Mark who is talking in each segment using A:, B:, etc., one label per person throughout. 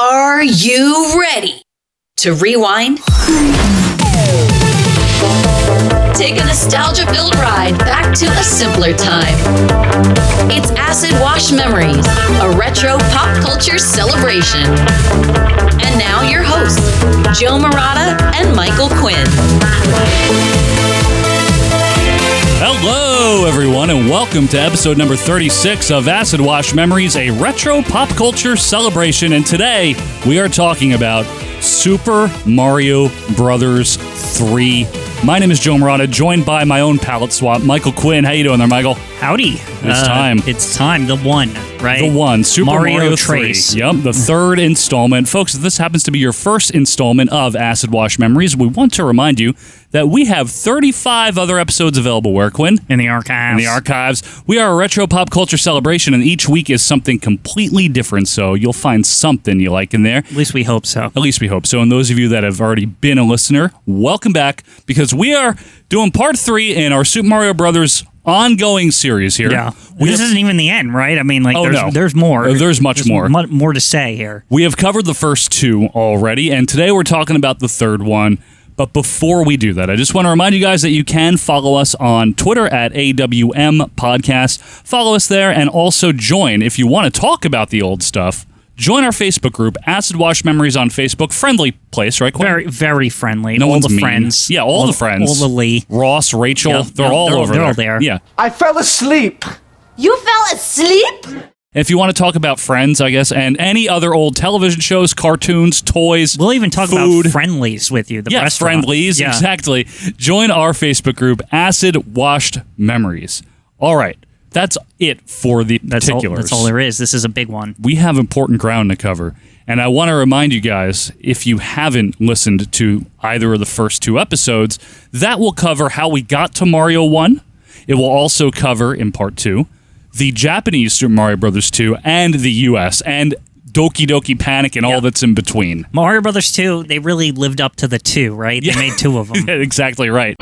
A: Are you ready to rewind? Take a nostalgia filled ride back to a simpler time. It's Acid Wash Memories, a retro pop culture celebration. And now, your hosts, Joe Murata and Michael Quinn.
B: Hello, everyone, and welcome to episode number 36 of Acid Wash Memories, a retro pop culture celebration. And today we are talking about Super Mario Brothers 3. My name is Joe Morata, joined by my own palette swap, Michael Quinn. How you doing there, Michael?
C: Howdy.
B: It's time.
C: Uh, It's time. The one, right?
B: The one, Super Mario,
C: Mario
B: 3.
C: Trace.
B: Yep, the third installment. Folks, if this happens to be your first installment of Acid Wash Memories, we want to remind you that we have 35 other episodes available where, Quinn?
C: In the archives.
B: in the archives. We are a retro pop culture celebration, and each week is something completely different. So you'll find something you like in there.
C: At least we hope so.
B: At least we hope so. And those of you that have already been a listener, welcome back because we are doing part three in our Super Mario Brothers ongoing series here.
C: Yeah.
B: We
C: this
B: have,
C: isn't even the end, right? I mean, like,
B: Oh,
C: there's,
B: no.
C: there's more.
B: Uh, there's much more.
C: mu- more to say here.
B: we have covered the first two already, and today we're talking about the third one. But before we do that, I just want to remind you guys that you can follow us on Twitter at AWM Podcast. Follow us there and also join if you want to talk about the old stuff. Join our Facebook group, Acid Wash Memories on Facebook. Friendly place, right? Quinn?
C: Very, very friendly.
B: no
C: all
B: one's
C: the
B: mean.
C: friends.
B: Yeah, all, the friends.
C: All the Lee.
B: Ross, Rachel,
C: Yeah,
B: they're
C: they're-
B: all
C: they're-
B: over
C: they're
B: there.
C: all there.
B: Yeah.
D: I fell asleep.
E: You fell asleep?
B: If you want to talk about Friends, I guess, and any other old television shows, cartoons, toys,
C: We'll even talk
B: food.
C: about friendlies with you. The
B: yeah,
C: restaurant.
B: friendlies,
C: Yeah.
B: exactly. Join our Facebook group, Acid Washed Memories. All right, that's it for the
C: That's all,
B: particulars.
C: that's all there is. This is a big one.
B: we have important ground to cover. And I want to remind you guys if you haven't listened to either of the first two episodes, that will cover how we got to Mario 1. It will also cover, in part two, the Japanese Super Mario Brothers 2 and the US and Doki Doki Panic and all that's in between.
C: Mario Brothers 2, they really lived up to the two, right? They made two of them.
B: Yeah, exactly right.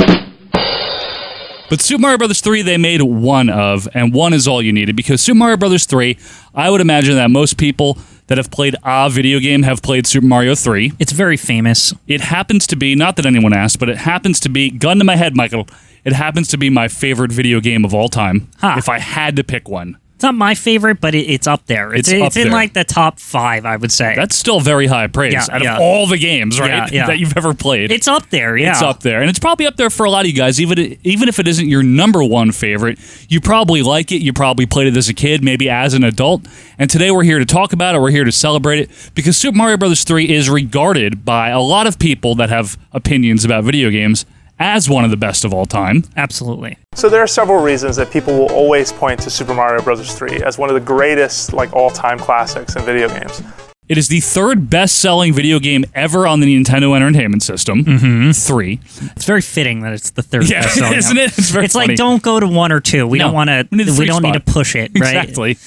B: But Super Mario Brothers 3, they made one of, and one is all you needed because Super Mario Brothers 3, I would imagine that most people that have played a video game have played Super Mario 3.
C: It's very famous.
B: It happens to be, not that anyone asked, but it happens to be, gun to my head, Michael, it happens to be my favorite video game of all time.
C: Huh.
B: If I had to pick one,
C: It's not my favorite, but it, it's up there. It's,
B: It's
C: it's,
B: up
C: in
B: there.
C: like the top five, I would say.
B: that's still very high praise
C: Yeah,
B: out
C: yeah.
B: of all the games, right,
C: yeah.
B: that you've ever played.
C: It's up there, yeah.
B: It's up there, and it's probably up there for a lot of you guys. Even even if it isn't your number one favorite, you probably like it. You probably played it as a kid, maybe as an adult. And today we're here to talk about it. We're here to celebrate it because Super Mario Brothers Three is regarded by a lot of people that have opinions about video games as one of the best of all time.
C: Absolutely.
F: So there are several reasons that people will always point to Super Mario Bros. 3 as one of the greatest, like all-time classics in video games.
B: It is the third best-selling video game ever on the Nintendo Entertainment System. Mm-hmm. Three.
C: It's very fitting that it's the third.
B: Yeah,
C: best selling
B: isn't it?
C: album.
B: It's very funny.
C: like don't go to one or two. We
B: No,
C: don't want to.
B: we
C: We,
B: need a sweet
C: don't need
B: spot.
C: to push it. Right?
B: Exactly.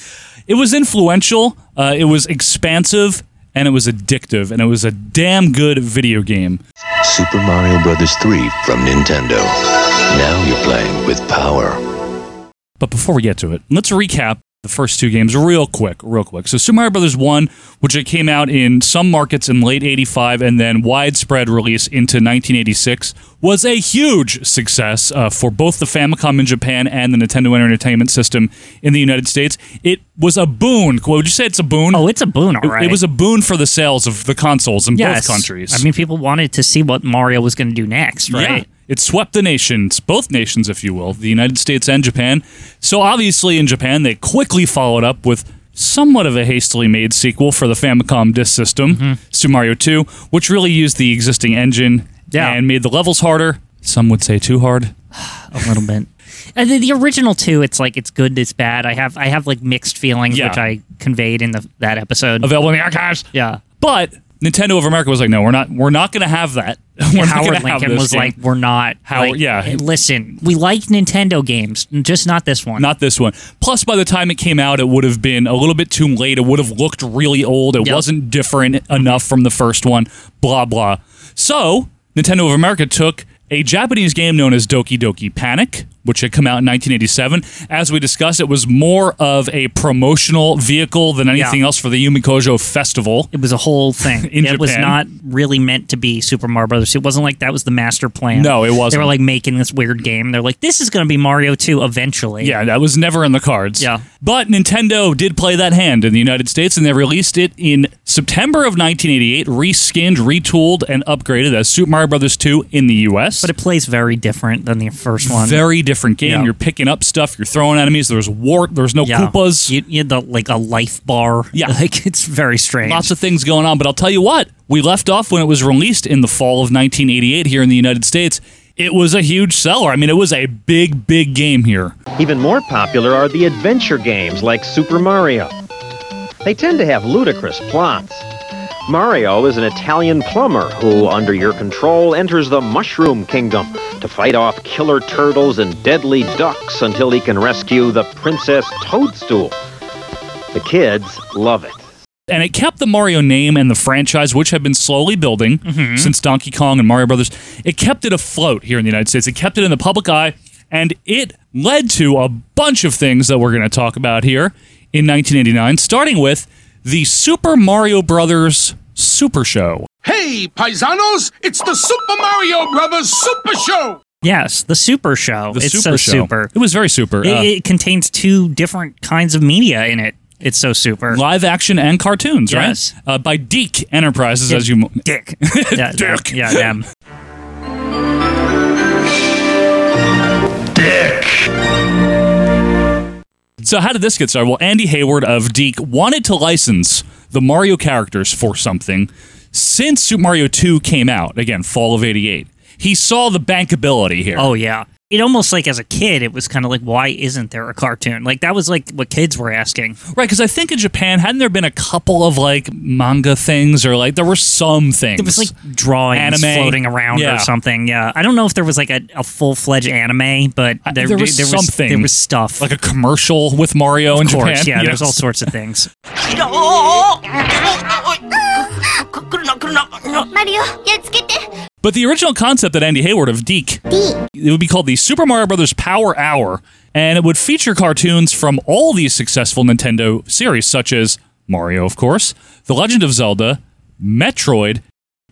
B: It was influential, uh, it was expansive, and it was addictive, and it was a damn good video game.
G: Super Mario Bros. 3 from Nintendo. Now you're playing with power.
B: But before we get to it, let's recap the first two games real quick, real quick. So Super Mario Brothers 1, which it came out in some markets in late 85 and then widespread release into 1986, was a huge success uh, for both the Famicom in Japan and the Nintendo Entertainment System in the United States. It was a boon. Would you say it's a boon?
C: Oh, it's a boon, all right.
B: It was a boon for the sales of the consoles in
C: yes.
B: both countries.
C: I mean, people wanted to see what Mario was going to do next, right?
B: Yeah. It swept the nations, both nations, if you will, the United States and Japan. So obviously, in Japan, they quickly followed up with somewhat of a hastily made sequel for the Famicom Disk System,
C: Mm-hmm.
B: Super Mario 2, which really used the existing engine
C: Yeah.
B: and made the levels harder. Some would say too hard.
C: A little bit. And the, the original two, it's like it's good, it's bad. I have I have like mixed feelings,
B: Yeah.
C: which I conveyed in the that episode.
B: Available in the archives.
C: yeah.
B: But Nintendo of America was like, no, we're not. We're not going to have that. We're not gonna
C: Howard
B: have
C: Lincoln
B: this
C: was
B: game.
C: like, "We're not.
B: Howard-
C: like,
B: yeah.
C: listen, we like Nintendo games, just not this one.
B: Not this one. Plus, by the time it came out, it would have been a little bit too late. It would have looked really old. It
C: Yep.
B: wasn't different enough from the first one. Blah, blah. So, Nintendo of America took a Japanese game known as Doki Doki Panic, which had come out in 1987. As we discussed, it was more of a promotional vehicle than anything
C: Yeah.
B: else for the Yumikojo Festival.
C: It was a whole thing.
B: In
C: it was
B: Japan.
C: not really meant to be Super Mario Brothers. It wasn't like that was the master plan.
B: No, it
C: They
B: wasn't.
C: were like making this weird game. They're like, this is going to be Mario 2 eventually.
B: Yeah, that was never in the cards.
C: Yeah.
B: But Nintendo did play that hand in the United States, and they released it in September of 1988, reskinned, retooled, and upgraded as Super Mario Brothers 2 in the U.S.
C: But it plays very different than the first one.
B: very different game.
C: Yeah.
B: You're picking up stuff. You're throwing enemies. There's wart. There's no
C: yeah.
B: Koopas.
C: You, you had the, like a life bar.
B: Yeah.
C: Like it's very strange.
B: Lots of things going on. But I'll tell you what, we left off when it was released in the fall of 1988 here in the United States. It was a huge seller. I mean, it was a big, big game here.
D: Even more popular are the adventure games like Super Mario. They tend to have ludicrous plots. Mario is an Italian plumber who, under your control, enters the Mushroom Kingdom to fight off killer turtles and deadly ducks until he can rescue the Princess Toadstool. The kids love it.
B: and it kept the Mario name and the franchise, which had been slowly building
C: Mm-hmm.
B: since Donkey Kong and Mario Brothers. It kept it afloat here in the United States. It kept it in the public eye, and it led to a bunch of things that we're going to talk about here in 1989, starting with the Super Mario Brothers Super Show.
H: Hey, paisanos, it's the Super Mario Brothers Super Show!
C: yes, the Super Show.
B: The
C: it's
B: Super
C: so
B: Show.
C: super.
B: It was very super.
C: It,
B: Uh,
C: it contains two different kinds of media in it. It's so super.
B: live action and cartoons,
C: Yes.
B: right? Uh, by Deke Enterprises, as you. mo-
C: Dick. yeah,
B: Dick.
C: Yeah, them.
B: So how did this get started? Well, Andy Hayward of Deke wanted to license the Mario characters for something since Super Mario 2 came out, again, fall of 88. He saw the bankability here.
C: Oh yeah. It almost like as a kid, it was kind of like, why isn't there a cartoon? Like that was like what kids were asking.
B: Right, because I think in Japan, hadn't there been a couple of like manga things or like there were some things?
C: It was like drawings
B: Anime.
C: floating around
B: Yeah.
C: or something. Yeah, I don't know if there was like a, a full fledged anime, but
B: I-
C: there,
B: there was
C: there
B: something.
C: there was stuff.
B: like a commercial with Mario in
C: of course,
B: Japan.
C: yeah.
B: Yes.
C: There's all sorts of things.
E: Mario, let's get there.
B: But the original concept that Andy Hayward of Deke, it would be called the Super Mario Brothers Power Hour, and it would feature cartoons from all these successful Nintendo series, such as Mario, of course, The Legend of Zelda, Metroid,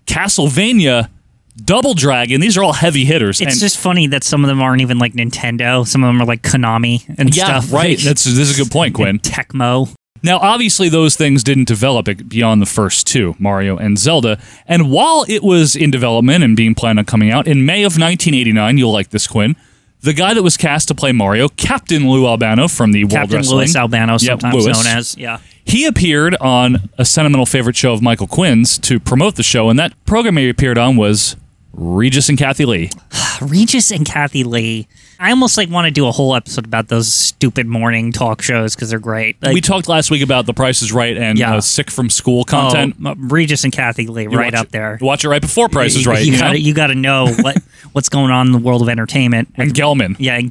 B: Castlevania, Double Dragon. These are all heavy hitters.
C: It's
B: and-
C: just funny that some of them aren't even like Nintendo. Some of them are like Konami and
B: yeah,
C: stuff.
B: right. That's this is a good point, Quinn.
C: Tecmo.
B: Now, obviously, those things didn't develop beyond the first two, Mario and Zelda. And while it was in development and being planned on coming out, in May of 1989, you'll like this, Quinn, the guy that was cast to play Mario, Captain Lou Albano from the World
C: Captain
B: Wrestling,
C: Louis Albano,
B: Yeah,
C: sometimes
B: Louis.
C: known as. Yeah.
B: he appeared on a sentimental favorite show of Michael Quinn's to promote the show, and that program he appeared on was Regis and Kathy Lee.
C: Regis and Kathy Lee. I almost like want to do a whole episode about those stupid morning talk shows because they're great. Like,
B: we talked last week about The Price is Right and
C: Yeah.
B: uh, Sick from School
C: oh,
B: content.
C: m- Regis and Kathy Lee,
B: You
C: right
B: watch
C: up
B: it-
C: there.
B: you Watch it right before Price is
C: You-
B: Right.
C: You,
B: you know?
C: gotta, you gotta know what what's going on in the world of entertainment.
B: and Gelman.
C: yeah, and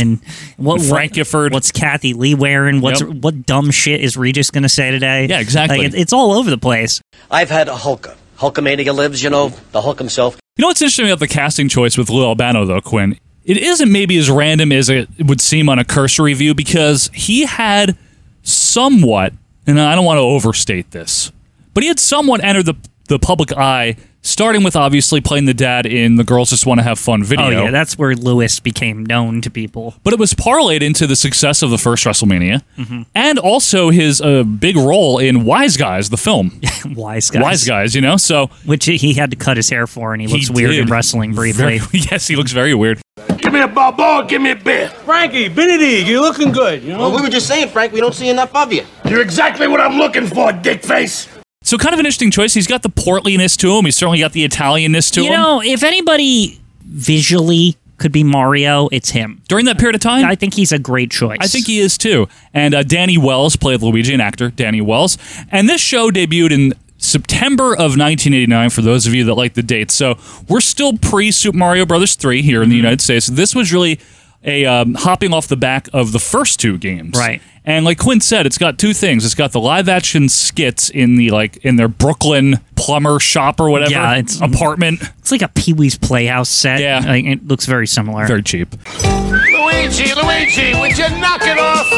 C: and what
B: And
C: what-
B: Frankifford.
C: What's Kathy Lee wearing? What's
B: Yep.
C: what dumb shit is Regis gonna say today?
B: Yeah, exactly.
C: Like, it, it's all over the place.
I: I've had a Hulk. Hulkamania lives, you know, the Hulk himself.
B: You know what's interesting about the casting choice with Lou Albano, though, Quinn? It isn't maybe as random as it would seem on a cursory view because he had somewhat, and I don't want to overstate this, but he had somewhat entered the, the public eye, starting with obviously playing the dad in the Girls Just Want to Have Fun video.
C: Oh yeah, that's where Lewis became known to people.
B: but it was parlayed into the success of the first WrestleMania
C: Mm-hmm.
B: and also his uh, big role in Wise Guys, the film.
C: Wise guys.
B: Wise Guys, you know? So
C: Which he had to cut his hair for, and he looks
B: he
C: weird in
B: did.
C: wrestling briefly.
B: Very- yes, he looks very weird.
H: Give me a ball, give me a beer.
J: Frankie, Benedict, you're looking good. You know?
I: Well, we were just saying, Frank, we don't see enough of you.
H: You're exactly what I'm looking for, dick face.
B: So kind of an interesting choice. He's got the portliness to him. He's certainly got the Italianness to
C: you
B: him.
C: know, if anybody visually could be Mario, it's him.
B: During that period of time,
C: I
B: I,
C: think he's a great choice.
B: think he is too. And uh, Danny Wells played Luigi, an actor, Danny Wells. And this show debuted in September of 1989. For those of you that like the dates, so we're still pre Super Mario Brothers three here
C: Mm-hmm.
B: in the United States. This was really a um, hopping off the back of the first two games,
C: Right.
B: And like Quinn said, it's got two things. It's got the live action skits in the like in their Brooklyn plumber shop or whatever
C: Yeah, it's-
B: apartment.
C: it's like a Pee Wee's Playhouse set.
B: Yeah.
C: Like, it looks very similar.
B: Very cheap.
H: Louis, Luigi, Luigi, would you knock it off?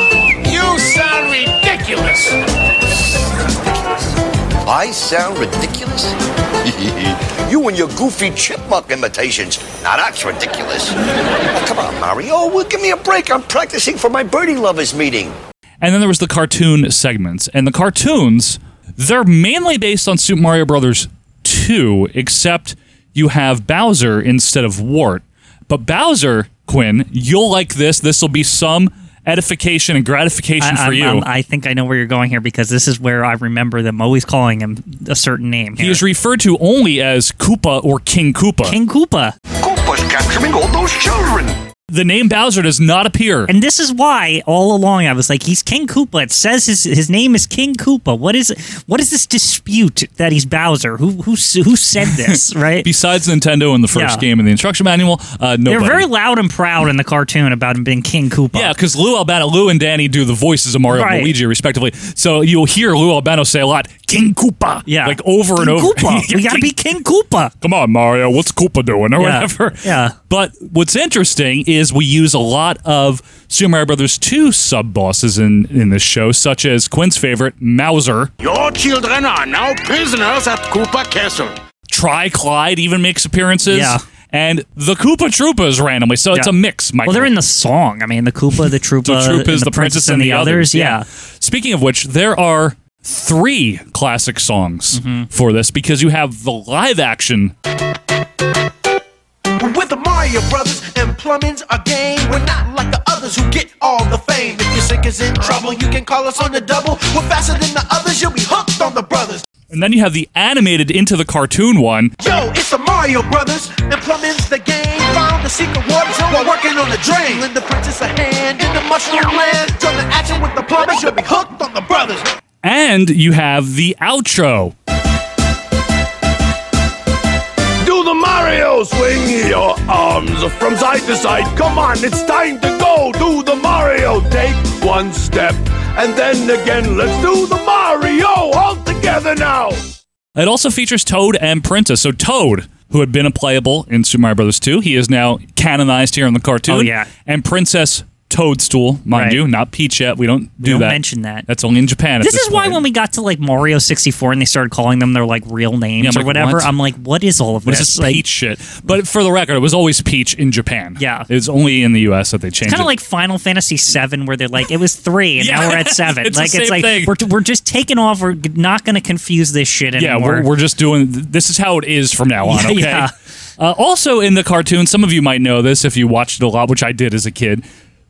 H: You sound ridiculous.
G: I sound ridiculous? you and your goofy chipmunk imitations. Now that's ridiculous. Oh, come on, Mario. Well, give me a break. I'm practicing for my birdie lovers meeting.
B: And then there was the cartoon segments. And the cartoons, they're mainly based on Super Mario Brothers 2, except you have Bowser instead of Wart. But Bowser, Quinn, you'll like this. This will be some edification and gratification
C: I,
B: for
C: I'm-
B: you.
C: I'm- I think I know where you're going here because this is where I remember them always calling him a certain name.
B: he
C: here.
B: is referred to only as Koopa or King Koopa.
C: King Koopa.
G: Koopa's capturing all those children.
B: the name Bowser does not appear.
C: And this is why all along I was like, he's King Koopa. It says his his name is King Koopa. What is what is this dispute that he's Bowser? Who who who said this? Right?
B: Besides Nintendo in the first
C: Yeah.
B: game in the instruction manual, uh, nobody.
C: They're very loud and proud in the cartoon about him being King Koopa.
B: Yeah, because Lou Albano, Lou and Danny do the voices of Mario
C: Um, Right.
B: and Luigi, respectively. So you'll hear Lou Albano say a lot, King Koopa.
C: yeah,
B: Like over
C: King
B: and over.
C: Koopa. we gotta be King Koopa.
B: Come on, Mario, what's Koopa doing or
C: Yeah,
B: whatever.
C: yeah.
B: But what's interesting is we use a lot of Super Mario Brothers 2 sub bosses in, in this show, such as Quinn's favorite, Mauser.
H: Your children are now prisoners at Koopa Castle.
B: Tri Clyde even makes appearances.
C: Yeah.
B: And the Koopa Troopas randomly. So it's
C: Yeah.
B: a mix, Michael.
C: Well, they're in the song. I mean, the Koopa, the Troopa,
B: the troop
C: Uh, and
B: is the, princess and the others.
C: Yeah.
B: Speaking of which, there are three classic songs
C: Mm-hmm.
B: for this because you have the live action.
K: With the Mario Brothers and plumbing's a game. We're not like the others who get all the fame. If your sink is in trouble, you can call us on the double. We're faster than the others, you'll be hooked on the brothers.
B: And then you have the animated into the cartoon one.
K: Yo, it's the Mario Brothers and plumbing's the game. Found the secret water zone while working on the drain. Lend the princess a hand in the mushroom land. Join the action with the plumbers, you'll be hooked on the brothers.
B: And you have the outro.
K: Do the Mario swing your arms from side to side. Come on, it's time to go. Do the Mario. Take one step and then again. Let's do the Mario all together now.
B: It also features Toad and Princess. So Toad, who had been a playable in Super Mario Brothers 2, he is now canonized here in the cartoon.
C: Oh, yeah.
B: And Princess Toadstool, mind
C: Right.
B: you, not Peach yet. We don't do
C: Don't
B: that.
C: mention that.
B: That's only in Japan. at
C: This,
B: this
C: is why
B: point.
C: when we got to like Mario 64 and they started calling them their like real names
B: Yeah, I'm
C: or
B: like,
C: whatever,
B: what?
C: I'm like, what is all of
B: What is
C: this?
B: this
C: like,
B: peach shit? But for the record, it was always peach in Japan.
C: Yeah.
B: It's only in the US that they changed
C: kind
B: it.
C: of like Final Fantasy VII, where they're like, it was three, and now we're at seven.
B: It's the
C: like,
B: same
C: it's like
B: thing.
C: we're we're just taking off. We're not going to confuse this shit
B: yeah,
C: anymore.
B: we're, we're just doing this is how it is from now on,
C: Yeah,
B: okay?
C: yeah.
B: Uh, also in the cartoon, some of you might know this if you watched it a lot, which I did as a kid.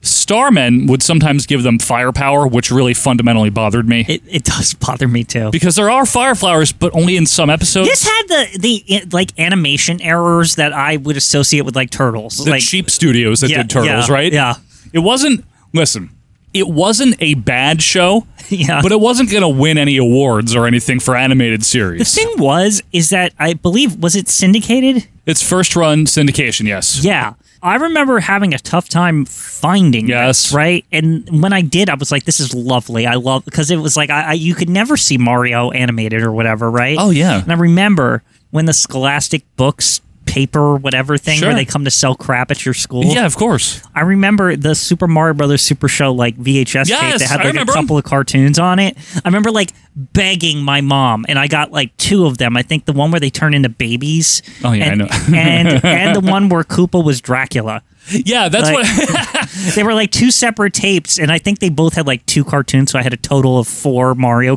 B: Starmen would sometimes give them firepower, which really fundamentally bothered me.
C: it, it does bother me too.
B: because there are fire flowers, but only in some episodes.
C: This had the the eh, like animation errors that I would associate with like turtles,
B: the
C: like
B: cheap studios that
C: yeah,
B: did Turtles,
C: yeah,
B: right?
C: Yeah,
B: It wasn't. Listen, it wasn't a bad show.
C: Yeah.
B: But it wasn't going to win any awards or anything for animated
C: The
B: series.
C: thing was, is that I believe was it syndicated?
B: It's first run syndication. Yes.
C: Yeah. I remember having a tough time finding
B: Yes.
C: this, right? And when I did, I was like, "This is lovely. I love because it was like I, I you could never see Mario animated or whatever, right?
B: Oh, yeah.
C: And I remember when the Scholastic books paper whatever thing
B: Sure.
C: where they come to sell crap at your school.
B: Yeah, of course.
C: I remember the Super Mario Brothers Super Show like VHS tape
B: Yes,
C: that
B: I
C: had like a
B: remember 'em.
C: couple of cartoons on it. I remember like begging my mom, and I got like two of them. I think the one where they turn into babies.
B: Oh, yeah, I
C: and,
B: know.
C: and and the one where Koopa was Dracula.
B: Yeah, that's
C: Like-
B: what.
C: They were like two separate tapes, and I think they both had like two cartoons. So I had a total of four Mario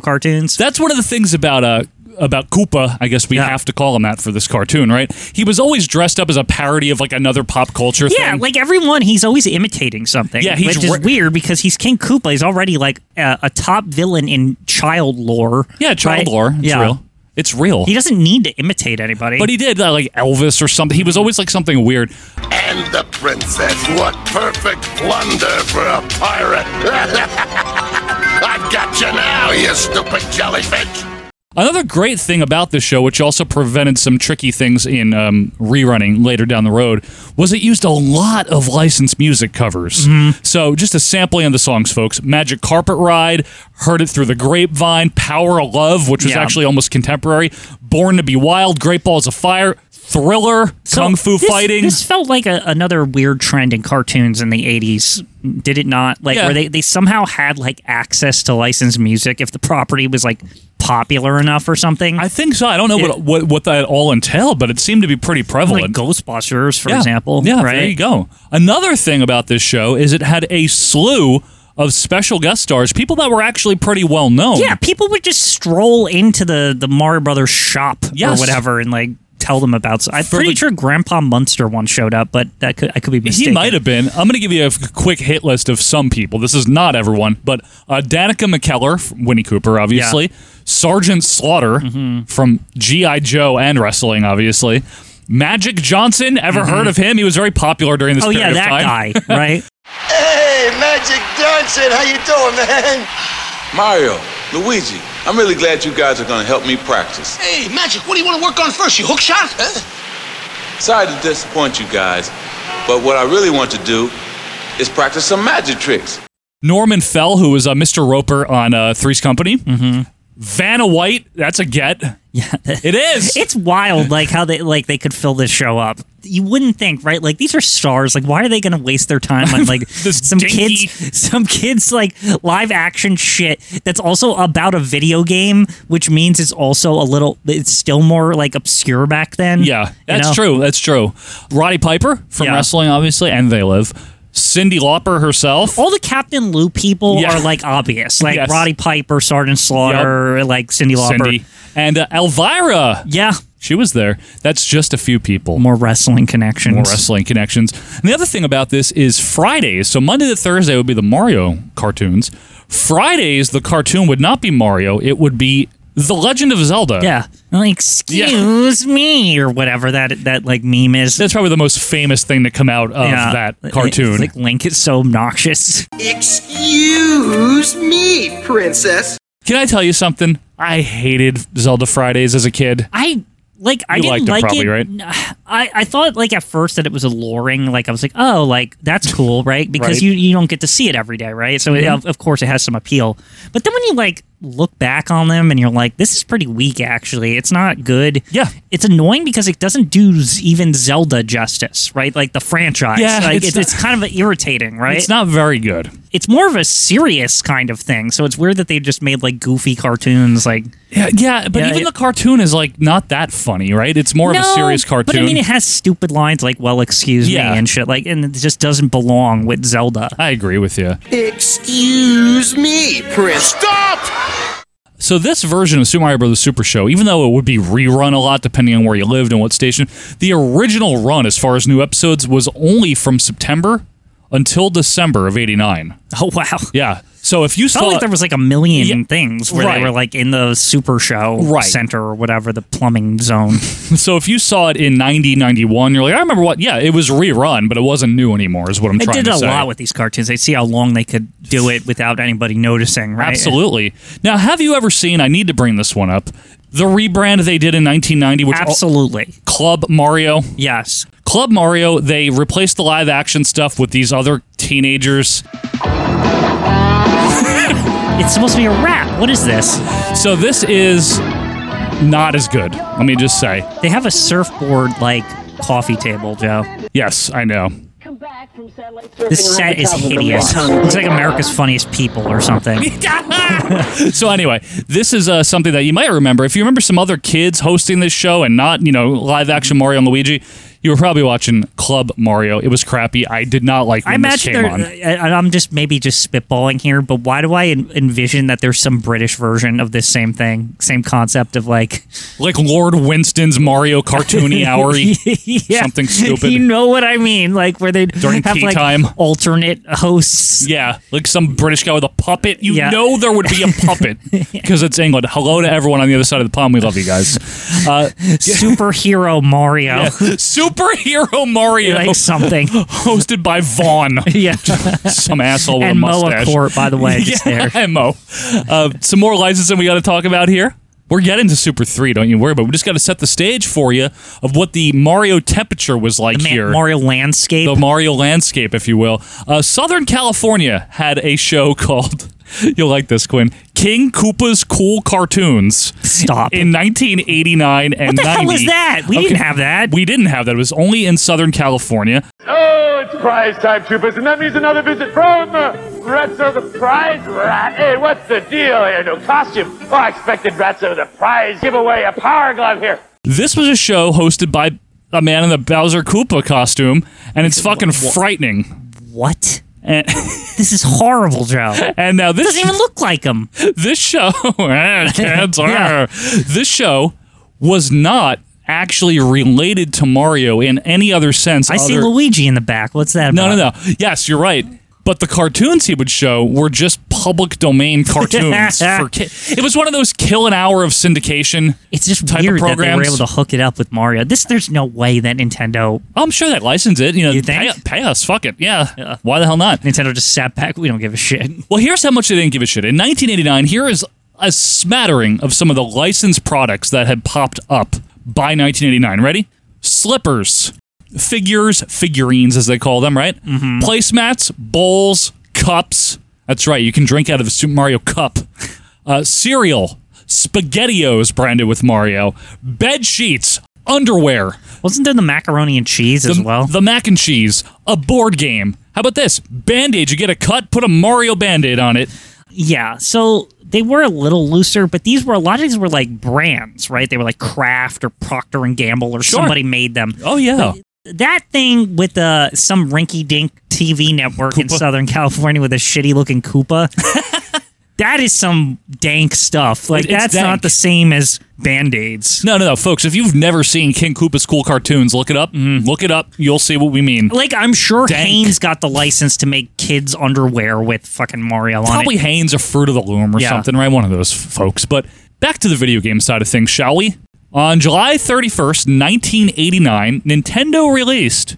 C: cartoons.
B: that's one of the things about uh about Koopa. I guess we
C: Yeah.
B: have to call him that for this cartoon, right? He was always dressed up as a parody of like another pop culture.
C: yeah,
B: thing.
C: like everyone, he's always imitating something.
B: Yeah, he's
C: which is
B: ra-
C: weird because he's King Koopa. He's already like a, a top villain in child lore.
B: yeah, child
C: right?
B: lore. It's
C: yeah,
B: real. It's real.
C: He doesn't need to imitate anybody.
B: but he did uh, like Elvis or something. He was always like something weird.
K: And the princess, what perfect plunder for a pirate. I've got you now, you stupid jellyfish.
B: Another great thing about this show, which also prevented some tricky things in um, rerunning later down the road, was it used a lot of licensed music covers.
C: Mm-hmm.
B: So, just a sampling of the songs, folks Magic Carpet Ride, Heard It Through the Grapevine, Power of Love, which was
C: Yeah.
B: actually almost contemporary, Born to Be Wild, Great Balls of Fire. thriller, kung fu
C: this,
B: fighting.
C: This felt like a, another weird trend in cartoons in the eighties. Did it not? Like
B: Yeah.
C: where they, they somehow had like access to licensed music if the property was like popular enough or something.
B: I think so. I don't know what, what what that all entailed, but it seemed to be pretty prevalent.
C: Ghostbusters, for
B: Yeah.
C: example.
B: Yeah,
C: right?
B: there you go. Another thing about this show is it had a slew of special guest stars, people that were actually pretty well known.
C: Yeah, people would just stroll into the the Mario Brothers shop
B: Yes.
C: or whatever and like tell them about. So I'm
B: For
C: pretty
B: the-
C: sure Grandpa Munster once showed up, but that could I could be mistaken.
B: He might have been. I'm going to give you a f- quick hit list of some people. This is not everyone, but uh, Danica McKellar, from Winnie Cooper, obviously. Sergeant Slaughter
C: Mm-hmm.
B: from G.I. Joe and wrestling, obviously. Magic Johnson, ever heard of him? He was very popular during this
C: Mm-hmm. Oh,
B: period
C: yeah,
B: of
C: that
B: time.
C: guy, right?
G: Hey, Magic Johnson, how you doing, man?
L: Mario, Luigi, I'm really glad you guys are gonna help me practice.
H: Hey, Magic, what do you want to work on first? You hook shot?
L: Sorry to disappoint you guys, but what I really want to do is practice some magic tricks.
B: Norman Fell, who was uh, Mr. Roper on uh, Three's Company. Mm-hmm. Vanna White, that's a get.
C: Yeah,
B: it is.
C: It's wild, like how they like they could fill this show up. You wouldn't think, right? Like these are stars. Like, why are they going to waste their time on like some
B: dinky-
C: kids, some kids like live action shit that's also about a video game, which means it's also a little, it's still more like obscure back then.
B: Yeah,
C: you
B: that's
C: know?
B: true. That's true. Roddy Piper from
C: Yeah.
B: wrestling, obviously, and They Live. Cindy Lauper herself.
C: All the Captain Lou people
B: Yeah.
C: are like obvious, like
B: Yes.
C: Roddy Piper, Sergeant Slaughter, like Cindy Lauper.
B: Cindy. And uh, Elvira.
C: Yeah.
B: She was there. That's just a few people.
C: More wrestling connections.
B: More wrestling connections. And the other thing about this is Fridays. So Monday to Thursday would be the Mario cartoons. Fridays, the cartoon would not be Mario. It would be The Legend of Zelda.
C: Yeah. Like, excuse me, or whatever that that like meme is.
B: That's probably the most famous thing to come out of
C: Yeah.
B: that cartoon.
C: It's like Link is so obnoxious.
M: Excuse me, princess.
B: Can I tell you something? I hated Zelda Fridays as a kid.
C: I like. I
B: You
C: didn't
B: liked it
C: like
B: probably,
C: it.
B: right?
C: I I thought like at first that it was alluring. Like I was like, oh, like that's cool, right? Because
B: Right.
C: you you don't get to see it every day, right? So it,
B: Mhm.
C: of, of course it has some appeal. But then when you like look back on them and you're like, this is pretty weak. Actually, it's not good.
B: Yeah,
C: it's annoying because it doesn't do z- even Zelda justice, right? Like the franchise.
B: Yeah,
C: like,
B: it's
C: it's,
B: not-
C: it's kind of irritating, right?
B: It's not very good.
C: it's more of a serious kind of thing. So it's weird that they just made like goofy cartoons. Like
B: Yeah, yeah but
C: Yeah,
B: even
C: it-
B: the cartoon is like not that funny, right? It's more of a
C: No,
B: serious cartoon.
C: But I mean, it has stupid lines like "Well, excuse
B: Yeah.
C: me" and shit. Like, and it just doesn't belong with Zelda.
B: I agree with you.
M: Excuse me, princess. Stop!
B: So this version of Super Mario Brothers Super Show, even though it would be rerun a lot depending on where you lived and what station, the original run as far as new episodes was only from September until December of '89.
C: Oh wow!
B: Yeah. So if you
C: Felt
B: saw
C: like there was like a million
B: Yeah,
C: things where
B: right.
C: they were like in the Super Show
B: Right.
C: Center or whatever the plumbing zone.
B: so if you saw it in 90 91 you're like I remember what yeah it was rerun but it wasn't new anymore is what I'm
C: I
B: trying
C: did
B: to
C: a
B: say.
C: lot with these cartoons. They see how long they could do it without anybody noticing. Right?
B: Absolutely. Now, have you ever seen? I need to bring this one up. The rebrand they did in 1990, which
C: absolutely
B: Club Mario.
C: Yes,
B: Club Mario. They replaced the live action stuff with these other teenagers.
C: it's supposed to be a rap. What is this?
B: So this is not as good. Let me just say.
C: They have a surfboard like coffee table, Joe.
B: Yes, I know.
C: This set is hideous. Looks like America's Funniest People or something.
B: so anyway, this is uh, something that you might remember. If you remember some other kids hosting this show and not, you know, live action Mario and Luigi, you were probably watching Club Mario. It was crappy. I did not like when
C: I imagine
B: this
C: there,
B: came on.
C: and I'm just maybe just spitballing here, but why do I en- envision that there's some British version of this same thing, same concept of like
B: like Lord Winston's Mario cartoony houry, something stupid.
C: You know what I mean? Like where they
B: During
C: have
B: tea
C: like
B: time.
C: alternate hosts.
B: yeah, like some British guy with a puppet. You
C: Yeah.
B: know there would be a puppet because it's England. Hello to everyone on the other side of the pond. We love you guys. Uh,
C: Superhero Mario.
B: yeah. Superhero Mario,
C: Like something.
B: hosted by Vaughn.
C: Yeah,
B: some asshole with
C: and
B: a
C: Moa
B: mustache.
C: Court, by the way, just
B: yeah,
C: there.
B: and Mo. Uh, some more licensing we got to talk about here. We're getting to Super Three, don't you worry. But we just got to set the stage for you of what the Mario temperature was like
C: Ma-
B: here.
C: Mario landscape.
B: the Mario landscape, if you will. Uh, Southern California had a show called You'll like this, Quinn. King Koopa's Cool Cartoons.
C: Stop.
B: In 1989 and
C: What the
B: 90.
C: hell was that? We didn't have
B: that. We didn't have that. It was only in Southern California.
N: Oh, it's prize time, troopers, and that means another visit from uh, Ratso the Prize Rat. Hey, what's the deal here? No costume. Oh, I expected Ratso the Prize giveaway a power glove here.
B: This was a show hosted by a man in the Bowser Koopa costume, and it's fucking frightening.
C: What?
B: And
C: this is horrible, Joe.
B: And now this
C: doesn't even look like him.
B: This show, Eh, kids,
C: Yeah.
B: eh. this show was not actually related to Mario in any other sense.
C: I see
B: other-
C: Luigi in the back. What's that?
B: Oh, No,
C: About?
B: no, no. Yes, you're right. But the cartoons he would show were just public domain cartoons. for ki- it was one of those kill an hour of syndication.
C: It's just
B: type
C: Weird
B: of
C: that they
B: programs.
C: were able to hook it up with Mario. This, there's no way that Nintendo.
B: I'm sure that license it. You know,
C: think?
B: Pay, pay us. Fuck it. Yeah. Why the hell not?
C: Nintendo just sat back. We don't give a shit.
B: Well, here's how much they didn't give a shit. In 1989, here is a smattering of some of the licensed products that had popped up by 1989. Ready? Slippers, figures, figurines, as they call them, right? Placemats, bowls, cups. That's right. You can drink out of a Super Mario cup. Uh, cereal, spaghettios branded with Mario, bed sheets, underwear.
C: Wasn't there the macaroni and cheese as well?
B: The mac and cheese, a board game. How about this? Band aid. You get a cut, put a Mario band aid on it.
C: Yeah, so they were a little looser, but these were a lot of these were like brands, right? They were like Kraft or Procter and Gamble or
B: Sure.
C: somebody made them.
B: Oh, yeah.
C: But that thing with uh, some rinky-dink TV network in
B: Koopa.
C: Southern California with a shitty-looking Koopa. that is some dank stuff. Like
B: It- it's
C: that's
B: dank.
C: not the same as Band-Aids.
B: No, no, no, folks. If you've never seen King Koopa's cool cartoons, look it up.
C: Mm-hmm.
B: Look it up. You'll see what we mean.
C: Like I'm sure
B: Dank.
C: Haynes got the license to make kids underwear with fucking Mario on
B: Probably
C: it.
B: Haynes or Fruit of the Loom or
C: Yeah.
B: something, right? One of those f- folks. But back to the video game side of things, shall we? On July 31st, 1989, Nintendo released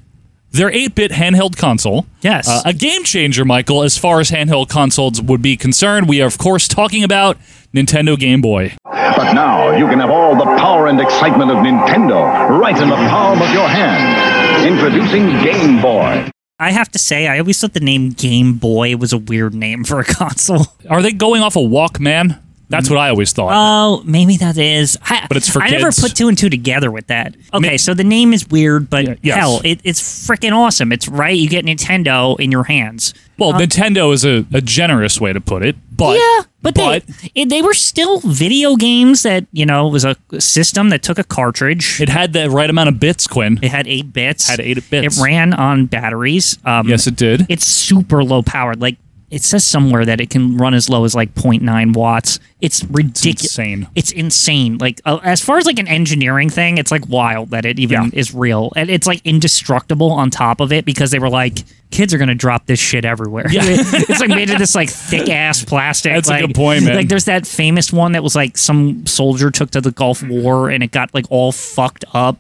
B: their 8-bit handheld console.
C: Yes.
B: Uh, a game changer, Michael, as far as handheld consoles would be concerned. We are, of course, talking about Nintendo Game Boy.
O: But now you can have all the power and excitement of Nintendo right in the palm of your hand. Introducing Game Boy.
C: I have to say, I always thought the name Game Boy was a weird name for a console.
B: Are they going off a Walkman? That's
C: Mm-hmm.
B: what I always thought.
C: Oh, maybe that is. I,
B: But it's for
C: I never
B: kids.
C: put two and two together with that. Okay, so the name is weird, but
B: yes.
C: hell, it, it's freaking awesome. It's right. You get Nintendo in your hands.
B: Well,
C: Uh,
B: Nintendo is a, a generous way to put it, but
C: yeah, but, they it, they were still video games that you know was a system that took a cartridge.
B: It had the right amount of bits, Quinn.
C: It had eight bits.
B: Had eight bits.
C: It ran on batteries. Um,
B: yes, it did.
C: It's super low powered. Like it says somewhere that it can run as low as like 0.9 watts. It's ridiculous.
B: insane.
C: It's insane. Like uh, as far as like an engineering thing, it's like wild that it even is real, and it's like indestructible on top of it because they were like, kids are gonna drop this shit everywhere.
B: Yeah.
C: it's like made of this like thick ass plastic.
B: That's a
C: like,
B: good point, man.
C: Like there's that famous one that was like some soldier took to the Gulf War and it got like all fucked up.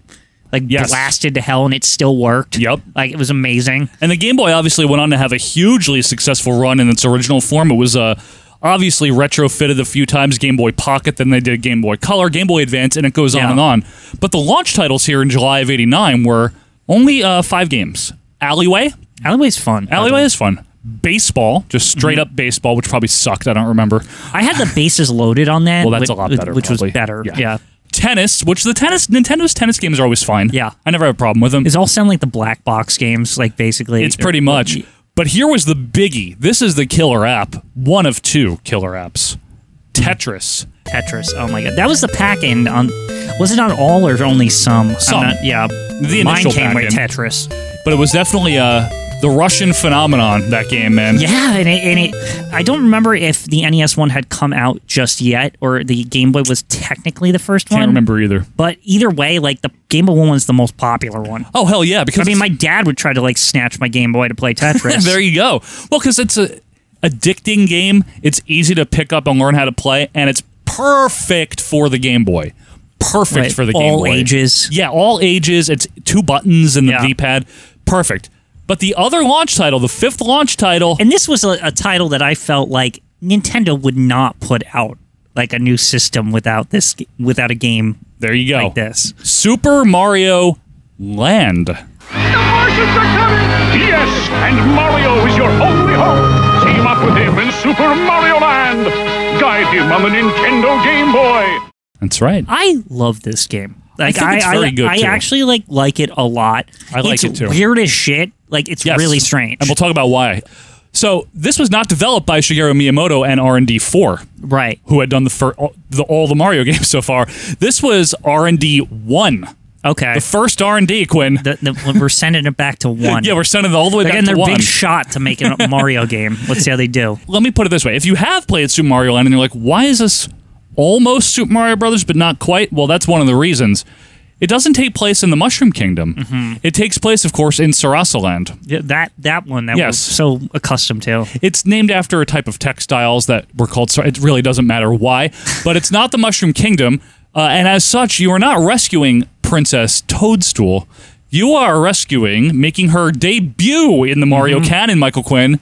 C: Like
B: Yes.
C: blasted to hell and it still worked.
B: Yep.
C: Like it was amazing.
B: And the Game Boy obviously went on to have a hugely successful run in its original form. It was uh, obviously retrofitted a few times Game Boy Pocket, then they did Game Boy Color, Game Boy Advance, and it goes on
C: Yeah.
B: and on. But the launch titles here in July of 89 were only uh, five games Alleyway.
C: Alleyway's fun.
B: Alleyway is fun. Baseball, just straight up baseball, which probably sucked. I don't remember.
C: Mm-hmm. I had the bases loaded on that.
B: Well, that's
C: which-
B: a lot better,
C: Which
B: probably.
C: was better.
B: Yeah.
C: Yeah.
B: Tennis, which the tennis Nintendo's tennis games are always fine.
C: Yeah.
B: I never have a problem with them.
C: It's all sound like the black box games, like basically.
B: It's pretty much. But here was the biggie. This is the killer app. One of two killer apps. Tetris.
C: Tetris. Oh my god. That was the pack end on was it on all or only some? I'm
B: Some.
C: not- yeah.
B: The
C: Mine
B: initial
C: came
B: pack
C: with
B: end.
C: Tetris.
B: But it was definitely uh, the Russian phenomenon, that game, man.
C: Yeah, and it, and it I don't remember if the NES one had come out just yet or the Game Boy was technically the first
B: Can't
C: one.
B: remember either.
C: But either way, like the Game Boy one was the most popular one.
B: Oh, hell yeah. Because
C: I mean,
B: it's-
C: my dad would try to like snatch my Game Boy to play Tetris.
B: there you go. Well, because it's a addicting game. It's easy to pick up and learn how to play, and it's perfect for the Game Boy. Perfect
C: Right.
B: for the Game
C: All
B: Boy.
C: ages.
B: Yeah, all ages. It's two buttons and the
C: Yeah.
B: V-pad. Perfect. But the other launch title, the fifth launch title,
C: And this was a, a title that I felt like Nintendo would not put out like a new system without this g- without a game
B: there you go.
C: like this.
B: Super Mario Land.
P: Yes, and Mario is your only hope. Team up with him in Super Mario Land. Guide him on the Nintendo Game Boy.
B: That's right.
C: I love this game.
B: I
C: Like
B: think
C: I,
B: it's
C: I,
B: very good,
C: I
B: too.
C: actually like like it a lot.
B: I like
C: it's
B: it, too.
C: Weird as shit. Like it's
B: Yes.
C: really strange.
B: And we'll talk about why. So this was not developed by Shigeru Miyamoto and R and D four,
C: right?
B: Who had done the, fir- all, the all the Mario games so far. This was R and D one.
C: Okay,
B: the first R and D, Quinn.
C: The, the, we're sending it back to one.
B: yeah, we're sending it all the way
C: They're
B: back
C: getting
B: to
C: their
B: one.
C: big shot to make a Mario game. Let's see how they do.
B: Let me put it this way: if you have played Super Mario Land and you're like, "Why is this almost Super Mario Brothers but not quite?" Well, that's one of the reasons. It doesn't take place in the Mushroom Kingdom. It takes place, of course, in Sarasa Land.
C: Mm-hmm. Yeah, that that one that
B: Yes.
C: we're so accustomed to.
B: It's named after a type of textiles that were called. sar- It really doesn't matter why, but it's not the Mushroom Kingdom, uh, and as such, you are not rescuing Princess Toadstool. You are rescuing, making her debut in the Mario
C: Mm-hmm.
B: canon, Michael Quinn,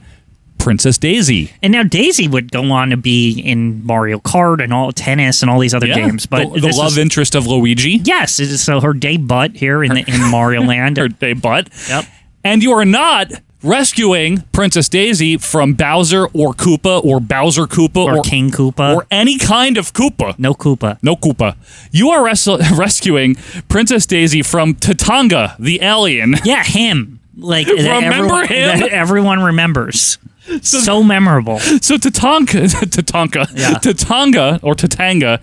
B: Princess Daisy.
C: And now Daisy would go on to be in Mario Kart and all tennis and all these other
B: Yeah.
C: games. But
B: the, the
C: this
B: love
C: is-
B: interest of Luigi.
C: Yes, it is, so her day butt here in the, in Mario Land.
B: Her day butt.
C: Yep.
B: And you are not rescuing Princess Daisy from Bowser or Koopa or Bowser Koopa
C: Or King Koopa.
B: or any kind of Koopa.
C: No Koopa.
B: No Koopa. You are wrestle- rescuing Princess Daisy from Tatanga, the alien.
C: Yeah, him. Like that
B: Remember
C: everyone,
B: him?
C: that everyone remembers. So, memorable.
B: So Tatanka, Tatanka,
C: Yeah.
B: Tatanga or Tatanga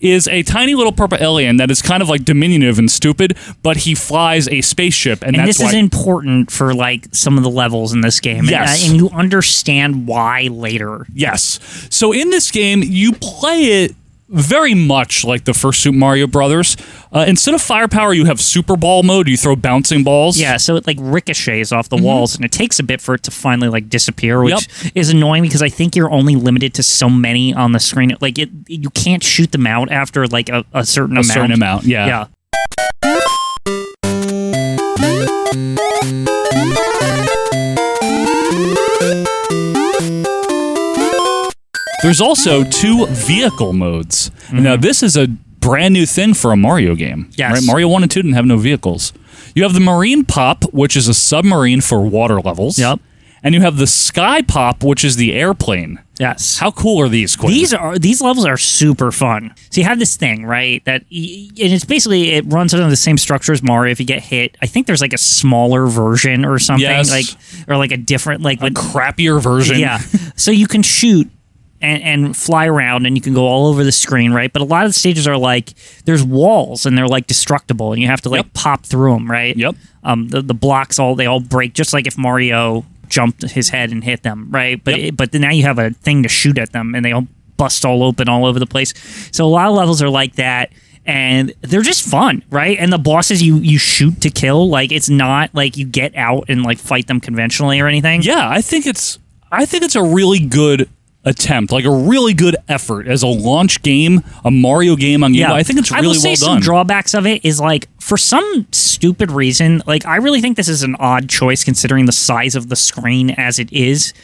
B: is a tiny little purple alien that is kind of like diminutive and stupid, but he flies a spaceship, and,
C: And
B: that's
C: this is
B: why
C: important for like some of the levels in this game. And-
B: Yes.
C: And, you understand why later.
B: Yes. So in this game, you play it very much like the first Super Mario Brothers. Uh, instead of firepower, you have Super Ball mode. You throw bouncing balls.
C: Yeah, so it like ricochets off the
B: Mm-hmm.
C: walls and it takes a bit for it to finally like disappear, which
B: Yep.
C: is annoying because I think you're only limited to so many on the screen. Like it you can't shoot them out after like a, a certain
B: A
C: amount.
B: certain amount, yeah.
C: Yeah.
B: There's also two vehicle modes. Now this is a brand new thing for a Mario game.
C: Mm-hmm. Yes.
B: Right? Mario One and Two didn't have no vehicles. You have the Marine Pop, which is a submarine for water levels. Yep. And you have the Sky Pop, which is the airplane.
C: Yes.
B: How cool are these? Quinn?
C: These are these levels are super fun. So you have this thing, right? That y- and it's basically it runs under the same structure as Mario. If you get hit, I think there's like a smaller version or something,
B: Yes.
C: like or like a different like with-
B: crappier version.
C: Yeah. so you can shoot and, and fly around, and you can go all over the screen, right? But a lot of the stages are like there's walls, and they're like destructible, and you have to like pop through them, right? Yep. Um, the, the blocks all they all break, just like if Mario jumped his head and hit them, right? But it, but then now you have a thing to shoot at them, and they all bust all open all over the place. So a lot of levels are like that. And they're just fun, right? And the bosses you you shoot to kill, like it's not like you get out and like fight them conventionally or anything.
B: Yeah, I think it's I think it's a really good attempt, like a really good effort as a launch game, a Mario game on Game Boy. I think it's
C: I will
B: really
C: say
B: well
C: some
B: done.
C: drawbacks of it is like for some stupid reason, like I really think this is an odd choice considering the size of the screen as it is.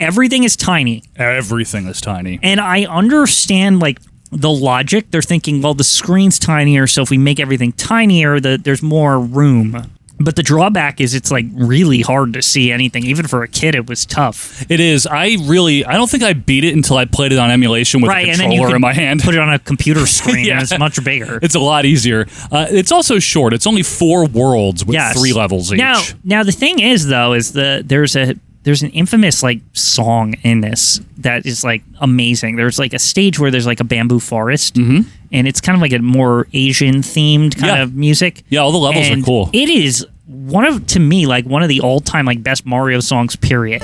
C: Everything is tiny.
B: Everything is tiny.
C: And I understand like the logic. They're thinking, well, the screen's tinier, so if we make everything tinier, the, there's more room. But the drawback is it's like really hard to see anything. Even for a kid, it was tough.
B: It is. I really. I don't think I beat it until I played it on emulation with
C: right,
B: a
C: and then you
B: controller
C: can
B: in my hand.
C: put it on a computer screen,
B: Yeah.
C: and it's much bigger.
B: It's a lot easier. Uh, it's also short. It's only four worlds with
C: Yes.
B: three levels each.
C: Now, now the thing is though is the there's a there's an infamous like song in this that is like amazing. There's like a stage where there's like a bamboo forest, and it's kind of like a more Asian themed kind
B: Mm-hmm. Yeah.
C: of music.
B: Yeah, all the levels are
C: And
B: cool.
C: It is one of to me like one of the all time like best Mario songs. Period.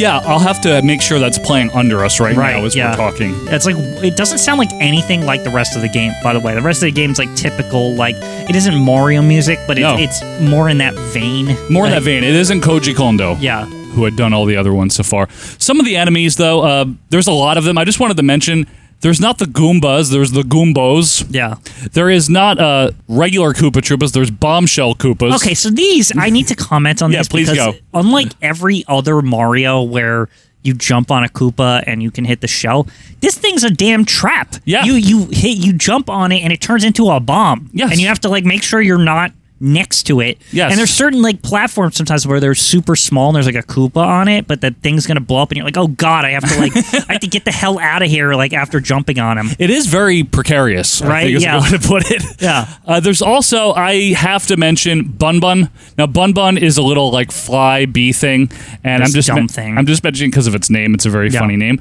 B: yeah, I'll have to make sure that's playing under us right,
C: Right,
B: now as
C: yeah.
B: we're talking.
C: It's like it doesn't sound like anything like the rest of the game. By the way, the rest of the game's like typical like it isn't Mario music, but it's,
B: No.
C: it's more in that vein.
B: More in
C: Like-
B: that vein. It isn't Koji Kondo.
C: Yeah.
B: Who had done all the other ones so far. Some of the enemies, though, uh, there's a lot of them. I just wanted to mention there's not the Goombas, there's the Goombos.
C: Yeah.
B: There is not uh, regular Koopa Troopas, there's bombshell Koopas.
C: Okay, so these I need to comment on
B: Yeah,
C: these
B: please
C: because
B: go.
C: unlike every other Mario where you jump on a Koopa and you can hit the shell, this thing's a damn trap. Yeah. You you hit you jump on it and it turns into a bomb.
B: Yes.
C: And you have to like make sure you're not next to it. Yes. And there's certain like platforms sometimes where they're super small and there's like a Koopa on it, but the thing's gonna blow up and you're like, oh god, I have to like I have to get the hell out of here like after jumping on him.
B: It is very precarious, I
C: Right,
B: think is a
C: yeah.
B: good way to put it.
C: Yeah.
B: Uh, there's also I have to mention Bun Bun. Now Bun Bun is a little like fly bee thing, and I'm
C: This
B: just
C: dumb thing.
B: I'm just mentioning because of its name. It's a very
C: Yeah.
B: funny name,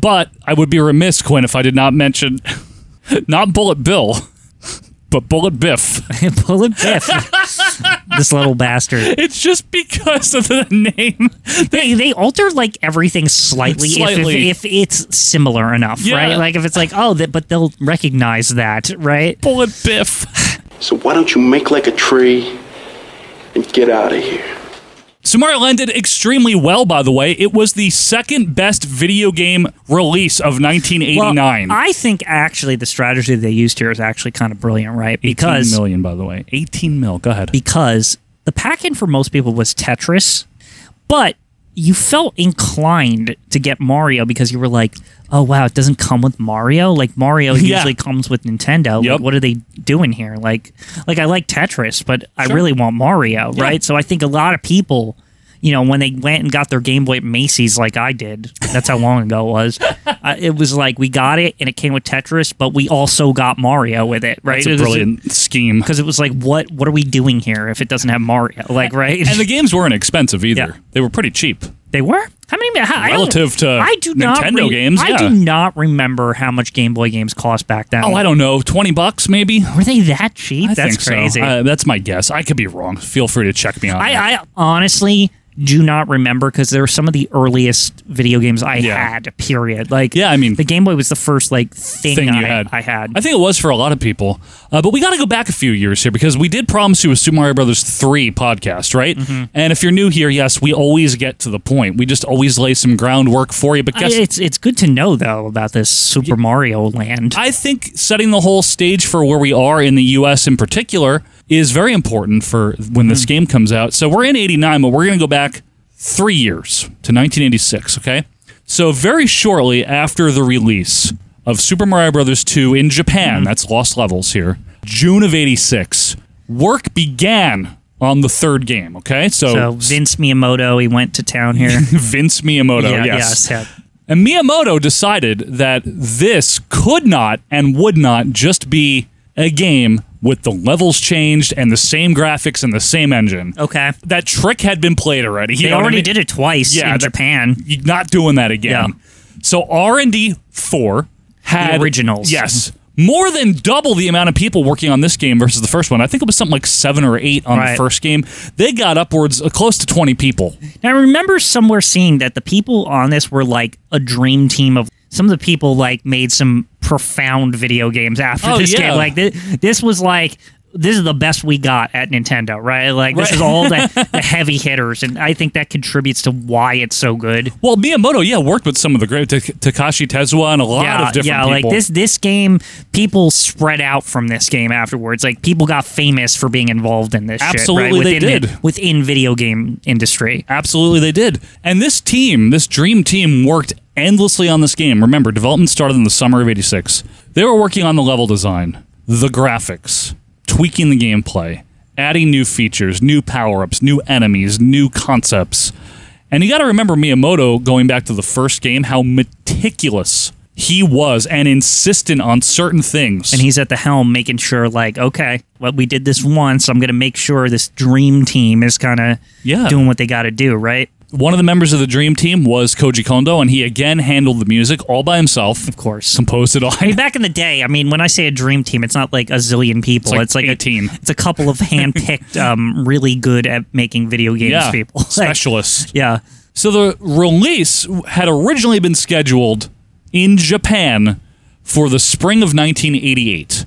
B: but I would be remiss, Quinn, if I did not mention not Bullet Bill, but Bullet Biff.
C: Bullet Biff. this little bastard.
B: It's just because of the name.
C: They they alter like everything slightly, if-
B: Slightly.
C: If, if, it's similar enough,
B: Yeah.
C: right? Like if it's like oh, that, but they'll recognize that, right?
B: Bullet Biff.
Q: So why don't you make like a tree and get out of here?
B: So Mario Land did extremely well, by the way. It was the second best video game release of 1989.
C: Well, I think actually the strategy they used here is actually kind of brilliant, right? Because
B: million, by the way, eighteen mil. Go ahead.
C: Because the pack in for most people was Tetris, but you felt inclined to get Mario because you were like, "Oh wow, it doesn't come with Mario. Like Mario
B: Yeah.
C: usually comes with Nintendo. Like, what are they doing here? Like, like I like Tetris, but I
B: Sure.
C: really want Mario,
B: Yeah.
C: right? So I think a lot of people." You know, when they went and got their Game Boy at Macy's, like I did, that's how long ago it was. Uh, it was like we got it, and it came with Tetris, but we also got Mario with it, right?
B: That's a brilliant scheme
C: because it was like, what, what are we doing here if it doesn't have Mario? Like, right?
B: and the games weren't expensive either. They were pretty cheap.
C: They were. How many? How, I don't-
B: Relative to
C: I do not
B: Nintendo
C: re-
B: games,
C: I
B: yeah.
C: do not remember how much Game Boy games cost back then.
B: Oh, I don't know, twenty bucks maybe.
C: Were they that cheap?
B: I
C: That's
B: think so.
C: crazy.
B: Uh, that's my guess. I could be wrong. Feel free to check me on. that.
C: I, I honestly do not remember because they were some of the earliest video games I had. Period. Like, yeah, I mean, the Game Boy was the first like thing,
B: thing
C: I
B: you had.
C: I had.
B: I think it was for a lot of people. Uh, but we got to go back a few years here because we did promise you a Super Mario Brothers 3 podcast, right?
C: Mm-hmm.
B: And if you're new here, yes, we always get to the point. We just always lay some groundwork for you. But
C: I-
B: guess
C: it's it's good to know though about this Super Mario Land.
B: I think setting the whole stage for where we are in the U.S. in particular is very important for when
C: Hmm.
B: this game comes out. So we're in 89, but we're going to go back three years to 1986, okay? So very shortly after the release of Super Mario Brothers 2 in
C: Hmm.
B: Japan, that's Lost Levels here, June of 86, work began on the third game, okay? So,
C: So Vince Miyamoto, he went to town here.
B: Vince Miyamoto,
C: Yeah,
B: yes.
C: yes,
B: And Miyamoto decided that this could not and would not just be a game with the levels changed and the same graphics and the same engine.
C: Okay.
B: That trick had been played already. You
C: They
B: know what I
C: already
B: mean?
C: did it twice
B: Yeah,
C: in
B: that-
C: Japan.
B: You're not doing that again. So R&D 4 had
C: originals.
B: Yes. More than double the amount of people working on this game versus the first one. I think it was something like 7 or 8 on the
C: Right.
B: first game. They got upwards uh, close to 20 people.
C: Now, I remember somewhere seeing that the people on this were like a dream team of some of the people like made some profound video games after
B: Oh,
C: this
B: yeah.
C: game. Like this, this was like this is the best we got at Nintendo, right? Like this
B: Right.
C: is all the, the heavy hitters, and I think that contributes to why it's so good.
B: Well, Miyamoto, yeah, worked with some of the great Ta- Takashi Tezuka and a lot
C: yeah,
B: of different
C: yeah,
B: people.
C: like this this game, people spread out from this game afterwards. Like people got famous for being involved in this.
B: Absolutely,
C: shit,
B: they
C: right? within
B: did.
C: the, within video game industry.
B: Absolutely, they did. And this team, this dream team, worked endlessly on this game. Remember, development started in the summer of '86. They were working on the level design, the graphics, tweaking the gameplay, adding new features, new power ups, new enemies, new concepts. And you got to remember Miyamoto going back to the first game, how meticulous he was and insistent on certain things.
C: and he's at the helm making sure like okay well we did this once i'm gonna make sure this dream team is kind of
B: Yeah.
C: doing what they gotta do right
B: One of the members of the Dream Team was Koji Kondo, and he again handled the music all by himself. Of
C: course.
B: Composed it all.
C: I mean, back in the day, I mean, when I say a dream team, it's not like a zillion people.
B: like
C: It's like, a team. It's a couple of handpicked, um, really good at making video games
B: Yeah,
C: people. Like,
B: specialists.
C: yeah.
B: So the release had originally been scheduled in Japan for the spring of 1988.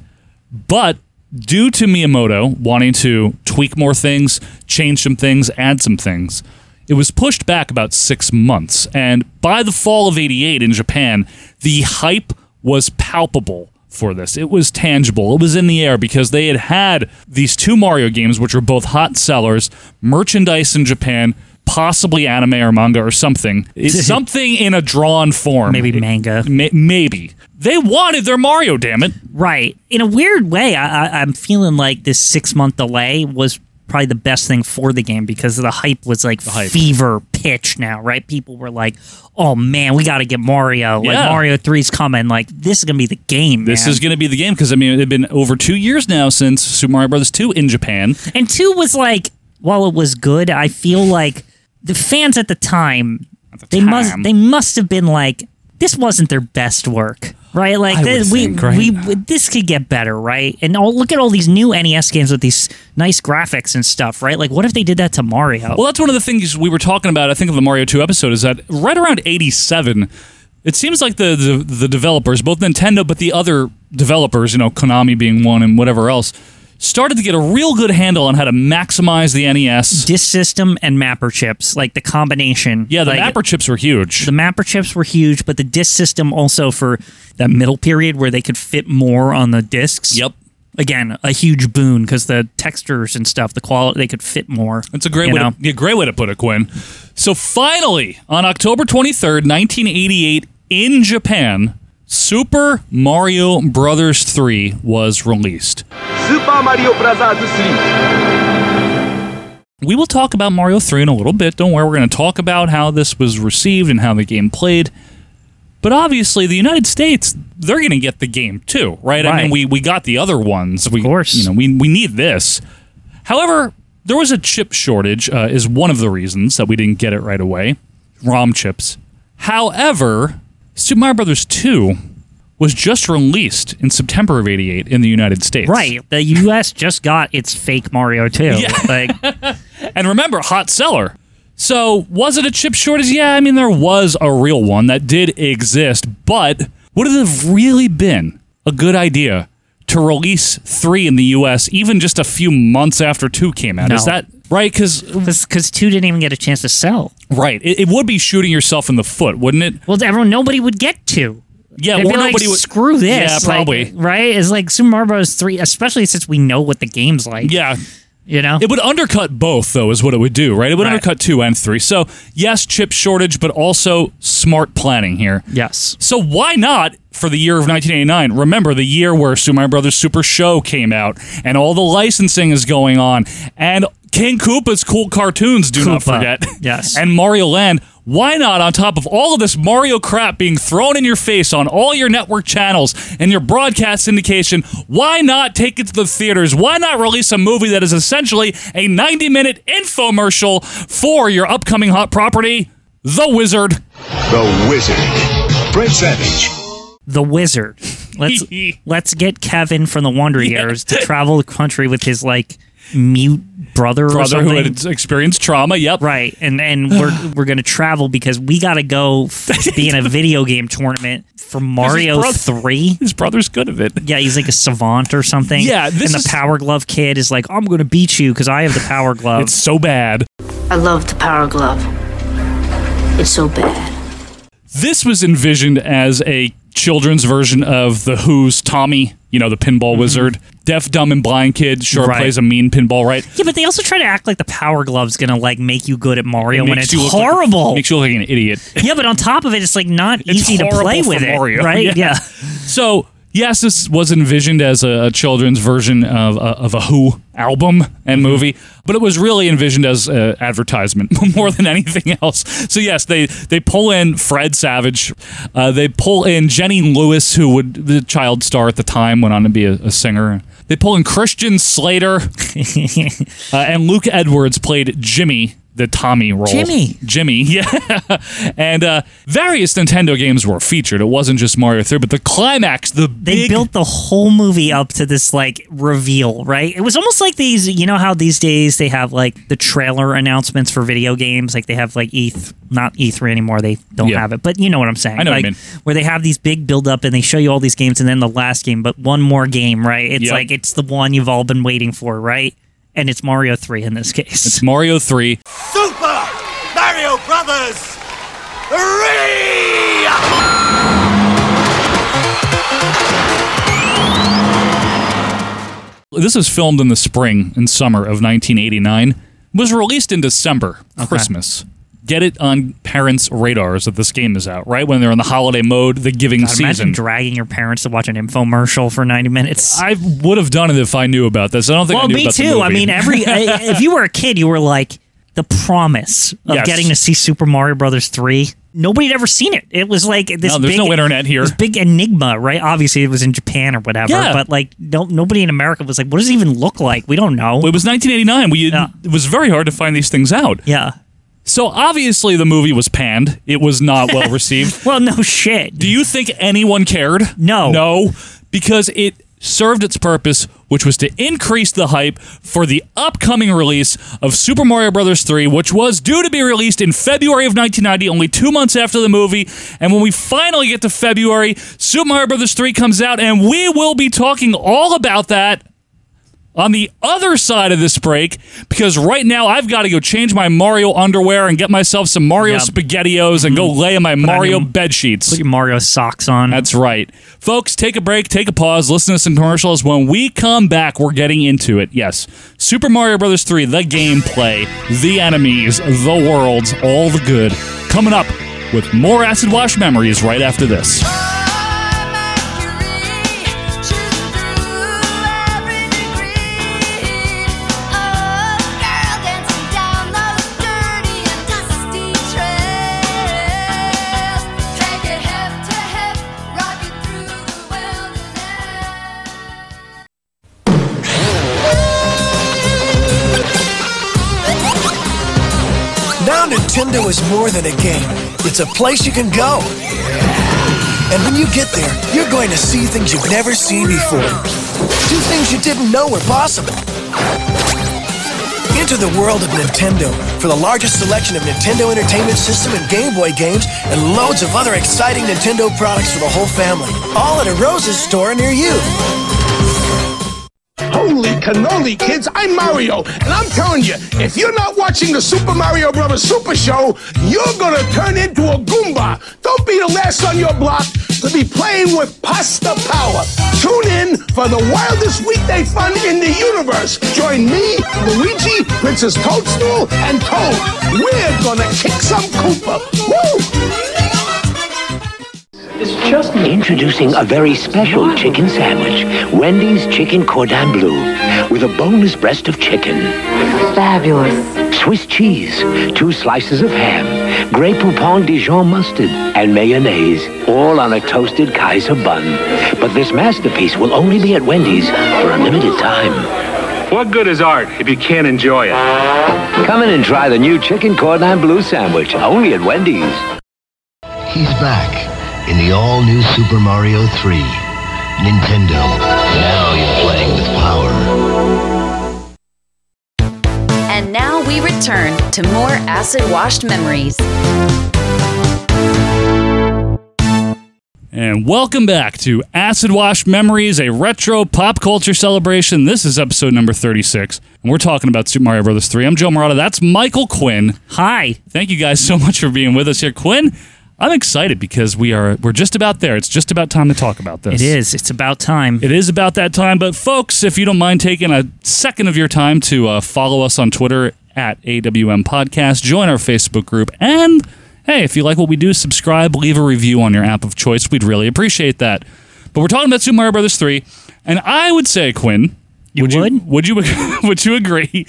B: But due to Miyamoto wanting to tweak more things, change some things, add some things, it was pushed back about six months. And by the fall of 88 in Japan, the hype was palpable for this. It was tangible. It was in the air because they had had these two Mario games, which were both hot sellers, merchandise in Japan, possibly anime or manga or something. It's something in a drawn form. Maybe
C: manga.
B: maybe. They wanted their Mario, damn it.
C: Right. In a weird way, I, I, I'm feeling like this six month delay was probably the best thing for the game because the hype was like
B: hype.
C: fever pitch now, right? People were like, oh man, we got to get Mario. Like
B: Yeah.
C: Mario 3's coming. Like, this is going to be the game.
B: This
C: man.
B: is going to be the game because I mean it had been over two years now since Super Mario Brothers two in Japan.
C: And two was like, while it was good, I feel like the fans at the time, they must they must have been like, this wasn't their best work, right? Like
B: I
C: this,
B: would
C: we
B: think, right?
C: we would- this could get better, right? And all, look at all these new NES games with these nice graphics and stuff, right? Like, what if they did that to Mario?
B: Well, that's one of the things we were talking about. I think of the Mario two episode is that right around eighty seven. It seems like the, the the developers, both Nintendo, but the other developers, you know, Konami being one and whatever else, started to get a real good handle on how to maximize the E NES
C: disk system and mapper chips, like the combination.
B: Yeah, the
C: like,
B: mapper chips were huge.
C: The mapper chips were huge, but the disk system also for that middle period where they could fit more on the discs. Yep. Again, a huge boon because the textures and stuff, the quality, they could fit more.
B: That's a great
C: you
B: way.
C: know?
B: To, yeah, great way to put it, Quinn. So finally, on October twenty third, nineteen eighty eight, in Japan, Super Mario Brothers three was released.
K: Super Mario Bros. 3.
B: We will talk about Mario 3 in a little bit. Don't worry, we're going to talk about how this was received and how the game played. But obviously, the United States, they're going to get the game too, right? I mean,
C: Right.
B: we, we got the other ones. We, of course. You know, we, we need this. However, there was a chip shortage, uh, is one of the reasons that we didn't get it right away ROM chips. However, Super Mario Brothers 2 was just released in September of 88 in the United States.
C: Right. The U.S. just got its fake Mario 2.
B: Yeah. and remember, hot seller. So, was it a chip shortage? Yeah, I mean, there was a real one that did exist, but would it have really been a good idea to release three in the U.S. even just a few months after two came out? Is
C: No.
B: that right? Because
C: because two didn't even get a chance to sell.
B: Right. It, it would be shooting yourself in the foot, wouldn't it?
C: Well, everyone, nobody would get to.
B: Yeah,
C: They'd
B: or
C: be like,
B: nobody would-
C: screw this.
B: Yeah,
C: like,
B: probably.
C: right? It's like Super Mario Bros. 3, especially since we know what the game's like.
B: Yeah.
C: You know?
B: It would undercut both, though, is what it would do, right? It would undercut two and three. So, yes, chip shortage, but also smart planning here.
C: Yes.
B: So, why not for the year of 1989? Remember the year where Super Mario Brothers Super Show came out and all the licensing is going on and King Koopa's cool cartoons, do not
C: Koopa.
B: forget.
C: Yes.
B: and Mario Land. Why not, on top of all of this Mario crap being thrown in your face on all your network channels and your broadcast syndication, why not take it to the theaters? Why not release a movie that is essentially a 90 minute infomercial for your upcoming hot property, The Wizard?
R: The Wizard. Fred Savage.
C: the wizard. Let's let's get Kevin from the Wonder Years to travel the country with his like mute brother, or
B: Brother
C: something.
B: who had experienced trauma, yep.
C: Right. And and we're we're gonna travel because we gotta go f- be in a video game tournament for Mario
B: brother-
C: three.
B: His brother's good at it.
C: Yeah, he's like a savant or something.
B: Yeah, this
C: and the
B: is-
C: power glove kid is like, I'm gonna beat you because I have the power glove.
B: It's so bad.
S: I love the power glove. It's so bad.
B: This was envisioned as a children's version of The Who's Tommy, you know, the pinball wizard. Deaf, dumb, and blind kid sure
C: Mm-hmm. Right.
B: plays a mean pinball, right?
C: Yeah, but they also try to act like the power glove's gonna like make you good at Mario
B: It
C: when
B: makes
C: it's
B: you look like-
C: horrible.
B: makes you look like an idiot.
C: yeah, but on top of it, it's like not
B: It's
C: easy to
B: horrible
C: play
B: for
C: with it,
B: Mario.
C: right?
B: Yeah.
C: yeah.
B: So yes, this was envisioned as a, a children's version of a, of a Who album and movie, but it was really envisioned as uh, advertisement more than anything else. So yes, they they pull in Fred Savage, uh, they pull in Jenny Lewis, who would the child star at the time went on to be a, a singer. They pull in Christian Slater, uh, and Luke Edwards played Jimmy. The Tommy role.
C: Jimmy.
B: Jimmy, yeah. and uh, various Nintendo games were featured. It wasn't just Mario 3, but the climax, the
C: they
B: big
C: built the whole movie up to this like reveal, right? It was almost like these, you know how these days they have like the trailer announcements for video games, like they have like E3, not E3 anymore, they don't
B: Yeah.
C: have it, but you know what I'm saying?
B: I know what
C: like
B: you mean.
C: where they have these big build up and they show you all these games and then the last game, but one more game, right? It's
B: Yep.
C: like it's the one you've all been waiting for, right? And it's Mario 3 in this case.
B: It's Mario 3.
M: Super Mario Brothers 3!
B: This was filmed in the spring and summer of 1989. was released in December, Christmas. Get it on parents' radars that this game is out, right? When they're in the holiday mode, the giving
C: God, imagine
B: season.
C: dragging your parents to watch an infomercial for 90 minutes.
B: I would have done it if I knew about this. I don't think
C: well,
B: I knew
C: me
B: about the
C: too. I
B: movie.
C: mean, every I- if you were a kid, you were like the promise of
B: Yes.
C: getting to see Super Mario Brothers three. Nobody had ever seen it. It was like this.
B: No, there's
C: big,
B: no internet here.
C: This big enigma, right? Obviously, it was in Japan or whatever.
B: Yeah.
C: But like, no, nobody in America was like, "What does it even look like?" We don't know.
B: It was 1989. We it was very hard to find these things out.
C: Yeah.
B: So obviously the movie was panned. It was not well received.
C: well, no shit.
B: Do you think anyone cared?
C: No.
B: No, because it served its purpose, which was to increase the hype for the upcoming release of Super Mario Brothers 3, which was due to be released in February of 1990, only 2 months after the movie. And when we finally get to February, Super Mario Brothers 3 comes out and we will be talking all about that on the other side of this break because right now I've got to go change my Mario underwear and get myself some Mario
C: Yeah. Mm-hmm.
B: spaghettios and go lay in my Mario
C: your-
B: bed sheets.
C: Put your Mario socks on.
B: That's right. Folks, take a break, take a pause, listen to some commercials. When we come back, we're getting into it. Yes. Super Mario Brothers 3, the gameplay, the enemies, the worlds, all the good. Coming up with more acid wash memories right after this.
T: Now Nintendo is more than a game. It's a place you can go. And when you get there, you're going to see things you've never seen before. Do things you didn't know were possible. Enter the world of Nintendo for the largest selection of Nintendo Entertainment System and Game Boy games and loads of other exciting Nintendo products for the whole family, all at a Rose's store near you.
H: Holy cannoli, kids! I'm Mario, and I'm telling you, if you're not watching the Super Mario Brothers Super Show, you're gonna turn into a Goomba. Don't be the last on your block to be playing with pasta power. Tune in for the wildest weekday fun in the universe. Join me, Luigi, Princess Toadstool, and Toad. We're gonna kick some Koopa. Woo!
U: Just introducing a very special chicken sandwich, Wendy's Chicken Cordon Bleu, with a boneless breast of chicken. Fabulous. Swiss cheese, two slices of ham, Grey Poupon Dijon mustard, and mayonnaise, all on a toasted Kaiser bun. But this masterpiece will only be at Wendy's for a limited time.
V: What good is art if you can't enjoy it?
U: Come in and try the new Chicken Cordon Bleu sandwich, only at Wendy's.
W: He's back in the all-new Super Mario 3. Nintendo. Now you're playing with power.
A: And now we return to more acid washed memories.
B: And welcome back to Acid Wash Memories, a retro pop culture celebration. This is episode number 36, and we're talking about Super Mario Brothers 3. I'm Joe Morata. That's Michael Quinn.
C: Hi.
B: Thank you guys so much for being with us here. Quinn, I'm excited because we are we're just about there. It's just about time to talk about this.
C: It is. It's about time.
B: It is about that time. But folks, if you don't mind taking a second of your time to uh, follow us on Twitter at AWM Podcast, join our Facebook group, and hey, if you like what we do, subscribe, leave a review on your app of choice. We'd really appreciate that. But we're talking about Super Mario Brothers three, and I would say, Quinn, would, you would you would you agree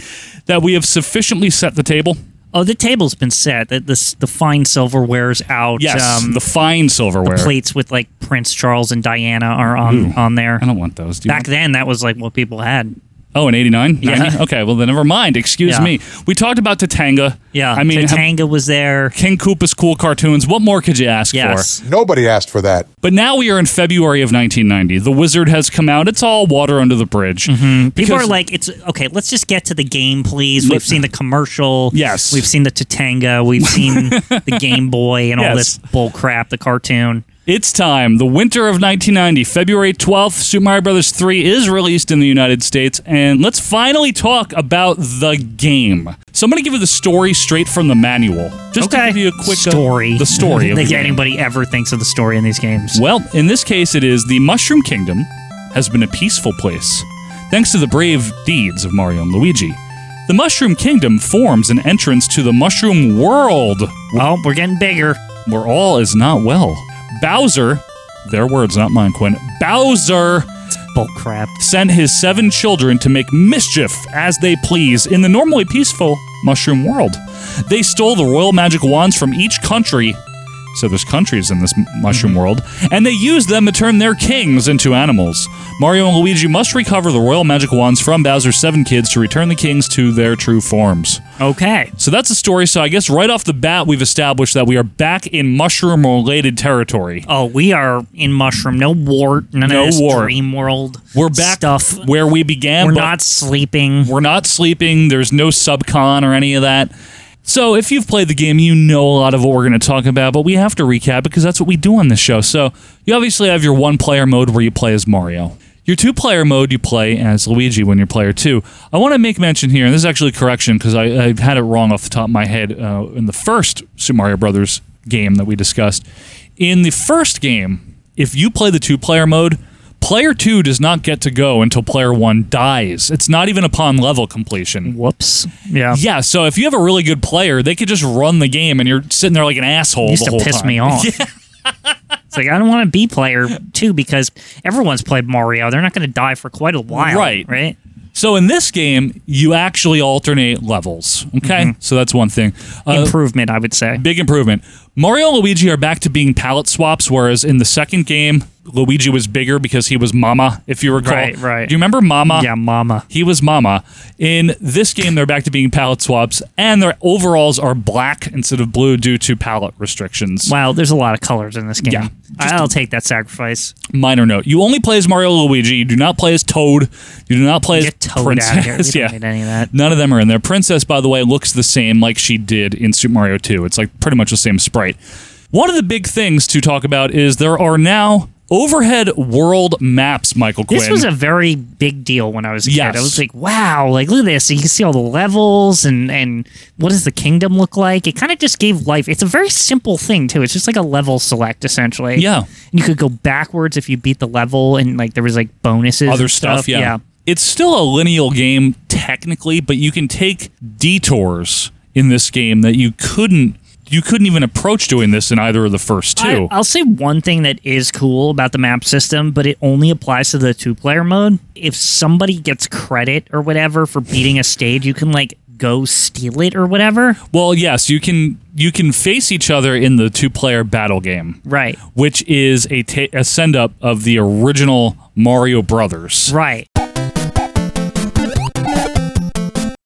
B: that we have sufficiently set the table?
C: Oh, the table's been set. The, the, the fine silverware's out.
B: Yes, the fine silverware.
C: Um, The plates with like Prince Charles and Diana are on
B: Ooh,
C: on there. I
B: don't want those. Do you
C: Back
B: want-
C: then, that was like what people had.
B: Oh, in 89?
C: Yeah.
B: 90? Okay, well, then never mind. Excuse
C: Yeah.
B: me. We talked about Tatanga.
C: Yeah.
B: I mean, um, have-
C: Tatanga was there.
B: King Koopa's cool cartoons. What more could you ask for?
X: Nobody asked for that.
B: But now we are in February of 1990. The Wizard has come out. It's all water under the bridge.
C: Mm-hmm. People
B: Because-
C: are like, it's okay. Let's just get to the game, please. We've
B: Let-
C: seen the commercial.
B: Yes.
C: we've seen the Tatanga. We've seen the Game Boy and all
B: Yes.
C: this bull crap. The cartoon.
B: It's time. The winter of 1990, February 12th, Super Mario Brothers 3 is released in the United States, and let's finally talk about the game. So I'm going to give you the story straight from the manual. Just to give you a quick uh,
C: story.
B: the story.
C: I
B: Of
C: think
B: the game.
C: anybody ever thinks of the story in these games.
B: Well, in this case, it is the Mushroom Kingdom has been a peaceful place, thanks to the brave deeds of Mario and Luigi. The Mushroom Kingdom forms an entrance to the Mushroom World.
C: Well, we're getting bigger.
B: Where all is not well. Bowser, their words, not mine, Quinn. Bowser
C: bullcrap.
B: Sent his seven children to make mischief as they please in the normally peaceful Mushroom World. They stole the royal magic wands from each country. So there's countries in this m-
C: Mm-hmm.
B: mushroom world, and they used them to turn their kings into animals. Mario and Luigi must recover the royal magic wands from Bowser's seven kids to return the kings to their true forms.
C: Okay.
B: So that's the story. So I guess right off the bat, we've established that we are back in mushroom-related territory.
C: Oh, we are in mushroom. No wart. None
B: No
C: of this
B: wart.
C: dream world.
B: We're back
C: stuff.
B: where we began.
C: We're
B: but-
C: not sleeping.
B: We're not sleeping. There's no subcon or any of that. So if you've played the game, you know a lot of what we're going to talk about, but we have to recap because that's what we do on this show. So you obviously have your one player mode where you play as Mario. Your two player mode, you play as Luigi when you're player two. I want to make mention here, and this is actually a correction because I, I had it wrong off the top of my head uh, in the first Super Mario Brothers game that we discussed. In the first game, if you play the two player mode, player two does not get to go until player one dies. It's not even upon level completion.
C: Whoops. Yeah.
B: Yeah, so if you have a really good player, they could just run the game and you're sitting there like an asshole
C: Used
B: the
C: to
B: whole
C: piss
B: time.
C: me off.
B: Yeah.
C: It's like I don't want to be player two because everyone's played Mario. They're not going to die for quite a while.
B: Right.
C: Right.
B: So in this game, you actually alternate levels. Okay,
C: Mm-hmm.
B: so that's one thing. Uh,
C: improvement, I would say.
B: Big improvement. Mario and Luigi are back to being palette swaps, whereas in the second game, Luigi was bigger because he was Mama, if you recall.
C: Right, right.
B: Do you remember Mama?
C: Yeah, Mama.
B: He was Mama. In this game, they're back to being palette swaps, and their overalls are black instead of blue due to palette restrictions.
C: Wow, there's a lot of colors in this game.
B: Yeah.
C: I'll take that sacrifice.
B: Minor note: You only play as Mario and Luigi. You do not play as Toad. You do not play as
C: Get Toad
B: Princess.
C: out of here. We don't
B: yeah,
C: need any of that.
B: None of them are in there. Princess, by the way, looks the same like she did in Super Mario 2. It's like pretty much the same sprite. One of the big things to talk about is there are now overhead world maps, Michael Quinn.
C: This was a very big deal when I was a
B: Yes.
C: kid. I was like, wow, like look at this. You can see all the levels and and what does the kingdom look like? It kind of just gave life. It's a very simple thing too. It's just like a level select essentially.
B: Yeah.
C: You could go backwards if you beat the level and like there was like bonuses.
B: other
C: and
B: stuff, yeah. It's still a lineal game technically, but you can take detours in this game that you couldn't you couldn't even approach doing this in either of the first two.
C: I, will say one thing that is cool about the map system, but it only applies to the two player mode. If somebody gets credit or whatever for beating a stage, you can like go steal it or whatever.
B: Well, yes, you can you can face each other in the two-player battle game,
C: Right.
B: which is a, ta- a send up of the original Mario Brothers.
C: Right.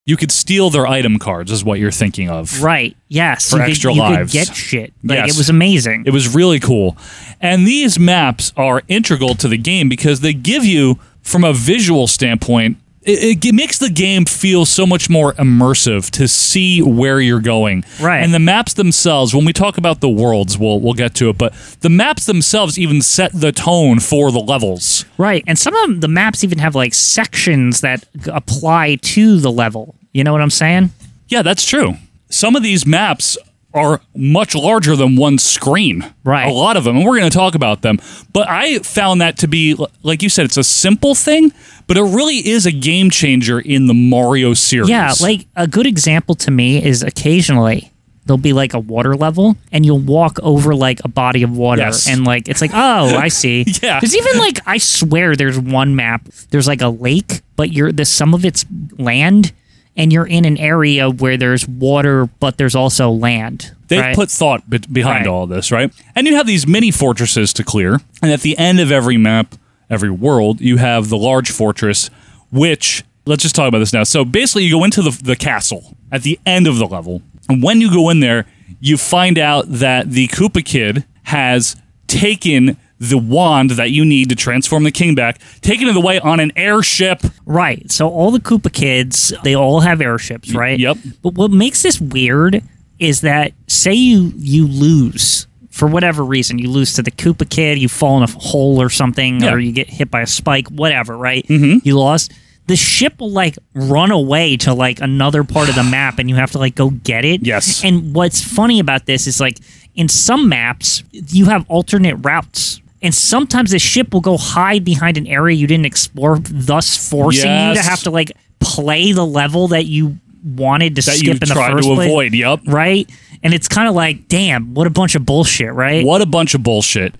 B: You could steal their item cards, is what you're thinking of.
C: Right. Yes.
B: For
C: you could-
B: extra
C: you could
B: lives.
C: get shit. Like
B: Yes.
C: it was amazing.
B: It was really cool. And these maps are integral to the game because they give you, from a visual standpoint, it, it g- makes the game feel so much more immersive to see where you're going.
C: Right.
B: And the maps themselves, when we talk about the worlds, we'll we'll get to it, but the maps themselves even set the tone for the levels.
C: Right. And some of the maps even have like sections that g- apply to the level. You know what I'm saying?
B: Yeah, that's true. Some of these maps are much larger than one screen. Right. A lot of them, and we're going to talk about them. But I found that to be, l- like you said, it's a simple thing, but it really is a game changer in the Mario series.
C: Yeah, like a good example to me is occasionally there'll be like a water level and you'll walk over like a body of water
B: Yes.
C: and like it's like, oh, I see.
B: Yeah.
C: There's even like I swear there's one map, there's like a lake, but you're the some of it's land and you're in an area where there's water but there's also land.
B: They
C: right?
B: put thought be- behind
C: Right.
B: all this, right? And you have these mini fortresses to clear. And at the end of every map, every world, you have the large fortress, which, let's just talk about this now. So basically, you go into the, the castle at the end of the level. And when you go in there, you find out that the Koopa Kid has taken the wand that you need to transform the king back, taken it away on an airship.
C: Right. So all the Koopa kids, they all have airships, right?
B: yep.
C: But what makes this weird is that say you you lose for whatever reason, you lose to the Koopa kid, you fall in a hole or something,
B: Yeah.
C: or you get hit by a spike, whatever, right? Mm-hmm. You lost. The ship will like run away to like another part of the map, and you have to like go get it. Yes. And what's funny about this is like in some maps you have alternate routes. And sometimes the ship will go hide behind an area you didn't explore, thus forcing you
B: Yes.
C: to have to like play the level that you wanted to
B: That you
C: skip in the
B: tried
C: first
B: to
C: place,
B: avoid, Yep.
C: Right. And it's kind of like, damn, what a bunch of bullshit, right?
B: What a bunch of bullshit.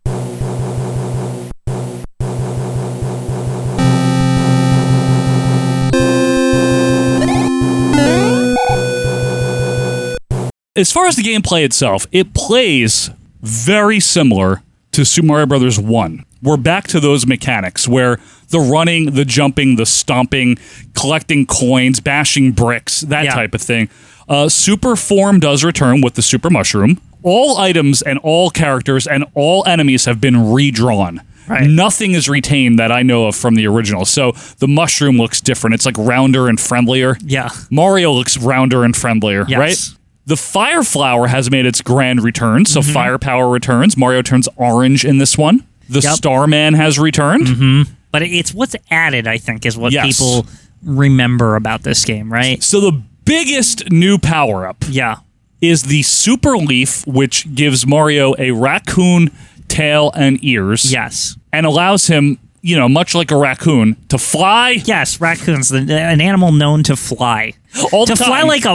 B: As far as the gameplay itself, it plays very similar to Super Mario Brothers 1. We're back to those mechanics where the running, the jumping, the stomping, collecting coins, bashing bricks, that type of thing. Uh, super form does return with the super mushroom. All items and all characters and all enemies have been redrawn. Nothing is retained that I know of from the original. So the mushroom looks different. It's like rounder and friendlier.
C: Yeah.
B: Mario looks rounder and friendlier,
C: Yes.
B: right? The Fire Flower has made its grand return, so
C: Mm-hmm.
B: firepower returns. Mario turns orange in this one. The
C: Yep.
B: Starman has returned. Mm-hmm.
C: But it's what's added, I think, is what
B: Yes.
C: people remember about this game, right?
B: So the biggest new power up
C: yeah.
B: is the Super Leaf, which gives Mario a raccoon tail and ears.
C: Yes.
B: And allows him, you know, much like a raccoon, to fly.
C: Yes, raccoons, the, an animal known to fly.
B: All
C: to
B: the
C: fly
B: time.
C: like a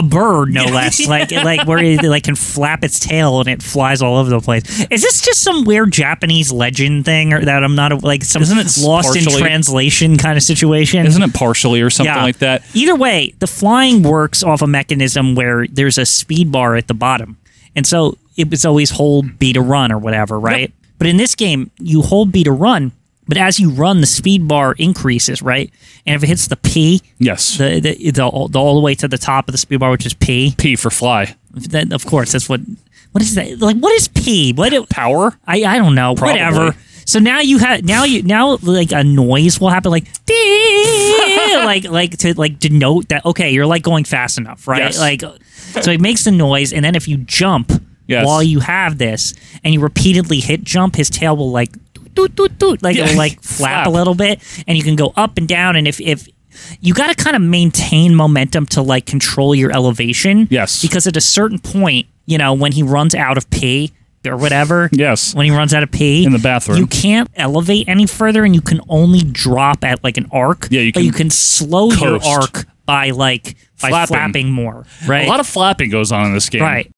C: bird, no less. Like
B: Yeah.
C: like where it like can flap its tail and it flies all over the place. Is this just some weird Japanese legend thing, or that I'm not like some
B: Isn't it
C: lost in
B: partially-
C: translation kind of situation?
B: Isn't it partially or something
C: Yeah.
B: like that?
C: Either way, the flying works off a mechanism where there's a speed bar at the bottom. And so it was always hold B to run or whatever, right? But in this game, you hold B to run, but as you run, the speed bar increases, right? And if it hits the P,
B: yes,
C: the, the, the, all, the all the way to the top of the speed bar, which is P.
B: P for fly.
C: Then of course, that's what. What is that? Like, what is P? What do-
B: power?
C: I I don't know.
B: Probably.
C: Whatever. So now you have now you now like a noise will happen like "Dee!" like like to like denote that okay you're like going fast enough right
B: Yes.
C: like so it makes the noise and then if you jump
B: Yes.
C: while you have this and you repeatedly hit jump his tail will like doot doot doot like
B: Yeah.
C: it'll like flap a
B: Flap.
C: little bit and you can go up and down and if if you got to kind of maintain momentum to like control your elevation yes because at a certain point you know when he runs out of p or whatever
B: yes
C: when he runs out of p in the bathroom you can't elevate any further and you can only drop at like an arc yeah you can, but you can slow
B: coast.
C: your arc by like by
B: Flapping.
C: flapping, more right
B: A lot of flapping goes on in this game.
C: right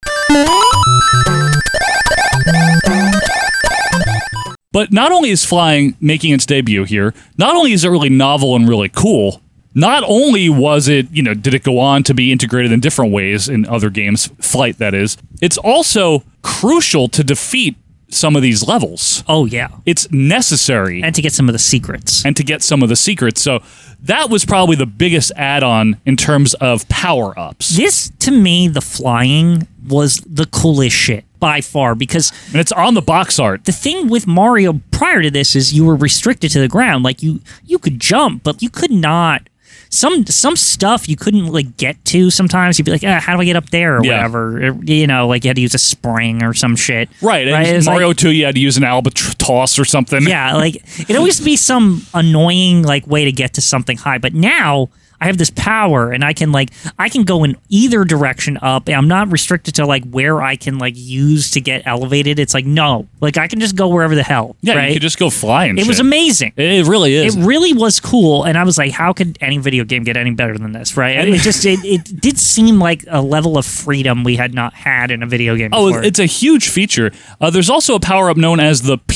B: But not only is flying making its debut here, not only is it really novel and really cool, not only was it, you know, did it go on to be integrated in different ways in other games, flight that is, it's also crucial to defeat some of these levels.
C: Oh, yeah.
B: It's necessary.
C: And to get some of the secrets.
B: And to get some of the secrets. So that was probably the biggest add on in terms of power ups.
C: This to me, the flying was the coolest shit by far because
B: and it's on the box art.
C: The thing with Mario prior to this is you were restricted to the ground. Like you you could jump, but you could not some some stuff you couldn't like get to sometimes you'd be like ah, how do i get up there or
B: Yeah.
C: whatever Or, you know like you had to use a spring or some shit
B: Right. And
C: It's like-
B: Mario 2, you had to use an albatross or something.
C: yeah, like it always be some annoying like way to get to something high. But now I have this power and I can like I can go in either direction up. I'm not restricted to like where I can like use to get elevated. It's like no, like I can just go wherever the hell.
B: Yeah,
C: right?
B: you could just go flying.
C: It was amazing.
B: It really is.
C: It really was cool, and I was like, "How could any video game get any better than this?" Right? And it just it, it did seem like a level of freedom we had not had in a video game.
B: Oh,
C: before.
B: it's a huge feature. Uh, there's also a power up known as the P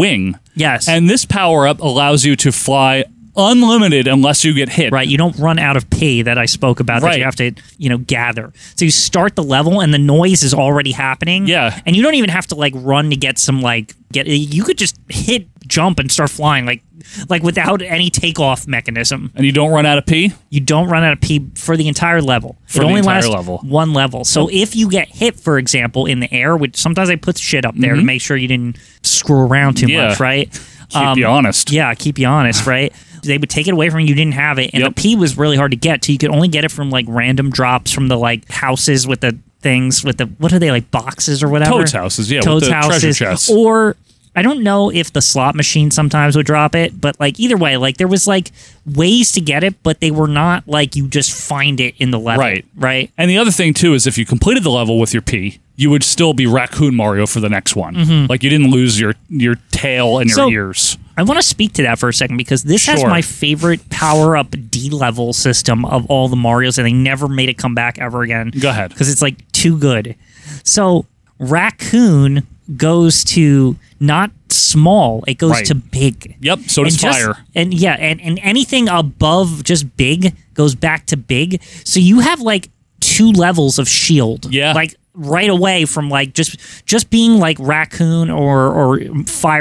B: Wing.
C: Yes.
B: And this power up allows you to fly unlimited unless you get hit.
C: Right. You don't run out of P that I spoke about that
B: Right.
C: you have to, you know, gather. So you start the level and the noise is already happening. Yeah. And you don't even have to like run to get some like get you could just hit jump and start flying like like without any takeoff mechanism.
B: And you don't run out of P?
C: You don't run out of P for the entire level.
B: For
C: it
B: the
C: only
B: entire
C: lasts
B: level.
C: one level. So if you get hit, for example, in the air, which sometimes I put shit up there
B: Mhm.
C: to make sure you didn't screw around too
B: Yeah.
C: much, right?
B: Keep you honest.
C: Yeah, keep you honest, right? they would take it away from you. You didn't have it, and the P was really hard to get. So you could only get it from like random drops from the like houses with the things with the what are they like boxes or whatever?
B: Toad's houses, yeah, with
C: Toad's
B: the treasure
C: houses,
B: chests.
C: or. I don't know if the slot machine sometimes would drop it, but like either way, like there was like ways to get it, but they were not like you just find it in the level.
B: Right.
C: Right.
B: And the other thing, too, is if you completed the level with your P, you would still be Raccoon Mario for the next one.
C: Mhm.
B: Like you didn't lose your, your tail and your
C: So-
B: ears.
C: I want to speak to that for a second because this has
B: Sure.
C: my favorite power up D level system of all the Mario's, and they never made it come back ever again. Go ahead. Because it's like too good. So Raccoon goes to not small, it goes
B: Right.
C: to big.
B: Yep, so does
C: and just-
B: fire.
C: And yeah, and, and anything above just big goes back to big. So you have like two levels of shield. Yeah. Like right away from like just just being like raccoon or or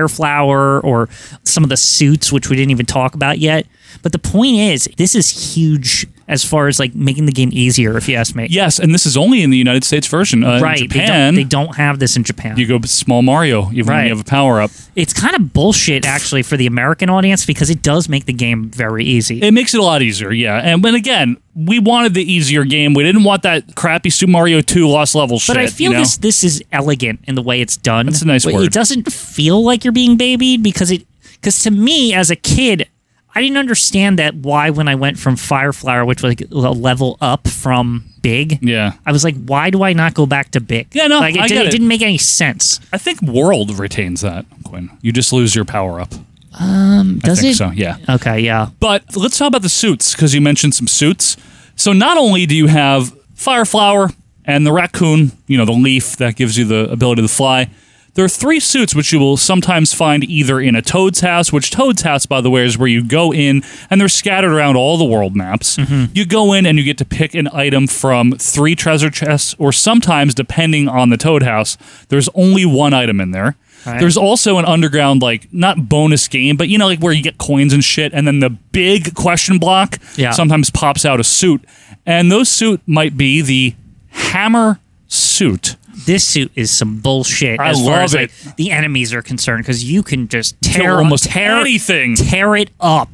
C: fireflower or some of the suits which we didn't even talk about yet. But the point is this is huge as far as like making the game easier if you ask me.
B: Yes, and this is only in the United States version. Uh, in
C: right. they don't-
B: Japan,
C: they don't have this in Japan.
B: you go small Mario, even when
C: Right.
B: you have a power up.
C: It's kind of bullshit actually for the American audience because it does make the game very easy.
B: It makes it a lot easier, yeah. And when again, we wanted the easier game. We didn't want that crappy Super Mario 2 Lost Level shit.
C: But I feel
B: you know?
C: this this is elegant in the way it's done. That's a
B: nice word.
C: It doesn't feel like you're being babied because it because to me as a kid, I didn't understand that why when I went from Fireflower, which was like a level up from Big,
B: yeah,
C: I was like, why do I not go back to Big?
B: Yeah, no,
C: like it,
B: I
C: did,
B: get it.
C: didn't make any sense.
B: I think World retains that, Quinn. You just lose your power up.
C: Um, does
B: I think
C: it?
B: so, yeah.
C: Okay, yeah.
B: But let's talk about the suits because you mentioned some suits. So not only do you have Fireflower and the raccoon, you know, the leaf that gives you the ability to fly. There are three suits which you will sometimes find either in a Toad's house, which Toad's house, by the way, is where you go in and they're scattered around all the world maps. You go in and you get to pick an item from three treasure chests, or sometimes, depending on the Toad house, there's only one item in there.
D: Right.
B: There's also an underground, like not bonus game, but you know, like where you get coins and shit, and then the big question block
D: Yeah.
B: sometimes pops out a suit, and those suit might be the hammer suit.
C: This suit is some bullshit.
B: I
C: as far
B: love
C: as, like,
B: it.
C: the enemies are concerned because you can just
B: Kill
C: tear
B: almost
C: tear,
B: anything.
C: tear it up.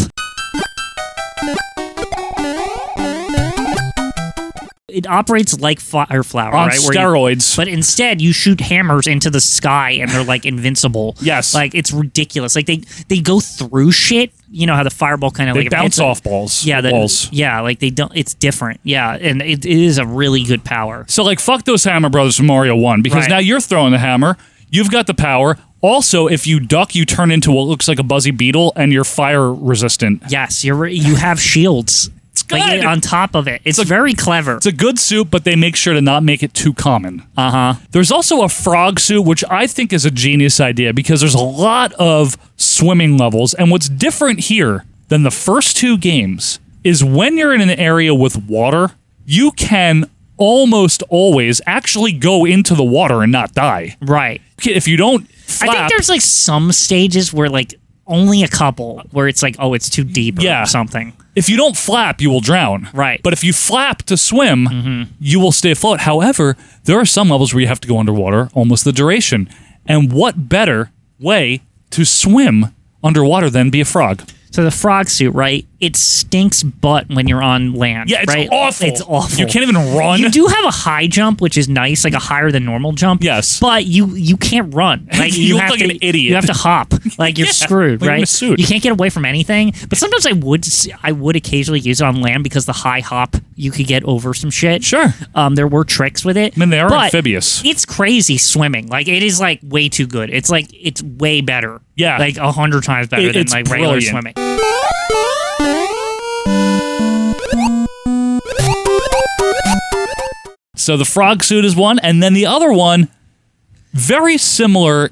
C: It operates like Fireflower,
B: On
C: right?
B: steroids.
C: but instead, you shoot hammers into the sky, and they're like invincible. Yes, like it's ridiculous. Like they they go through shit. You know how the fireball kind of
B: They
C: like if it
B: bounce
C: hits a-
B: off balls,
C: Yeah, the,
B: walls.
C: Yeah, like they don't. It's different. Yeah, and it, it is a really good power.
B: So like, fuck those hammer brothers from Mario One because
C: Right.
B: now you're throwing the hammer. You've got the power. Also, if you duck, you turn into what looks like a buzzy beetle, and you're fire resistant.
C: Yes, you're you have shields. It's
B: good
C: on top of it. It's, very clever.
B: It's a good suit, but they make sure to not make it too common. Uh huh. There's also a frog suit, which I think is a genius idea because there's a lot of swimming levels. And what's different here than the first two games is when you're in an area with water, you can almost always actually go into the water and not die.
C: Right.
B: If you don't flap,
C: I think there's like some stages where like only a couple where it's like oh it's too deep or
B: Yeah.
C: something.
B: if you don't flap, you will drown. Right. But if you flap to swim,
C: Mm-hmm.
B: you will stay afloat. However, there are some levels where you have to go underwater almost the duration. And what better way to swim underwater than be a frog?
C: So the frog suit, right? It stinks butt when you're on land.
B: Yeah, it's
C: right?
B: awful.
C: It's awful.
B: You can't even run.
C: You do have a high jump, which is nice, like a higher than normal jump. Yes, but you you can't run. Like
B: You
C: you,
B: look
C: have
B: like
C: to,
B: an idiot.
C: You have to hop. Like you're
B: Yeah,
C: screwed,
B: like in
C: right?
B: a suit.
C: You can't get away from anything. But sometimes I would s- I would occasionally use it on land because the high hop you could get over some shit.
B: Sure.
C: Um, there were tricks with it. I mean,
B: they are
C: but
B: amphibious.
C: It's crazy swimming. Like it is like way too good. It's like it's way better.
B: Yeah.
C: like a hundred times better
B: It-
C: than
B: it's
C: like regular
B: brilliant.
C: swimming.
B: So the frog suit is one, and then the other one, very similar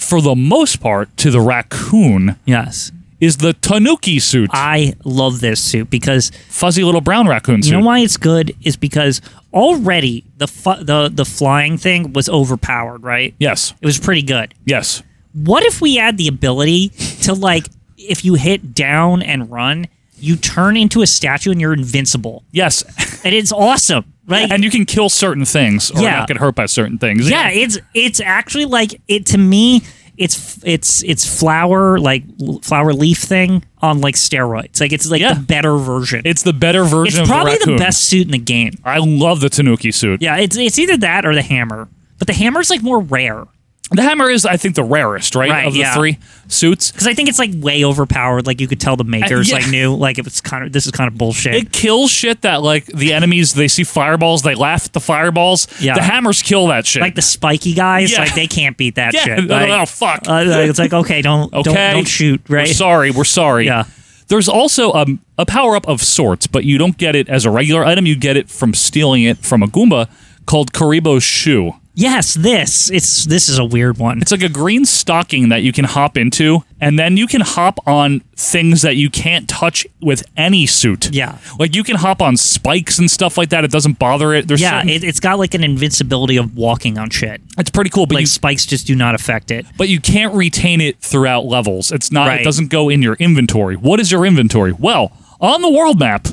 B: for the most part to the raccoon.
C: Yes.
B: Is the tanuki suit.
C: I love this suit because
B: fuzzy little brown raccoon
C: You
B: suit.
C: know why it's good is because already the fu- the the flying thing was overpowered, right?
B: Yes,
C: it was pretty good.
B: Yes.
C: What if we add the ability to like if you hit down and run, you turn into a statue and you're invincible?
B: Yes,
C: and it's awesome, right?
B: And you can kill certain things or
C: Yeah.
B: not get hurt by certain things.
C: Yeah, it's it's actually like it to me. It's it's it's flower like l- flower leaf thing on like steroids. Like it's like the better version.
B: It's the better version of
C: It's
B: the
C: probably the,
B: raccoon.
C: best suit in the game.
B: I love the Tanuki suit.
C: Yeah, it's it's either that or the hammer. But the hammer's like more rare.
B: The hammer is, I think, the rarest, right,
C: Right,
B: of the
C: yeah.
B: three suits.
C: Because I think it's like way overpowered. Like you could tell the makers
B: Uh, yeah.
C: like knew like it was kind of this is kind of bullshit.
B: It kills shit that like the enemies they see fireballs, they laugh at the fireballs.
C: Yeah.
B: The hammers kill that shit.
C: like the spiky guys,
B: Yeah.
C: like they can't beat that
B: Yeah,
C: shit.
B: no,
C: Like,
B: no, no, fuck.
C: uh, like, it's like okay, don't
B: okay,
C: don't, don't shoot. Right?
B: We're sorry, we're sorry. Yeah. There's also um, a power up of sorts, but you don't get it as a regular item. You get it from stealing it from a Goomba called Karibo's shoe.
C: Yes, this it's this is a weird one.
B: It's like a green stocking that you can hop into, and then you can hop on things that you can't touch with any suit.
C: Yeah.
B: Like you can hop on spikes and stuff like that. It doesn't bother it. There's
C: yeah,
B: certain-
C: it, it's got like an invincibility of walking on shit.
B: It's pretty cool, but
C: like
B: you-
C: spikes just do not affect it.
B: but you can't retain it throughout levels. It's not
C: Right.
B: it doesn't go in your inventory. What is your inventory? Well, on the world map,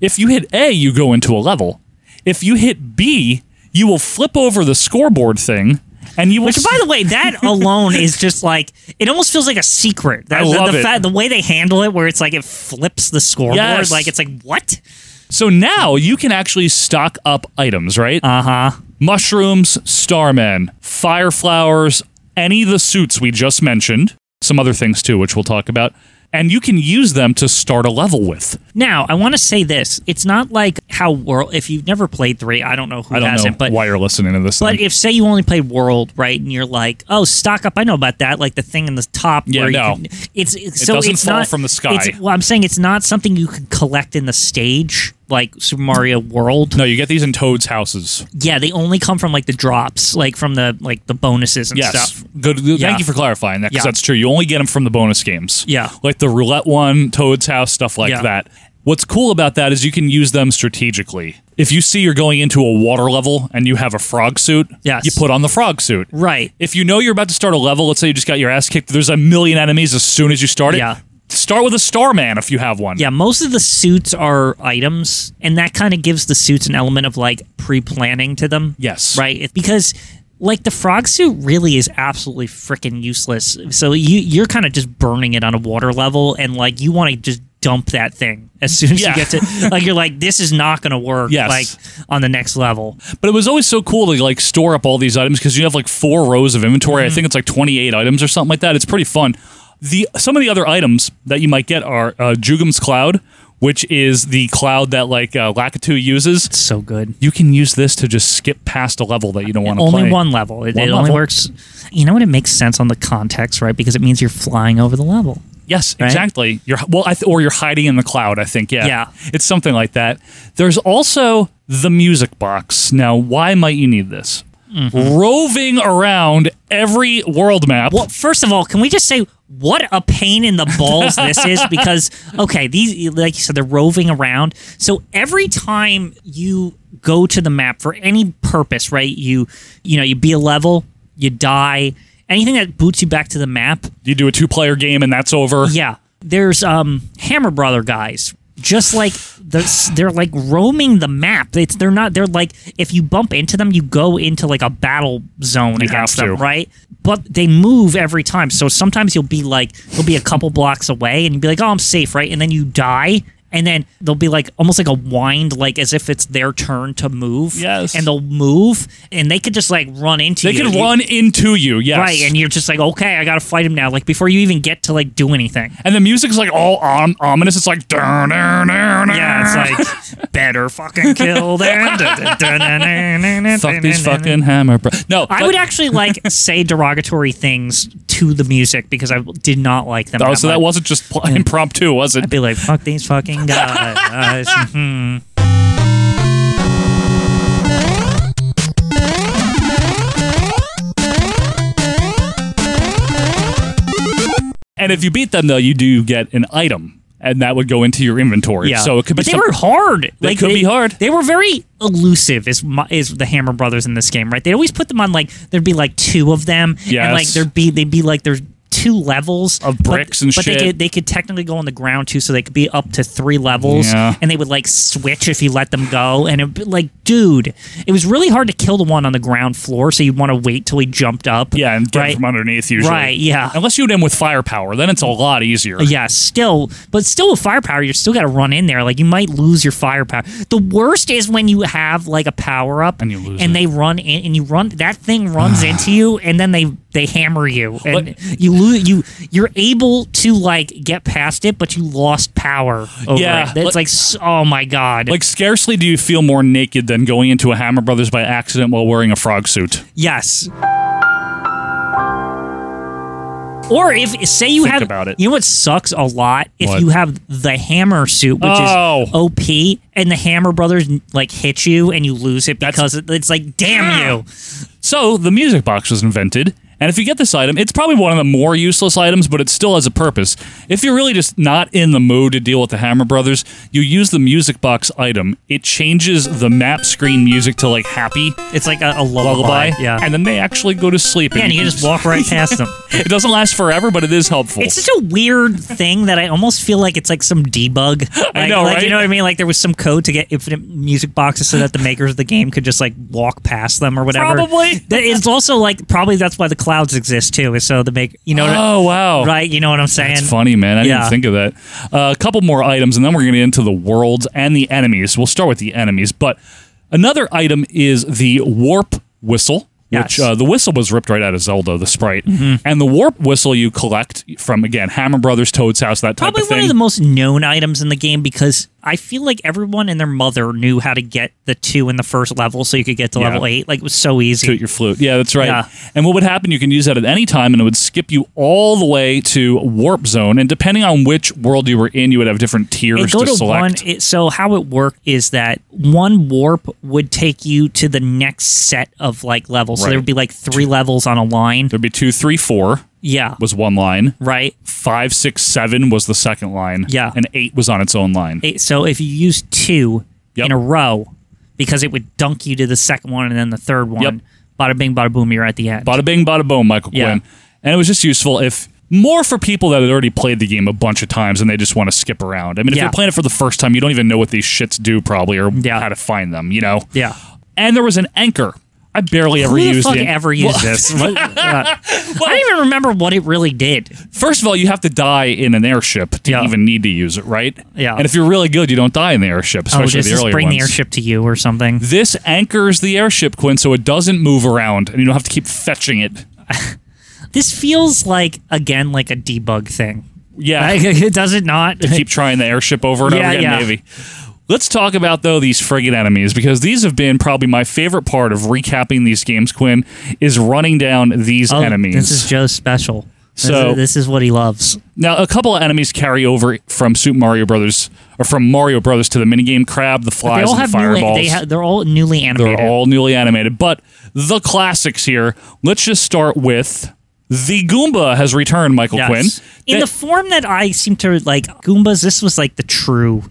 B: if you hit A, you go into a level. If you hit B, you will flip over the scoreboard thing and you will
C: Which, by
B: s-
C: the way, that alone is just like it almost feels like a secret. That,
B: I
C: the-
B: love
C: the,
B: it.
C: fact- the way they handle it, where it's like it flips the scoreboard,
B: Yes.
C: like it's like what?
B: So now you can actually stock up items, right? Uh
C: huh.
B: Mushrooms, Starman, Fire Flowers, any of the suits we just mentioned, some other things too, which we'll talk about, and you can use them to start a level with.
C: Now, I want to say this. It's not like how world. If you've never played three, I don't know who
B: I don't
C: hasn't,
B: know why you're listening to this.
C: but
B: thing.
C: if say you only played world, right, and you're like, oh, stock up. I know about that. Like the thing in the top.
B: Yeah,
C: where you
B: no.
C: can- it's, it's
B: It
C: so
B: doesn't
C: it's
B: fall
C: not-
B: from the sky.
C: it's- well, I'm saying it's not something you can collect in the stage, like Super Mario World.
B: no, you get these in Toad's houses.
C: Yeah, they only come from like the drops, like from the like the bonuses and stuff.
B: Good. good-
C: Yeah.
B: Thank you for clarifying that because
C: Yeah.
B: that's true. You only get them from the bonus games.
C: Yeah.
B: Like the roulette one, Toad's house, stuff like
C: Yeah.
B: that. What's cool about that is you can use them strategically. If you see you're going into a water level and you have a frog suit,
C: Yes.
B: you put on the frog suit.
C: Right.
B: If you know you're about to start a level, let's say you just got your ass kicked, there's a million enemies as soon as you start it.
C: Yeah.
B: Start with a Starman if you have one.
C: Yeah, most of the suits are items, and that kind of gives the suits an element of like pre-planning to them.
B: Yes.
C: right. It, because like the frog suit really is absolutely freaking useless. So you you're kind of just burning it on a water level, and like you want to just dump that thing as soon as
B: Yeah.
C: you get to like you're like this is not going to work.
B: Yes.
C: like on the next level.
B: But it was always so cool to like store up all these items because you have like four rows of inventory.
C: Mm-hmm.
B: I think it's like 28 items or something like that. It's pretty fun. The some of the other items that you might get are uh, Jugum's Cloud, which is the cloud that like uh, Lakitu uses. It's
C: so good.
B: You can use this to just skip past a level that you don't want to play.
C: Only one level. It,
B: One
C: it only
B: level.
C: works. You know what? It makes sense on the context, right? Because it means you're flying over the level.
B: Yes,
C: Right?
B: exactly. You're well, I th- or you're hiding in the cloud. I think, yeah,
C: Yeah.
B: it's something like that. There's also the music box. Now, why might you need this?
C: Mm-hmm.
B: Roving around every world map.
C: Well, first of all, can we just say what a pain in the balls this is? Because okay, these like you said, they're roving around. So every time you go to the map for any purpose, right? You you know you beat a level, you die, anything that boots you back to the map.
B: You do a two-player game and that's over.
C: Yeah, there's um Hammer Brother guys. Just like they're, they're like roaming the map. It's, they're not. They're like if you bump into them, you go into like a battle zone
B: You
C: against
B: have
C: them,
B: to.
C: right? But they move every time. So sometimes you'll be like you'll be a couple blocks away, and you'll be like, "Oh, I'm safe," right? And then you die, and then they'll be like almost like a wind, like as if it's their turn to move.
B: Yes.
C: and they'll move, and they could just like run into
B: They
C: you.
B: could
C: and you-
B: run into you, yes.
C: Right, and you're just like, okay, I gotta fight him now. Like before you even get to like do anything.
B: And the music's like all om- ominous. It's like dun, dun, dun, dun.
C: Yeah, it's like better fucking kill them.
B: fuck these fucking hammer. Bro- no,
C: I
B: but-
C: would actually like say derogatory things to the music because I did not like them.
B: Oh, so that
C: much.
B: wasn't just pl- impromptu, was it?
C: I'd be like, fuck these fucking guys. hmm.
B: And if you beat them though, you do get an item, and that would go into your inventory.
C: Yeah.
B: So it could be.
C: But they
B: some-
C: were hard.
B: They could be hard.
C: They were very elusive. Is my, is the Hammer Brothers in this game right? They always put them on like there'd be like two of them.
B: Yes.
C: And like there'd be they'd be like there's two levels of
B: bricks and
C: but
B: shit.
C: they could they could technically go on the ground too, so they could be up to three levels.
B: Yeah.
C: And they would like switch if you let them go. And it like dude, it was really hard to kill the one on the ground floor. So you'd want to wait till he jumped up.
B: Yeah, and get
C: right?
B: from underneath usually.
C: Right, yeah.
B: Unless you hit him with firepower, then it's a lot easier.
C: Yeah, still, but still with firepower, you still got to run in there. Like you might lose your firepower. The worst is when you have like a power up and you lose, and they run in, and you run. That thing runs into you, and then they they hammer you and you lose you you're able to like get past it but you lost power over
B: Yeah,
C: it it's like, s oh my god
B: Like scarcely do you feel more naked than going into a Hammer Brothers by accident while wearing a frog suit.
C: yes or if say you
B: Think
C: have
B: about it.
C: you know what sucks a lot if
B: What?
C: you have the hammer suit which
B: Oh.
C: is op and the hammer brothers like hit you and you lose it because it- it's like damn you
B: So the music box was invented. And if you get this item, it's probably one of the more useless items, but it still has a purpose. If you're really just not in the mood to deal with the Hammer Brothers, you use the music box item. It changes the map screen music to like happy.
C: It's like a, lullaby, yeah.
B: And then they actually go to sleep.
C: Yeah, and you can just walk right past them.
B: It doesn't last forever, but it is helpful.
C: It's such a weird thing that I almost feel like it's like some debug. Like,
B: I know,
C: like,
B: right?
C: You know what I mean? Like there was some code to get infinite music boxes so that the makers of the game could just like walk past them or whatever.
B: Probably.
C: That is also like probably that's why the clouds exist too. Is so the make you know. what I-
B: Oh, wow.
C: Right? You know what I'm saying?
B: That's funny, man. I
C: Yeah.
B: didn't think of that. Uh, a couple more items, and then we're going to get into the worlds and the enemies. We'll start with the enemies, but another item is the warp whistle. Which
C: Yes.
B: uh, the whistle was ripped right out of Zelda, the sprite, and the warp whistle you collect from again Hammer Brothers, Toad's house, that type
C: Probably
B: of thing.
C: one of the most known items in the game because I feel like everyone and their mother knew how to get the two in the first level, so you could get to
B: Yeah.
C: level eight. Like it was so easy.
B: Toot your flute. Yeah, that's right.
C: Yeah.
B: And what would happen, you can use that at any time and it would skip you all the way to Warp Zone. And depending on which world you were in, you would have different tiers
C: It'd go to
B: select.
C: one. It, so how it worked is that one warp would take you to the next set of like levels. So
B: Right.
C: there would be like three levels on a line.
B: There'd be two, three, four.
C: Yeah.
B: Was one line.
C: Right.
B: Five, six, seven was the second line.
C: Yeah.
B: And eight was on its own line.
C: It- so if you use two in a row, because it would dunk you to the second one and then the third one.
B: Yep.
C: Bada bing, bada boom, you're at the end.
B: Bada bing, bada boom, Michael
C: Yeah.
B: Quinn. And it was just useful if more for people that had already played the game a bunch of times and they just want to skip around. I mean, if
C: Yeah.
B: you're playing it for the first time, you don't even know what these shits do probably or how to find them, you know?
C: Yeah.
B: And there was an anchor. I barely ever
C: Who the
B: used
C: fuck
B: the
C: ever used
B: Well-
C: this? What- uh, I don't even remember what it really did.
B: First of all, you have to die in an airship to even need to use it, right?
C: Yeah.
B: And if you're really good, you don't die in the airship,
C: Oh,
B: especially
C: just,
B: the
C: just
B: earlier
C: bring
B: ones.
C: the airship to you or something.
B: This anchors the airship, Quinn, so it doesn't move around, and you don't have to keep fetching it.
C: This feels like again like a debug thing.
B: Yeah,
C: it does it not?
B: to keep trying the airship over and
C: Yeah,
B: over again,
C: yeah.
B: maybe. Let's talk about though these friggin' enemies because these have been probably my favorite part of recapping these games. Quinn is running down these
C: Oh,
B: enemies.
C: This is Joe's special. This
B: So-
C: is- this is what he loves.
B: Now, a couple of enemies carry over from Super Mario Brothers or from Mario Brothers to the minigame crab, the
C: But
B: flies,
C: they all
B: and
C: have
B: the
C: newly.
B: fireballs.
C: They ha- they're all newly animated.
B: They're all newly animated, but the classics here. Let's just start with the Goomba has returned, Michael
C: Yes.
B: Quinn.
C: in
B: That-
C: the form that I seem to like Goombas. This was like the true.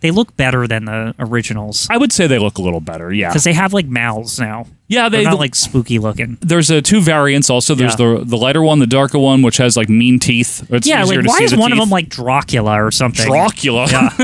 C: They look better than the originals
B: I would say they look a little better, yeah.
C: because they have like mouths now.
B: Yeah, they
C: are not
B: look-
C: like spooky looking.
B: There's uh, two variants. Also, there's
C: Yeah.
B: the the lighter one, the darker one, which has like mean teeth. It's
C: yeah,
B: easier
C: like
B: to
C: why
B: see
C: is
B: the
C: one of
B: teeth.
C: them like Dracula or something?
B: Dracula?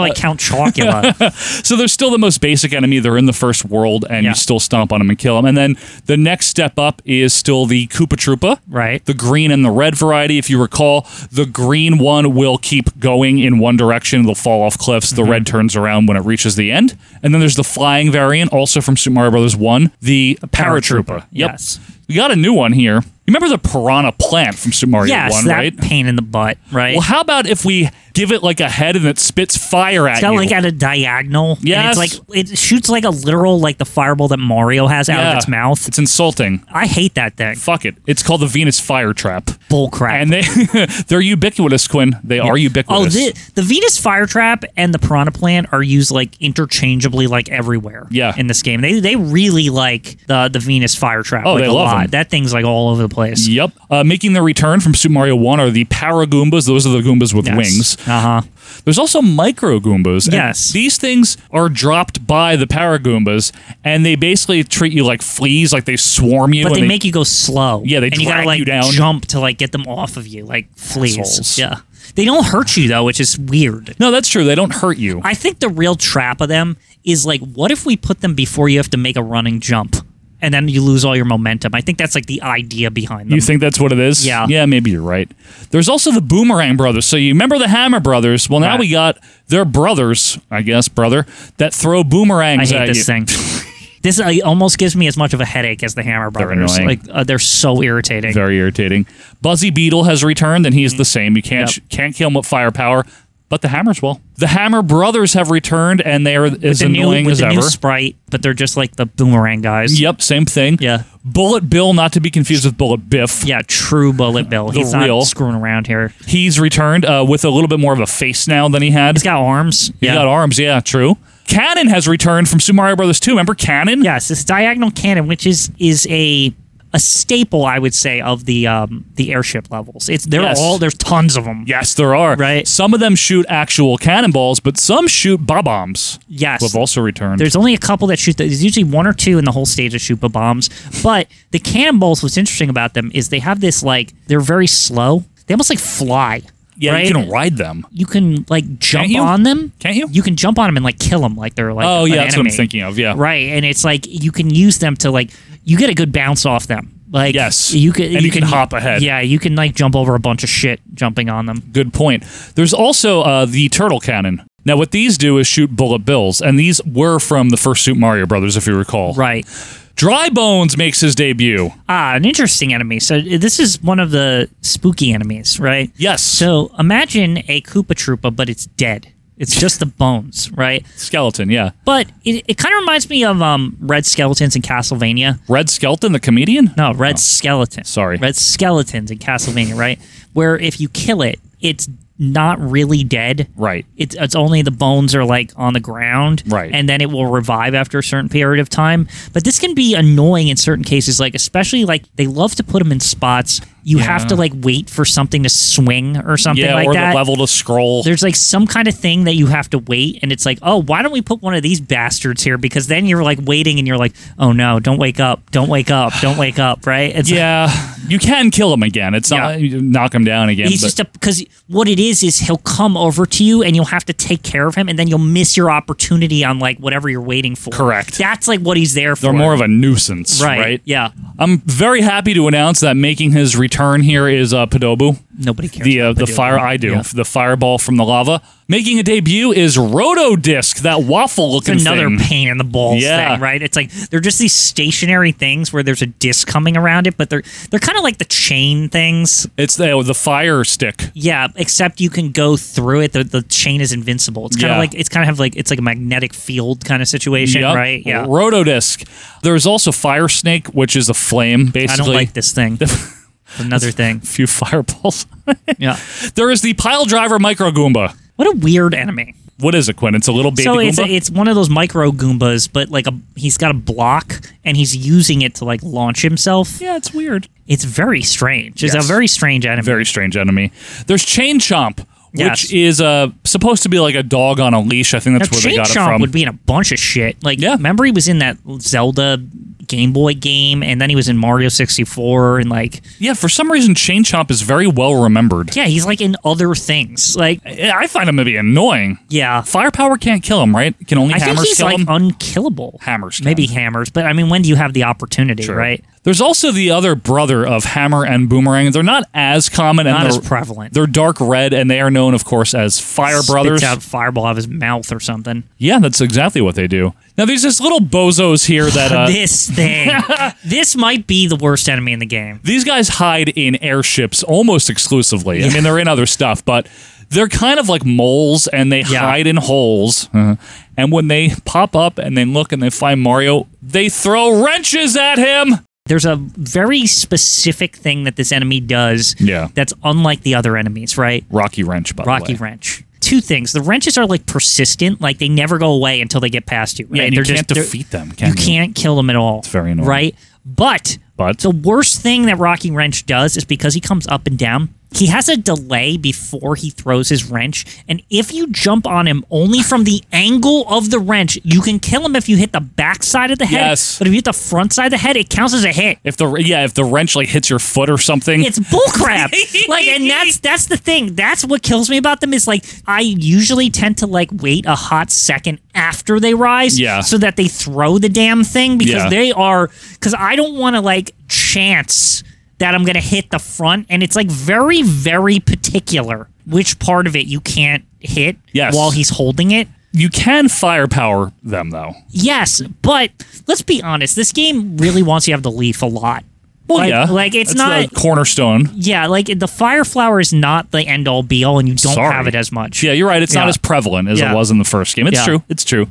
C: like Count Dracula.
B: so they're still the most basic enemy. They're in the first world, and
C: Yeah.
B: you still stomp on them and kill them. And then the next step up is still the Koopa Troopa,
C: right?
B: The green and the red variety. If you recall, the green one will keep going in one direction. They'll fall off cliffs. The red
C: Mm-hmm.
B: turns around when it reaches the end. And then there's the flying variant, also from Super Mario Brothers One, the Paratroopa. Yep.
C: Yes.
B: We got a new one here. You remember the piranha plant from Super Mario
C: yes,
B: One,
C: that
B: right?
C: pain in the butt, right?
B: Well, how about if we give it like a head and it spits fire at
C: It's got
B: you?
C: like at a diagonal.
B: Yes.
C: And it's like it shoots like a literal like the fireball that Mario has out
B: Yeah.
C: of its mouth.
B: It's insulting.
C: I hate that thing.
B: Fuck it. It's called the Venus Fire Trap.
C: Bull crap.
B: And they they're ubiquitous, Quinn. They are
C: Oh,
B: ubiquitous.
C: the, the Venus Firetrap and the Piranha Plant are used like interchangeably, like everywhere.
B: Yeah.
C: in this game, they they really like the the Venus Firetrap.
B: Oh,
C: like,
B: they
C: a
B: love
C: lot.
B: them.
C: That thing's like all over the place.
B: Yep. Uh, making their return from Super Mario 1 are the Para Goombas. Those are the Goombas with
C: Yes.
B: wings.
C: Uh huh.
B: There's also Micro Goombas. and
C: Yes.
B: These things are dropped by the Para Goombas, and they basically treat you like fleas, like they swarm you.
C: But
B: and
C: they, make you go slow.
B: Yeah, they
C: and you gotta
B: drag
C: like
B: you down.
C: jump to like get them off of you, like fleas.
B: Assholes.
C: Yeah, they don't hurt you though, which is weird.
B: No, that's true. They don't hurt you.
C: I think the real trap of them is like, what if we put them before you have to make a running jump, and then you lose all your momentum? I think that's like the idea behind them.
B: You think that's what it is?
C: Yeah.
B: Yeah, maybe you're right. There's also the Boomerang Brothers. So you remember the Hammer Brothers? Well, now
C: Right.
B: we got their brothers, I guess, brother, that throw boomerangs
C: I hate
B: at
C: this
B: you.
C: thing. This uh, almost gives me as much of a headache as the Hammer Brothers.
B: annoying.
C: like uh, they're so irritating.
B: Very irritating. Buzzy Beetle has returned, and he
C: Mm-hmm.
B: is the same. You can't can't kill him with firepower, but the Hammers will. The Hammer Brothers have returned, and they are
C: With
B: as
C: the new,
B: annoying
C: with
B: as
C: the
B: ever.
C: new sprite, but they're just like the boomerang guys.
B: Yep, same thing.
C: Yeah.
B: Bullet Bill, not to be confused with Bullet Biff.
C: Yeah, true Bullet Bill.
B: The
C: He's
B: real.
C: not screwing around here.
B: He's returned uh, with a little bit more of a face now than he had. He's
C: got arms.
B: He's got arms. Yeah, true. Cannon has returned from Super Mario Brothers 2. Remember Cannon?
C: Yes, it's diagonal cannon, which is is a a staple, I would say, of the um, the airship levels. It's they're
B: Yes.
C: all there's tons of them.
B: Yes, there are. Right. Some of them shoot actual cannonballs, but some shoot bob bombs.
C: Yes.
B: who have also returned.
C: There's only a couple that shoot. There's usually one or two in the whole stage that shoot the bombs. But the cannonballs, what's interesting about them is they have this like they're very slow. They almost like fly.
B: yeah,
C: right?
B: you can ride them.
C: You can like jump
B: you?
C: on them.
B: Can't you?
C: You can jump on them and like kill them like they're like.
B: oh
C: an
B: yeah, that's what I'm
C: enemy.
B: thinking of. Yeah,
C: Right, and it's like you can use them to like you get a good bounce off them. Like
B: Yes.
C: you can
B: And you can hop ahead.
C: Yeah, you can like jump over a bunch of shit jumping on them.
B: Good point. There's also uh, the turtle cannon. Now, what these do is shoot bullet bills, and these were from the first Super Mario Brothers, if you recall.
C: Right.
B: Dry Bones makes his debut.
C: Ah, an interesting enemy. So uh, this is one of the spooky enemies, right?
B: Yes.
C: So imagine a Koopa Troopa, but it's dead. It's just the bones, right?
B: Skeleton, yeah.
C: But it, it kind of reminds me of um, Red Skeletons in Castlevania.
B: Red Skeleton, the comedian?
C: No, Red Skeleton.
B: Oh, Sorry.
C: Red Skeletons in Castlevania, right? Where if you kill it, it's not really dead.
B: Right.
C: It's, it's only the bones are like on the ground.
B: Right.
C: And then it will revive after a certain period of time. But this can be annoying in certain cases, like especially like they love to put them in spots. You have
B: Yeah.
C: to like wait for something to swing or something
B: yeah,
C: like
B: or
C: that.
B: the level to scroll.
C: There's like some kind of thing that you have to wait, and it's like, oh, why don't we put one of these bastards here? Because then you're like waiting, and you're like, oh no, don't wake up, don't wake up, don't wake up, right? It's
B: yeah, you can kill him again. It's not you knock him down again.
C: He's
B: but-
C: just a because what it is is he'll come over to you and you'll have to take care of him and then you'll miss your opportunity on like whatever you're waiting for.
B: Correct.
C: That's like what he's there for.
B: They're more of a nuisance,
C: Right,
B: right?
C: yeah.
B: I'm very happy to announce that making his return here is uh, Padobu.
C: Nobody cares.
B: The uh, the
C: Padobu,
B: fire I do
C: yeah.
B: the fireball from the lava. Making a debut is Roto Disc, that waffle
C: it's
B: looking
C: another
B: thing.
C: pain in the balls
B: Yeah.
C: thing, right? It's like they're just these stationary things where there's a disc coming around it, but they're they're kind of like the chain things.
B: It's the oh, the fire stick.
C: Yeah, except you can go through it. The, the chain is invincible. It's kind of
B: Yeah.
C: like it's kind of have like it's like a magnetic field kind of situation,
B: Yep.
C: right? Yeah.
B: Rotodisc. There's also Fire Snake, which is a flame.
C: I
B: Basically,
C: don't like this thing. Another thing.
B: few fireballs.
C: yeah.
B: There is the Pile Driver Micro Goomba.
C: What a weird enemy.
B: What is it, Quinn? It's a little baby
C: so
B: Goomba.
C: it's it's one of those micro Goombas, but like a he's got a block and he's using it to like launch himself.
B: yeah, it's weird.
C: It's very strange. It's
B: Yes.
C: a very strange enemy.
B: Very strange enemy. There's Chain Chomp,
C: Yes.
B: which is uh, supposed to be like a dog on a leash. I think that's
C: now,
B: where
C: Chain
B: they got
C: Chomp
B: it from.
C: would be in a bunch of shit. Like, remember he was in that Zelda Game Boy game, and then he was in Mario sixty four, and like,
B: yeah, for some reason, Chain Chomp is very well remembered.
C: yeah, he's like in other things. Like,
B: I find him to be annoying.
C: yeah,
B: Firepower can't kill him, right? Can only
C: I think
B: hammers
C: he's
B: kill
C: like
B: him?
C: unkillable.
B: Hammers, can.
C: Maybe hammers, but I mean, when do you have the opportunity,
B: True.
C: right?
B: There's also the other brother of Hammer and Boomerang. They're not as common and
C: Not as
B: they're-
C: prevalent.
B: They're dark red, and they are known, of course, as Fire Brothers.
C: Spits out a fireball out of his mouth or something.
B: Yeah, that's exactly what they do. Now there's this little bozos here that uh,
C: this thing. this might be the worst enemy in the game.
B: these guys hide in airships almost exclusively. I mean, they're in other stuff, but they're kind of like moles and they hide in holes. Uh-huh. And when they pop up and they look and they find Mario, they throw wrenches at him.
C: There's a very specific thing that this enemy does
B: Yeah.
C: that's unlike the other enemies, right?
B: Rocky wrench, by
C: Rocky
B: the way.
C: Wrench. Two things. The wrenches are like persistent, like they never go away until they get past you. Right?
B: Yeah, and you
C: They're
B: can't
C: they're-
B: defeat them, can
C: you
B: you?
C: can't kill them at all. It's
B: very annoying.
C: Right? But,
B: but
C: the worst thing that Rocky Wrench does is because he comes up and down, he has a delay before he throws his wrench. And if you jump on him only from the angle of the wrench, you can kill him if you hit the back side of the head.
B: Yes.
C: But if you hit the front side of the head, it counts as a hit.
B: If the yeah, if the wrench like hits your foot or something,
C: It's bullcrap. like, and that's that's the thing. That's what kills me about them is like I usually tend to like wait a hot second after they rise,
B: Yeah.
C: so that they throw the damn thing because
B: Yeah.
C: they are because I don't want to like chance that I'm gonna hit the front, and it's like very very particular which part of it you can't hit
B: Yes.
C: while he's holding it.
B: You can firepower them though.
C: Yes, but let's be honest. This game really wants you to have the leaf a lot.
B: Well,
C: like,
B: yeah,
C: like it's
B: That's
C: not.
B: the cornerstone.
C: yeah, like the fire flower is not the end all be all, and you don't
B: Sorry.
C: have it as much.
B: Yeah, you're right. It's not
C: Yeah.
B: as prevalent as
C: Yeah.
B: it was in the first game. It's
C: Yeah. Mm-hmm.
B: true. It's true.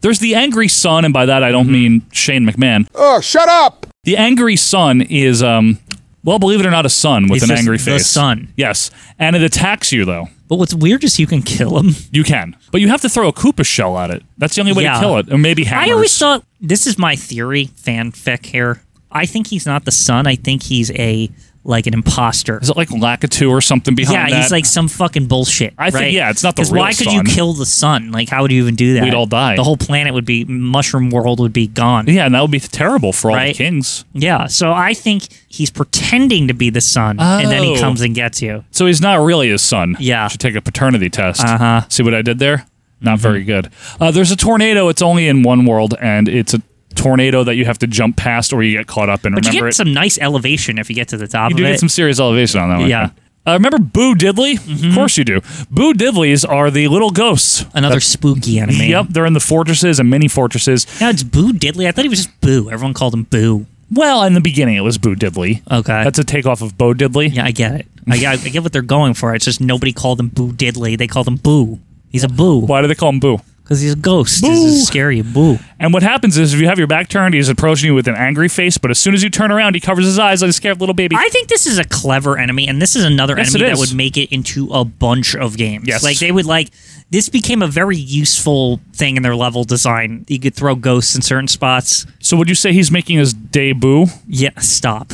B: There's the angry son, and by that I don't mean Shane McMahon.
H: Oh, shut up!
B: The angry son is um, well, believe it or not, a son with
C: It's
B: an
C: just
B: angry
C: the
B: face.
C: sun.
B: Yes, and it attacks you though.
C: But what's weird is you can kill him.
B: You can, but you have to throw a Koopa shell at it. That's the only way
C: Yeah.
B: to kill it, or maybe hammers.
C: I always thought this is my theory, fanfic here. I think he's not the son. I think he's a like an imposter.
B: Is it like Lakitu or something behind
C: yeah,
B: that?
C: he's like some fucking bullshit.
B: I think-
C: right?
B: yeah, it's not the
C: 'Cause
B: real
C: Why could
B: sun.
C: you kill the sun? Like, how would you even do that?
B: We'd all die.
C: The whole planet would be mushroom world would be gone.
B: Yeah, and that would be terrible for all
C: Right?
B: the kings.
C: Yeah, so I think he's pretending to be the sun, and then he
B: Oh.
C: comes and gets you.
B: So he's not really his son.
C: Yeah.
B: Should take a paternity test.
C: Uh-huh. Mm-hmm.
B: See what I did there? Not very good. Uh, there's a tornado. It's only in one world, and it's a tornado that you have to jump past or you get caught up in.
C: But you
B: remember
C: get
B: it?
C: some nice elevation if you get to the top
B: you
C: of
B: do
C: it.
B: get some serious elevation on that one.
C: Yeah. Mm-hmm.
B: Uh, remember Boo Diddley? Of course you do. Boo Diddleys are the little ghosts.
C: Another spooky anime.
B: Yep, they're in the fortresses and mini fortresses.
C: Now it's Boo Diddley. I thought he was just Boo. Everyone called him Boo.
B: Well, in the beginning, it was Boo Diddley.
C: Okay.
B: That's a takeoff of Bo Diddley.
C: Yeah, I get it. I get, I get what they're going for. It's just nobody called him Boo Diddley. They called him Boo. He's a Boo.
B: Why do they call him Boo?
C: Because he's a ghost. This is scary. Boo.
B: And what happens is if you have your back turned, he's approaching you with an angry face, but as soon as you turn around, he covers his eyes like a scared little baby.
C: I think this is a clever enemy, and this is another
B: Yes,
C: enemy
B: it is.
C: that would make it into a bunch of games.
B: Yes.
C: Like, they would like. This became a very useful thing in their level design. You could throw ghosts in certain spots.
B: so would you say he's making his debut?
C: Yeah, stop.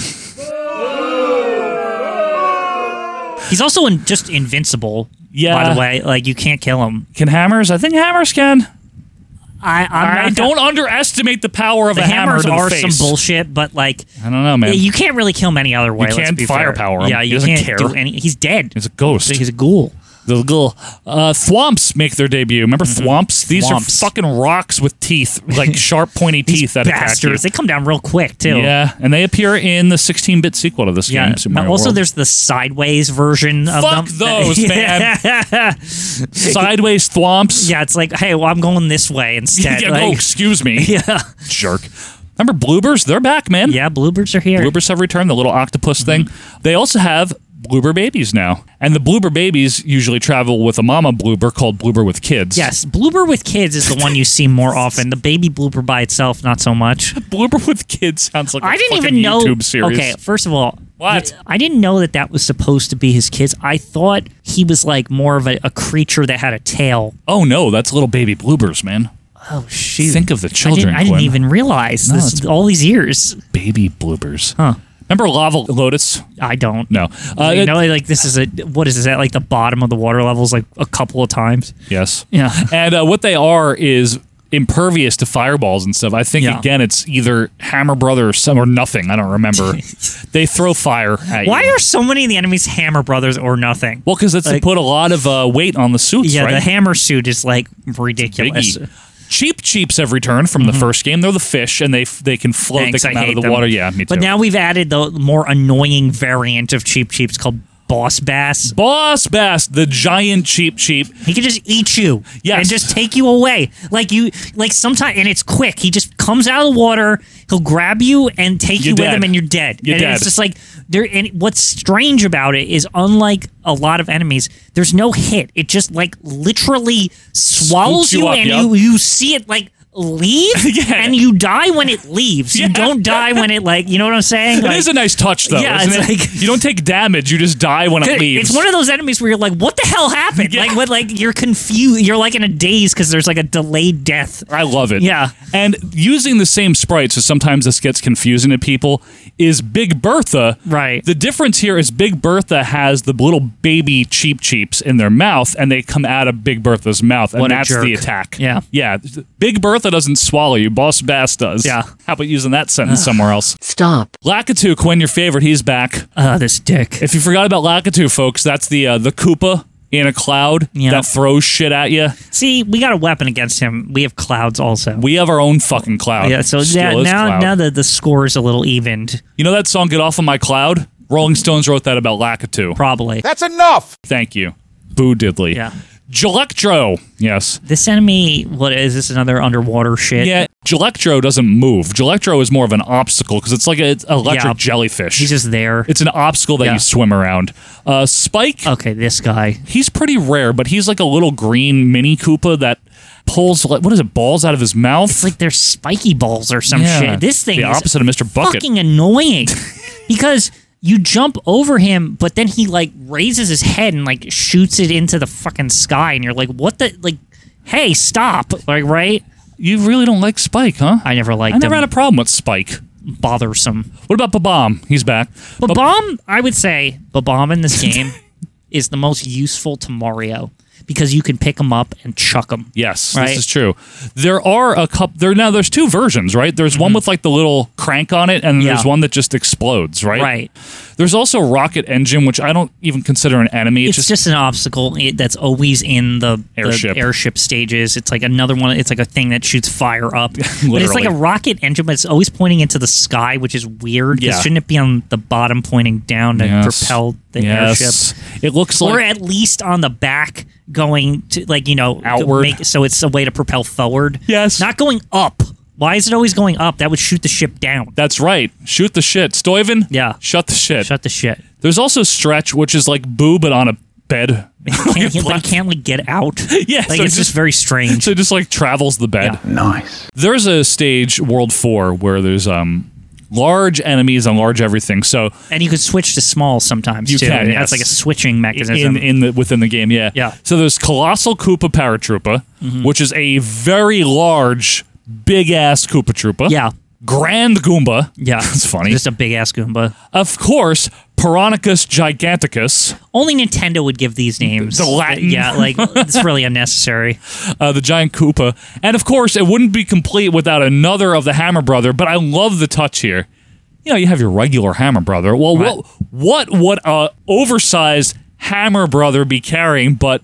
C: He's also in, just invincible.
B: Yeah.
C: By the way, like you can't kill him.
B: Can hammers? I think hammers can.
C: I I'm
B: I
C: not-
B: don't underestimate the power of
C: The
B: a hammer
C: hammers
B: to the
C: are
B: face.
C: some bullshit, but like
B: I don't know, man.
C: you can't really kill him any other way.
B: You
C: let's
B: can't
C: be fair.
B: firepower him.
C: Yeah,
B: He
C: you
B: doesn't
C: can't
B: care.
C: do any. He's dead.
B: He's a ghost.
C: He's a ghoul.
B: The ghoul. Uh, thwomps make their debut. Remember thwomps? These
C: Mm-hmm. Thwomps.
B: are fucking rocks with teeth, like sharp, pointy teeth that
C: Bastards. They
B: attack
C: come down real quick
B: you.
C: too.
B: Yeah, and they appear in the 16-bit sequel to this
C: Yeah.
B: game. Super
C: But
B: Mario
C: also,
B: World.
C: there's the sideways version of
B: Fuck
C: them.
B: those, man.
C: man.
B: sideways thwomps.
C: yeah, it's like, hey, well, I'm going this way instead.
B: Yeah,
C: like,
B: oh, excuse me.
C: yeah.
B: Jerk. Remember bloopers? They're back, man.
C: Yeah, Mm-hmm. bloopers are here.
B: Bloopers have returned, the little octopus thing. They also have blooper babies now. And the blooper babies usually travel with a mama blooper called blooper with kids.
C: Yes, blooper with kids is the one you see more often. The baby blooper by itself, not so much.
B: Blooper with kids sounds like I
C: I
B: a
C: didn't
B: fucking
C: even know.
B: YouTube series.
C: Okay, first of all,
B: What?
C: I didn't know that that was supposed to be his kids. I thought he was like more of a, a creature that had a tail.
B: Oh no, that's little baby bloopers, man.
C: Oh shoot!
B: Think of the children.
C: I didn't, I didn't
B: Gwen.
C: even realize
B: No,
C: this
B: it's-
C: all these years.
B: baby bloopers.
C: Huh?
B: Remember Lava Lotus?
C: I don't.
B: No. Uh,
C: you know, like this is a what is this at like the bottom of the water levels like a couple of times.
B: Yes.
C: Yeah.
B: And uh, what they are is impervious to fireballs and stuff. I think
C: Yeah.
B: again, it's either Hammer Brother or some or nothing. I don't remember. they throw fire. At
C: Why
B: you.
C: are so many of the enemies Hammer Brothers or nothing?
B: well, because it's
C: Like-
B: to put a lot of uh, weight on the suits,
C: yeah,
B: right?
C: the hammer suit is like ridiculous.
B: Biggie. Cheap cheaps have returned from the first game. They're the fish, and they f- they can float.
C: Mm-hmm. Thanks,
B: they come
C: I
B: out
C: hate
B: of the
C: them.
B: water. Yeah, me too.
C: But now we've added the more annoying variant of Cheap Cheap. It's called Boss Bass.
B: Boss Bass, the giant cheap cheap.
C: He can just eat you
B: Yes.
C: and just take you away. Like you, like sometimes, and it's quick. He just comes out of the water. He'll grab you and take
B: You're
C: you with
B: dead.
C: him, and you're dead.
B: You're
C: and
B: dead.
C: it's just like there. And what's strange about it is, unlike a lot of enemies, there's no hit. It just like literally swallows
B: Scoops you
C: you,
B: up,
C: and
B: yep.
C: you you see it like leave, and you die when it leaves. You don't die when it like. You know what I'm saying?
B: it
C: Like-
B: is a nice touch, though.
C: Yeah,
B: isn't
C: it's
B: it? you don't take damage; you just die when it leaves.
C: It's one of those enemies where you're like, "What the hell happened?" Like, what? Like, you're confused. You're like in a daze because there's like a delayed death.
B: I love it.
C: Yeah.
B: And using the same sprites, so sometimes this gets confusing to people, is Big Bertha.
C: Right.
B: The difference here is Big Bertha has the little baby cheap cheeps in their mouth and they come out of Big Bertha's mouth and
C: What a
B: that's
C: jerk.
B: the attack.
C: Yeah.
B: Yeah. Big Bertha doesn't swallow you, Boss Bass does.
C: Yeah.
B: How about using that sentence somewhere else?
A: Stop.
B: Lakitu, Quinn, your favorite, he's back.
C: Ah, this dick.
B: If you forgot about Lakitu, folks, that's the uh, the Koopa in a cloud
C: Yeah.
B: that throws shit at you.
C: See, we got a weapon against him. We have clouds also.
B: We have our own fucking cloud.
C: yeah. So yeah,
B: Still is
C: now
B: cloud.
C: now that the score is a little evened,
B: You know that song "Get Off of My Cloud"? Rolling Stones wrote that about Lakitu.
C: probably.
H: That's enough!
B: Thank you, Boo Diddley.
C: Yeah.
B: Gelectro. Yes.
C: This enemy, what is this? Another underwater shit?
B: Yeah, Gelectro doesn't move. Gelectro is more of an obstacle because it's like an electric
C: Yeah.
B: jellyfish. He's
C: just there.
B: It's an obstacle that
C: Yeah.
B: you swim around. Uh, Spike.
C: Okay, this guy.
B: He's pretty rare, but he's like a little green mini Koopa that pulls like what is it balls out of his mouth? It's
C: like they're spiky balls or some shit. This thing
B: the
C: is
B: opposite of Mr. Bucket.
C: fucking annoying because you jump over him, but then he like raises his head and like shoots it into the fucking sky, and you're like, what the like? Hey, stop! Like, right?
B: You really don't like Spike, huh?
C: I never liked.
B: I never
C: him.
B: had a problem with Spike.
C: Bothersome.
B: What about Babam? He's back.
C: But bomb, I would say, but bomb in this game is the most useful to Mario because you can pick him up and chuck him.
B: Yes,
C: Right.
B: this is true. There are a couple. There now. There's two versions, right? There's one with like the little crank on it, and there's
C: Mm-hmm. Yeah.
B: one that just explodes, right?
C: Right.
B: There's also Rocket Engine, which I don't even consider an enemy.
C: It's,
B: It's,
C: just, an obstacle i- that's always in the the
B: Airship.
C: airship stages. It's like another one. It's like a thing that shoots fire up. but it's
B: Literally.
C: like a rocket engine, but it's always pointing into the sky, which is weird. 'cause
B: Yeah.
C: Shouldn't it be on the bottom pointing down to
B: Yes.
C: propel the
B: Yes.
C: airship?
B: It looks
C: or
B: like-
C: at least on the back going to like you know to
B: Outward.
C: Make, so it's a way to propel forward.
B: Yes.
C: Not going up. Why is it always going up? That would shoot the ship down.
B: That's right. Shoot the shit, Stoyven.
C: Yeah.
B: Shut the shit.
C: Shut the shit.
B: There's also Stretch, which is like Boo, but on a bed.
C: Can't, they can't like get out.
B: Yeah,
C: Like
B: so
C: it's just very strange.
B: So it just like travels the bed.
C: Nice.
B: There's a stage World Four where there's um large enemies and large everything. So
C: And you can switch to small sometimes
B: You
C: too.
B: can, yes.
C: That's like a switching mechanism.
B: in in the within the game, yeah. Yeah. So there's Colossal Koopa Paratroopa, which is a very large, big ass Koopa Troopa.
C: Yeah.
B: Grand Goomba.
C: yeah, it's
B: funny.
C: Just a big ass Goomba.
B: Of course, Piranhacus Giganticus.
C: Only Nintendo would give these names.
B: The Latin.
C: yeah, like it's really unnecessary.
B: Uh, the giant Koopa. And of course, it wouldn't be complete without another of the Hammer Brother, but I love the touch here. You know, you have your regular Hammer Brother. Well, what what would a oversized Hammer Brother be carrying but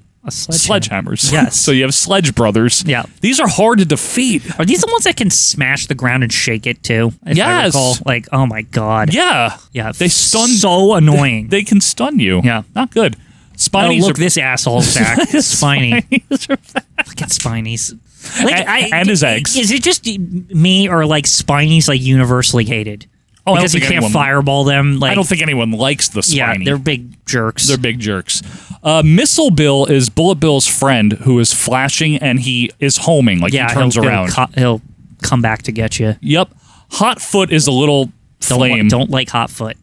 B: sledgehammers? Yes. so you have Sledge Brothers. Yeah. These are hard to defeat.
C: Are these the ones that can smash the ground and shake it too? If I
B: Yes.
C: recall. Like, oh my god.
B: Yeah.
C: Yeah.
B: They stun
C: So annoying.
B: They, can stun you. Yeah. Not good. Spinies
C: oh, look,
B: are-
C: this asshole's back. Spiny. Fucking Spinies. Like,
B: And-
C: I,
B: and his eggs.
C: Is it just me or like Spinies like universally hated?
B: Oh, I don't
C: because you
B: think
C: can't
B: anyone-
C: fireball them. Like
B: I don't think anyone likes the
C: Yeah,
B: spiny.
C: they're big jerks.
B: They're big jerks. Uh, Missile Bill is Bullet Bill's friend who is flashing and he is homing. Like
C: yeah,
B: he turns
C: he'll, he'll
B: around.
C: co- He'll, come back to get you.
B: yep. Hotfoot is a little flame.
C: Don't like Hotfoot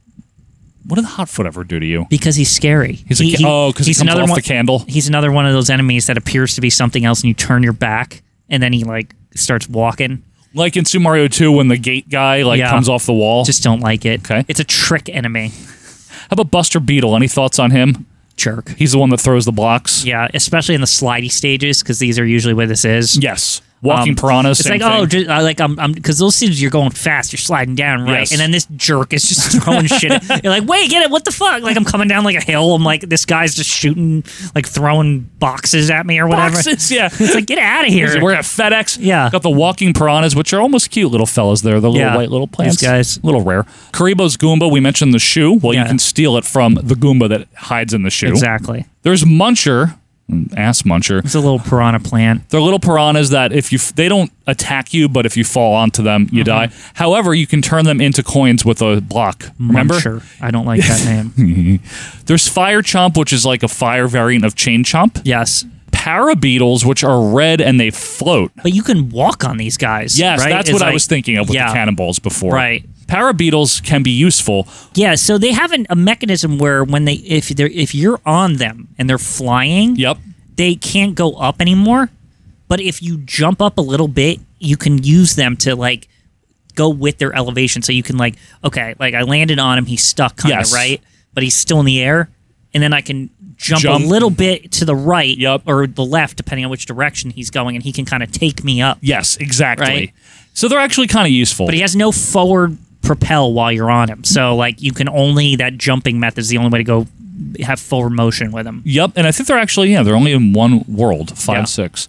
B: What did Hotfoot ever do to you?
C: because he's scary.
B: He's a ca- oh, 'cause he comes off
C: one,
B: the candle?
C: He's another one of those enemies that appears to be something else, and you turn your back, and then he like starts walking.
B: Like in Super Mario 2 when the gate guy like
C: Yeah.
B: comes off the wall.
C: Just don't like it.
B: Okay.
C: It's a trick enemy.
B: How about Buster Beetle? Any thoughts on him?
C: Jerk.
B: He's the one that throws the blocks.
C: Yeah, especially in the slidey stages because these are usually where this is.
B: Yes, walking piranhas.
C: It's
B: same
C: like oh,
B: thing.
C: just, uh, like I'm because those stages you're going fast, you're sliding down right,
B: Yes.
C: and then this jerk is just throwing shit. at- You're like, wait, get it? What the fuck? Like I'm coming down like a hill. I'm like this guy's just shooting like throwing boxes at me or whatever.
B: Boxes, yeah.
C: It's like get out of here.
B: We're at FedEx.
C: Yeah.
B: Got the walking piranhas, which are almost cute little fellas there. The little
C: Yeah.
B: white little
C: These
B: plants.
C: guys.
B: Little rare. Karibo's Goomba, we mentioned the shoe. Well, you can steal it from the Goomba that hides in the shoe.
C: Exactly.
B: There's Muncher, mm, ass Muncher.
C: It's a little piranha plant.
B: They're little piranhas that if you f- they don't attack you, but if you fall onto them, you
C: Mm-hmm.
B: die. However, you can turn them into coins with a block. Remember?
C: Muncher. I don't like that name.
B: There's Fire Chomp, which is like a fire variant of Chain Chomp.
C: Yes.
B: Parabeetles, which are red and they float.
C: But you can walk on these guys.
B: Yes,
C: right?
B: that's
C: It's
B: what I
C: like-
B: was thinking of with
C: yeah.
B: the cannonballs before.
C: Right.
B: Parabeetles can be useful.
C: Yeah, so they have an, a mechanism where when they if they are if you're on them and they're flying,
B: yep,
C: they can't go up anymore. But if you jump up a little bit, you can use them to like go with their elevation. So you can like okay, like I landed on him, he's stuck kind of
B: Yes.
C: right, but he's still in the air, and then I can jump,
B: Jump.
C: a little bit to the right or the left depending on which direction he's going, and he can kind of take me up.
B: Yes, exactly.
C: Right?
B: So they're actually kind of useful.
C: But he has no forward propel while you're on him. So like you can only that jumping method is the only way to go have forward motion with him.
B: Yep, and I think they're actually yeah they're only in one world five six.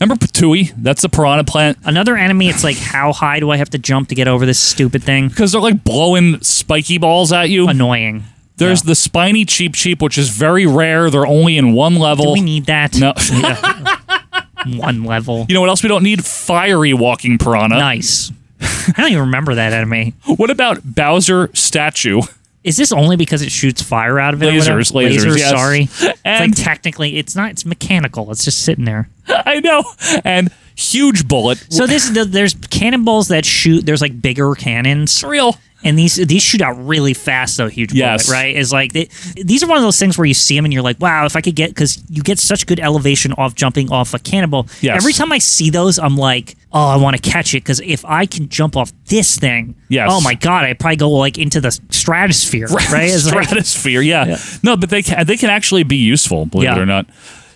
B: Remember Patui? That's the piranha plant
C: Another enemy, it's like how high do I have to jump to get over this stupid thing?
B: because they're like blowing spiky balls at you.
C: Annoying.
B: There's the spiny cheap cheap, which is very rare. They're only in one level.
C: Do we need that?
B: No.
C: One level.
B: You know what else we don't need? Fiery walking piranha.
C: Nice. I don't even remember that anime.
B: What about Bowser statue?
C: Is this only because it shoots fire out of it? or whatever?
B: Lasers, lasers, yes.
C: Sorry, it's like
B: And-
C: technically, it's not. It's mechanical. It's just sitting there.
B: I know. And huge bullet.
C: So this the, there's cannonballs that shoot. There's like bigger cannons.
B: real.
C: And these these shoot out really fast though. Huge
B: Yes.
C: bullet, right? Is like they, these are one of those things where you see them and you're like, wow, if I could get because you get such good elevation off jumping off a cannonball.
B: Yes.
C: Every time I see those, I'm like, oh, I want to catch it because if I can jump off this thing,
B: Yes.
C: oh my god, I probably go like into the stratosphere, right? It's like-
B: Stratosphere, yeah. No, but they can, they can actually be useful, believe it
C: Yeah.
B: or not.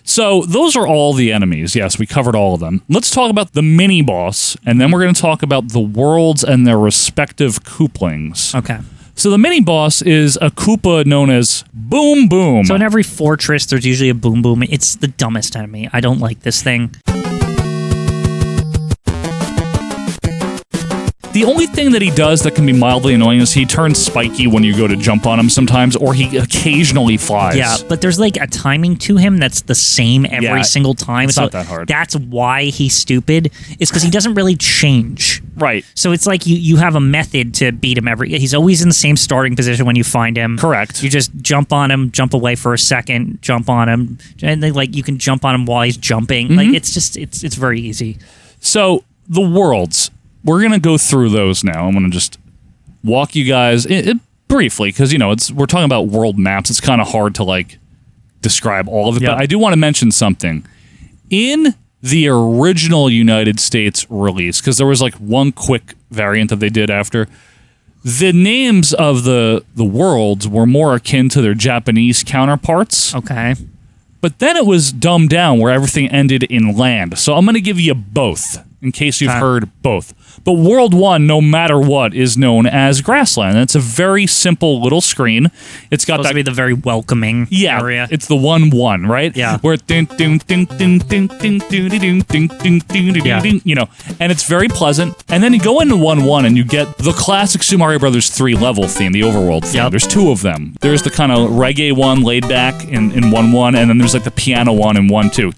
B: So those are all the enemies. Yes, we covered all of them. Let's talk about the mini boss, and then we're going to talk about the worlds and their respective couplings.
C: Okay.
B: So the mini boss is a Koopa known as Boom Boom.
C: So in every fortress, there's usually a boom boom. It's the dumbest enemy. I don't like this thing.
B: The only thing that he does that can be mildly annoying is he turns spiky when you go to jump on him sometimes, or he occasionally flies.
C: Yeah, but there's like a timing to him that's the same every
B: Yeah,
C: single time.
B: it's
C: so
B: not that hard.
C: That's why he's stupid. Is because he doesn't really change.
B: Right.
C: So it's like you you have a method to beat him every. He's always in the same starting position when you find him.
B: Correct.
C: You just jump on him, jump away for a second, jump on him, and then like you can jump on him while he's jumping. Like
B: Mhm.
C: it's just it's it's very easy.
B: So the worlds, we're gonna go through those now. I'm gonna just walk you guys i i briefly because you know it's we're talking about world maps. It's kind of hard to like describe all of it,
D: Yeah.
B: but I do want to mention something in the original United States release because there was like one quick variant that they did after. The names of the the worlds were more akin to their Japanese counterparts.
C: Okay.
B: But then it was dumbed down where everything ended in land. So I'm going to give you both in case you've heard both. But World 1 no matter what is known as grassland. It's a very simple little screen. It's got that
C: to be the very welcoming
B: yeah, area. It's the one one, right? Yeah. Where ding ding ding ding ding ding ding ding ding ding ding ding
C: Yeah.
B: ding you know, and it's very pleasant. And then you go into one one and you get the classic Super Mario Brothers three level theme, the overworld theme. There's two of them. There's the kind of reggae one laid back in, in one one, and then there's like the piano one in one two.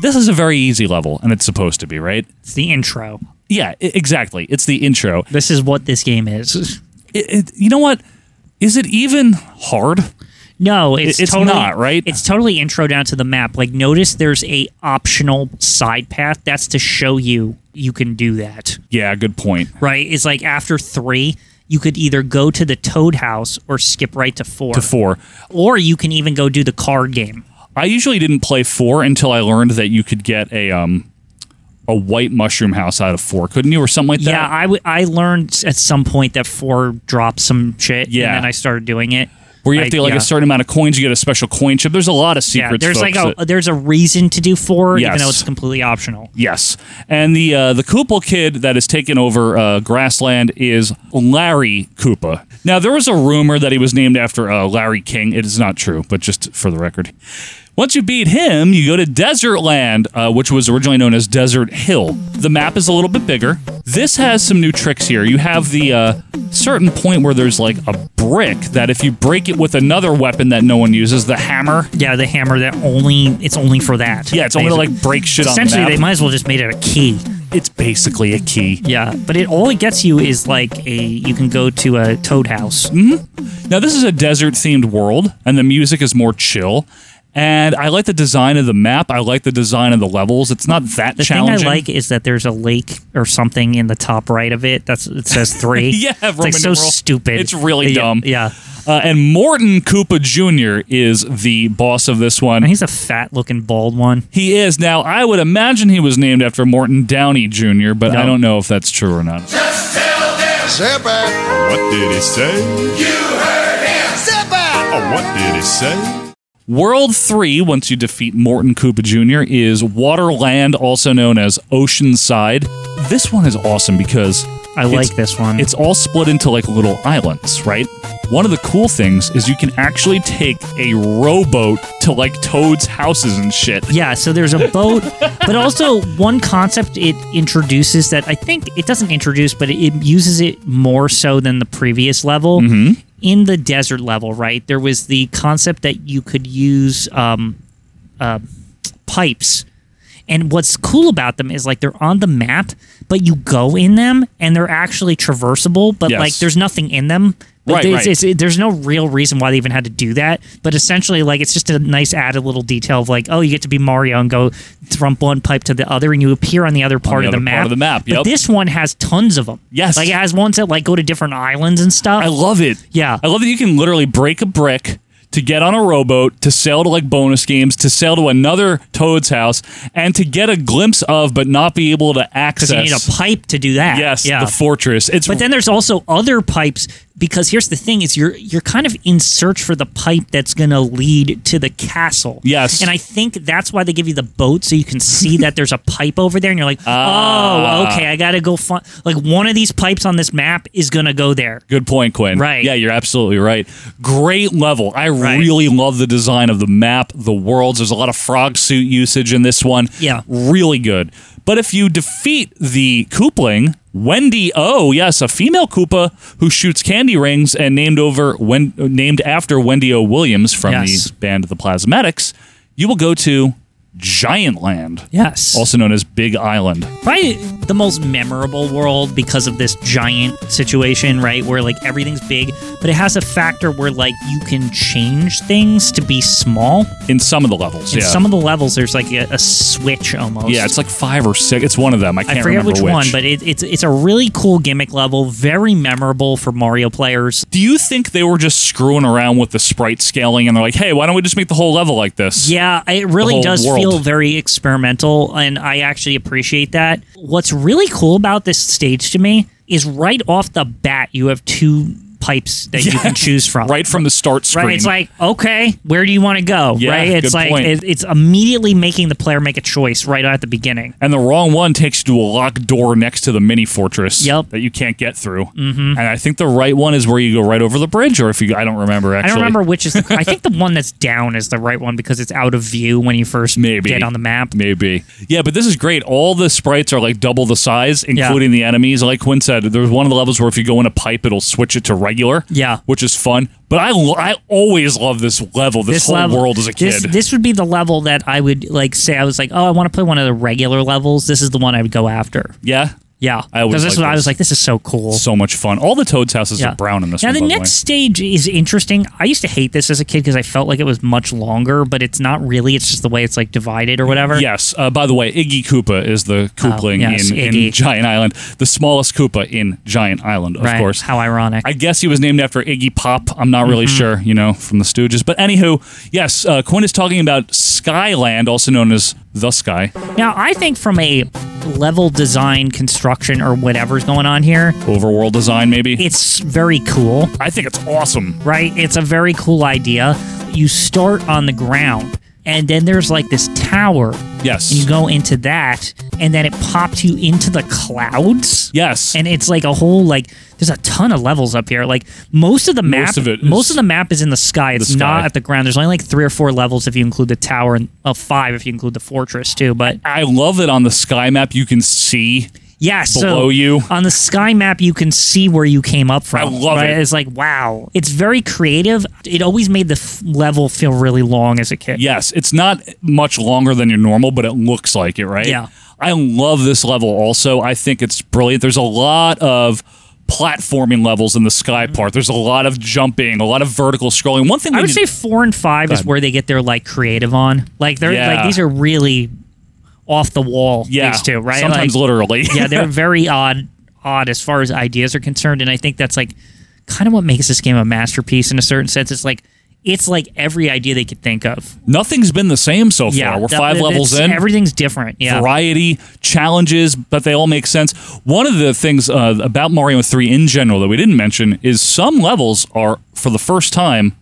B: This is a very easy level, and it's supposed to be, right?
C: It's the intro.
B: Yeah, i- exactly. It's the intro.
C: This is what this game is.
B: It, it, you know what? Is it even hard?
C: No, it's,
B: It's
C: totally,
B: not,
C: right. It's totally intro down to the map. Like, notice there's a optional side path. That's to show you you can do that.
B: Yeah, good point.
C: Right? It's like after three, you could either go to the Toad House or skip right to four.
B: To four.
C: Or you can even go do the card game.
B: I usually didn't play four until I learned that you could get a um a white mushroom house out of four, couldn't you, or something like that?
C: Yeah, I, w- I learned at some point that four drops some shit.
B: Yeah.
C: and then I started doing it.
B: Where you have to get like
C: yeah.
B: a certain amount of coins, you get a special coin chip. There's a lot of secrets.
C: Yeah, there's
B: folks,
C: like a
B: that-
C: there's a reason to do four,
B: Yes.
C: even though it's completely optional.
B: Yes, and the uh, the Koopa kid that has taken over uh, Grassland is Larry Koopa. Now there was a rumor that he was named after uh, Larry King. It is not true, but just for the record. Once you beat him, you go to Desert Land, uh, which was originally known as Desert Hill. The map is a little bit bigger. This has some new tricks here. You have the uh, certain point where there's like a brick that if you break it with another weapon that no one uses, the hammer.
C: Yeah, the hammer that only it's only for that.
B: Yeah, it's only to like break shit on the
C: Essentially,
B: map.
C: they might as well just made it a key.
B: It's basically a key.
C: Yeah, but it all it gets you is like a you can go to a toad house.
B: Mm-hmm. Now this is a desert themed world, and the music is more chill. And I like the design of the map. I like the design of the levels. It's not that
C: The
B: challenging.
C: thing I like is that there's a lake or something in the top right of it. That's it says three.
B: yeah,
C: it's
B: Roman
C: like so
B: numeral.
C: stupid.
B: It's really
C: Yeah,
B: dumb.
C: Yeah,
B: Uh, and Morton Koopa Jr. is the boss of this one.
C: he's a fat looking bald one.
B: He is. Now, I would imagine he was named after Morton Downey Jr., but I don't know if that's true or not.
P: Zipper! What did he say? You heard him! Zipper! Oh, what did he say?
B: World 3, once you defeat Morton Koopa Jr., is Waterland, also known as Oceanside. This one is awesome because
C: I like this one.
B: It's all split into like little islands, right? One of the cool things is you can actually take a rowboat to like Toad's houses and shit.
C: Yeah, so there's a boat, but also one concept it introduces that I think it doesn't introduce, but it, it uses it more so than the previous level. In the desert level, right, there was the concept that you could use um, uh, pipes. And what's cool about them is like they're on the map, but you go in them and they're actually traversable, but
B: Yes.
C: like there's nothing in them. Like,
B: Right,
C: there's,
B: right.
C: it's- it- there's no real reason why they even had to do that. But essentially, like it's just a nice added little detail of like, oh, you get to be Mario and go from one pipe to the other, and you appear on the other part
B: the
C: of the
B: other
C: map.
B: part of the map,
C: But
B: yep.
C: this one has tons of them.
B: Yes.
C: like it has ones that like go to different islands and stuff. I
B: love it.
C: Yeah,
B: I love that you can literally break a brick to get on a rowboat, to sail to like bonus games, to sail to another Toad's house, and to get a glimpse of, but not be able to access.
C: because you need a pipe to do that.
B: Yes,
C: yeah.
B: the fortress. It's
C: but then there's also other pipes because here's the thing is you're you're kind of in search for the pipe that's going to lead to the castle.
B: Yes.
C: And I think that's why they give you the boat so you can see that there's a pipe over there and you're like, "Oh,
B: Ah.
C: okay, I got to go find like one of these pipes on this map is going to go there."
B: Good point, Quinn.
C: Right.
B: Yeah, you're absolutely right. Great level. I really love the design of the map, the worlds. There's a lot of frog suit usage in this one.
C: Yeah.
B: Really good. But if you defeat the Koopling, Wendy O, yes, a female Koopa who shoots candy rings and named over when named after Wendy O Williams from
C: Yes.
B: the band The Plasmatics, you will go to Giant Land.
C: Yes.
B: Also known as Big Island.
C: Probably the most memorable world because of this giant situation, right? Where like everything's big, but it has a factor where like you can change things to be small.
B: In some of the levels,
C: In
B: yeah.
C: some of the levels, there's like a, a switch almost.
B: yeah, it's like five or six. It's one of them. I can't
C: I forget
B: remember
C: which, one, but it, it's it's a really cool gimmick level, very memorable for Mario players.
B: Do you think they were just screwing around with the sprite scaling and they're like, hey, why don't we just make the whole level like this?
C: Yeah, it
B: The
C: really
B: whole
C: does
B: world.
C: feel very experimental, and I actually appreciate that. What's really cool about this stage to me is right off the bat, you have two pipes that you can choose from.
B: Right from the start screen.
C: Right, it's like okay, where do you want to go?
B: Yeah,
C: right, it's
B: good
C: like
B: point.
C: It, it's immediately making the player make a choice right at the beginning.
B: and the wrong one takes you to a locked door next to the mini fortress
C: Yep.
B: that you can't get through. Mm-hmm. And I think the right one is where you go right over the bridge, or if you, I don't remember actually.
C: I don't remember which is. The, I think the one that's down is the right one because it's out of view when you first
B: Maybe.
C: get on the map.
B: Maybe. Yeah, but this is great. All the sprites are like double the size, including the enemies. Like Quinn said, there's one of the levels where if you go in a pipe, it'll switch it to regular.
C: Yeah.
B: Which is fun. But I, lo- I always love this level, this, whole
C: level-
B: world as a kid.
C: This, this would be the level that I would like say I was like, oh, I want to play one of the regular levels. This is the one I would go after.
B: yeah.
C: Yeah,
B: I always
C: because this
B: liked
C: is what I
B: those.
C: was like, this is so cool.
B: so much fun. All the Toad's houses
C: Yeah.
B: are brown in this
C: now
B: one.
C: the
B: by the
C: next stage is interesting. I used to hate this as a kid because I felt like it was much longer, but it's not really. It's just the way it's like divided or whatever.
B: way. Yes. Uh, by the way, Iggy Koopa is the Koopling
C: Oh, yes,
B: in, in
C: Iggy.
B: Giant Island, the smallest Koopa in Giant Island, of
C: Right,
B: course.
C: How ironic.
B: I guess he was named after Iggy Pop. I'm not really
C: Mm-hmm.
B: sure, you know, from the Stooges. But anywho, yes, uh, Quinn is talking about Skyland, also known as the Sky.
C: Now, I think from a level design, construction, or whatever's going on here,
B: Overworld design, maybe.
C: it's very cool,
B: I think it's awesome.
C: right? It's a very cool idea. You start on the ground, and then there's like this tower.
B: Yes.
C: And you go into that, and then it pops you into the clouds.
B: Yes.
C: And it's like a whole like there's a ton of levels up here. Like most of the map
B: Most of it
C: most
B: is
C: of the map is in the sky. It's
B: the sky.
C: not at the ground. There's only like three or four levels if you include the tower and uh, five if you include the fortress too, but
B: I love that on the Sky map you can see.
C: Yeah, so
B: Below you.
C: on the sky map, you can see where you came up from.
B: I love it.
C: It's like wow, it's very creative. It always made the f- level feel really long as a kid.
B: Yes, it's not much longer than your normal, but it looks like it, right?
C: Yeah.
B: I love this level also. I think it's brilliant. There's a lot of platforming levels in the sky part. There's a lot of jumping, a lot of vertical scrolling. One thing
C: Mm-hmm. I
B: we
C: would
B: did-
C: say four and five
B: Go
C: is
B: ahead.
C: where they get their like creative on. Like they're
B: Yeah.
C: like these are really off the wall.
B: Yeah,
C: these two right.
B: sometimes
C: Like,
B: literally.
C: yeah, they're very odd, odd as far as ideas are concerned, and I think that's like kind of what makes this game a masterpiece in a certain sense. It's like it's like every idea they could think of.
B: nothing's been the same so far. We're
C: that-
B: five
C: it's-
B: levels in.
C: Everything's different. Yeah.
B: variety, challenges, but they all make sense. One of the things uh, about Mario 3 in general that we didn't mention is some levels are, for the first time,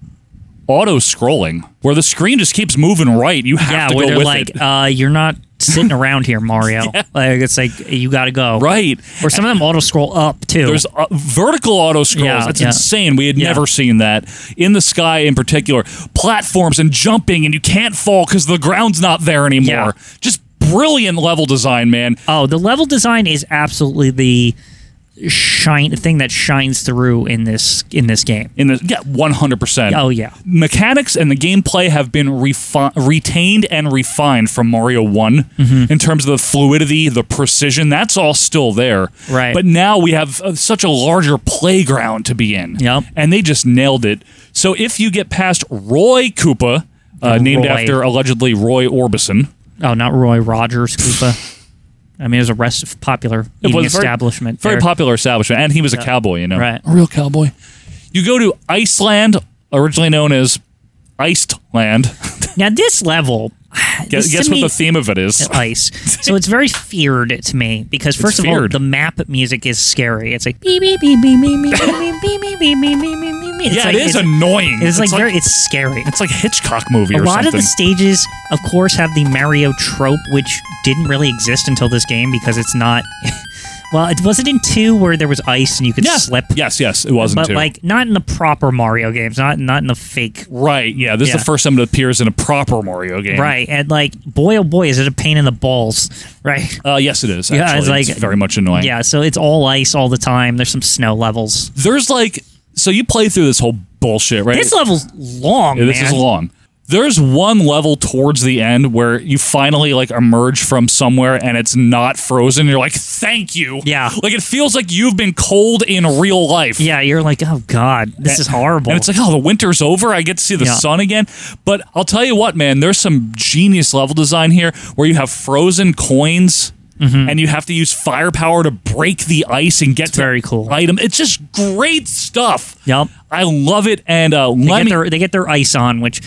B: auto scrolling, where the screen just keeps moving right. You have
C: yeah,
B: to
C: where
B: go
C: they're
B: with
C: like,
B: it.
C: Uh, you're not sitting around here, Mario. Like it's like you got to go
B: right.
C: Or some of them auto scroll up too.
B: There's uh, vertical auto scrolls.
C: Yeah,
B: That's
C: yeah.
B: insane. We had
C: Yeah.
B: never seen that in the sky in particular. Platforms and jumping, and you can't fall because the ground's not there anymore. Just brilliant level design, man.
C: Oh, the level design is absolutely the shine thing that shines through in this in this game.
B: In the yeah, one hundred percent.
C: Oh yeah.
B: Mechanics and the gameplay have been refi- retained and refined from Mario One
C: Mm-hmm.
B: in terms of the fluidity, the precision. That's all still there,
C: Right.
B: But now we have uh, such a larger playground to be in. Yep. And they just nailed it. So if you get past Roy Koopa, uh, named
C: Oh, Roy.
B: after allegedly Roy Orbison,
C: Oh, not Roy Rogers Koopa. I mean, it was a rest popular eating
B: very-
C: establishment.
B: Very,
C: there.
B: popular establishment, and he was a
C: Yeah.
B: cowboy. You know,
C: Right.
B: A real cowboy. You go to Iceland, originally known as Iced Land.
C: Now this level,
B: guess,
C: this to
B: guess what
C: me-
B: the theme of it is?
C: ice. So it's very feared to me because
B: It's
C: first of all,
B: feared.
C: the map music is scary. It's like
D: Beep, beep, beep, beep, beep, beep, beep, beep, beep, beep, beep, beep, beep, beep, beep.
C: It's
B: yeah,
C: like-
B: it is
C: it's-
B: annoying.
C: It's, like, very, it's scary.
B: It's like Hitchcock movie
C: A
B: or
C: lot of the
B: something.
C: stages, of course, have the Mario trope, which didn't really exist until this game because it's not. well, it was it in two where there was ice and you could
B: Yeah.
C: slip.
B: Yes, yes, it wasn't.
C: But like not in the proper Mario games, not not in the fake.
B: right, yeah, this
C: Yeah.
B: is the first time it appears in a proper Mario game.
C: Right, and like boy oh boy, is it a pain in the balls, right?
B: Uh, yes, it is. Actually.
C: Yeah, it's like
B: very much annoying.
C: Yeah, so it's all ice all the time. There's some snow levels.
B: There's like so you play through this whole bullshit, right?
C: This level's long.
B: Yeah, this is
C: man.
B: long. There's one level towards the end where you finally like emerge from somewhere and it's not frozen. You're like, thank you. Yeah. Like it feels like you've been cold in real life.
C: Yeah, you're like, oh God, this is horrible.
B: And it's like, oh, the winter's over. I get to see the
C: Yeah.
B: sun again. But I'll tell you what, man, there's some genius level design here where you have frozen coins
C: Mm-hmm.
B: and you have to use firepower to break the ice and get to very
C: cool
B: item. It's just great stuff.
C: Yep.
B: I love it. And uh,
C: they
B: let
C: get
B: me.
C: their they get their ice on, which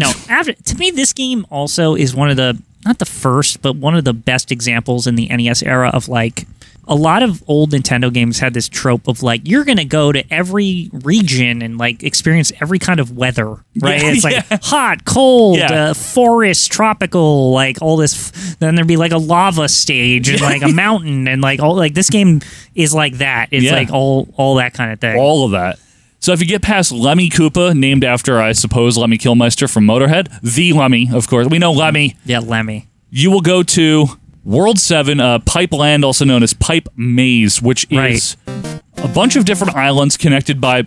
C: know after to me this game also is one of the not the first but one of the best examples in the NES era of like a lot of old Nintendo games had this trope of like you're gonna go to every region and like experience every kind of weather right
B: Yeah,
C: it's like
B: yeah.
C: hot cold
B: Yeah.
C: uh, forest tropical like all this f- then there'd be like a lava stage and like a mountain and like all like this game is like that it's
B: Yeah.
C: like all all that kind of thing
B: All of that. So if you get past Lemmy Koopa, named after I suppose Lemmy Kilmeister from Motorhead, the Lemmy, of course. We know Lemmy.
C: Yeah, Lemmy.
B: You will go to World Seven, uh, Pipe Land, also known as Pipe Maze, which is a bunch of different islands connected by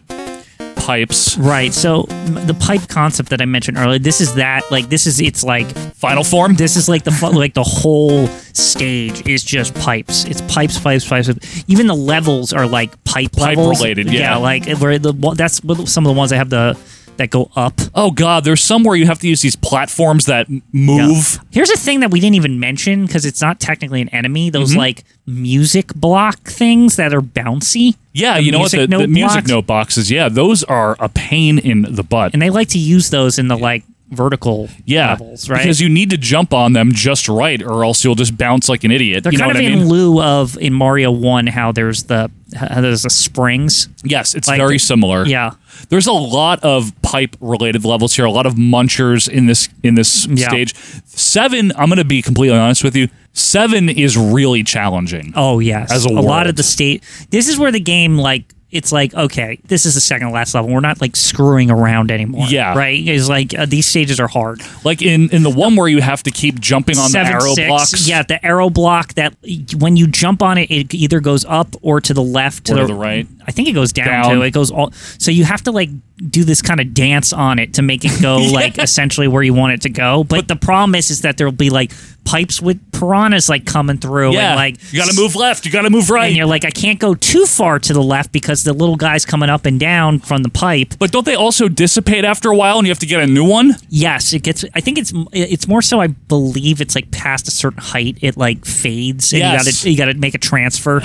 B: pipes.
C: Right. So m- the pipe concept that I mentioned earlier, this is that like this is it's like
B: final form.
C: This is like the fu- like the whole stage is just pipes. It's pipes, pipes, pipes. Even the levels are like pipe,
B: Pipe
C: levels.
B: related, yeah.
C: Like uh, where the one- that's what- some of the ones that have the that go up.
B: Oh God, there's somewhere you have to use these platforms that m- move.
C: Here's a thing that we didn't even mention because it's not technically an enemy. Those
B: Mhm.
C: like music block things that are bouncy.
B: Yeah,
C: The
B: you know what? The, the music
C: blocks.
B: note boxes. Yeah, those are a pain in the butt.
C: And they like to use those in the like vertical
B: yeah,
C: levels, right?
B: Because you need to jump on them just right, or else you'll just bounce like an idiot.
C: They're
B: you know
C: kind
B: what
C: of
B: I
C: in
B: mean?
C: lieu of in Mario One how there's the how there's the springs.
B: Yes, it's
C: Like
B: very
C: the-
B: similar.
C: yeah.
B: there's a lot of pipe related levels here. A lot of munchers in this in this
C: Yeah.
B: stage. Seven, I'm going to be completely honest with you. Seven is really challenging.
C: Oh yes,
B: as a,
C: lot of
B: world.
C: the state. This is where the game like it's like okay, this is the second to last level. We're not like screwing around anymore.
B: Yeah.
C: right. It's like uh, these stages are hard.
B: like in in the one where you have to keep jumping on
C: Seven,
B: the arrow
C: six,
B: blocks.
C: Yeah, the arrow block that when you jump on it, it either goes up or to the left,
B: Or to the right.
C: I think it goes down,
B: Down.
C: too. It goes all. So you have to like do this kind of dance on it to make it go like essentially where you want it to go. But, the problem is, is that there'll be like pipes with piranhas like coming through.
B: Yeah,
C: and, like
B: you gotta move left. You got to move right.
C: And you're like, I can't go too far to the left because the little guy's coming up and down from the pipe.
B: But don't they also dissipate after a while, and you have to get a new one?
C: Yes, it gets. I think it's it's more so. I believe it's like past a certain height, it like fades, and
B: Yes.
C: you got to you got to make a transfer.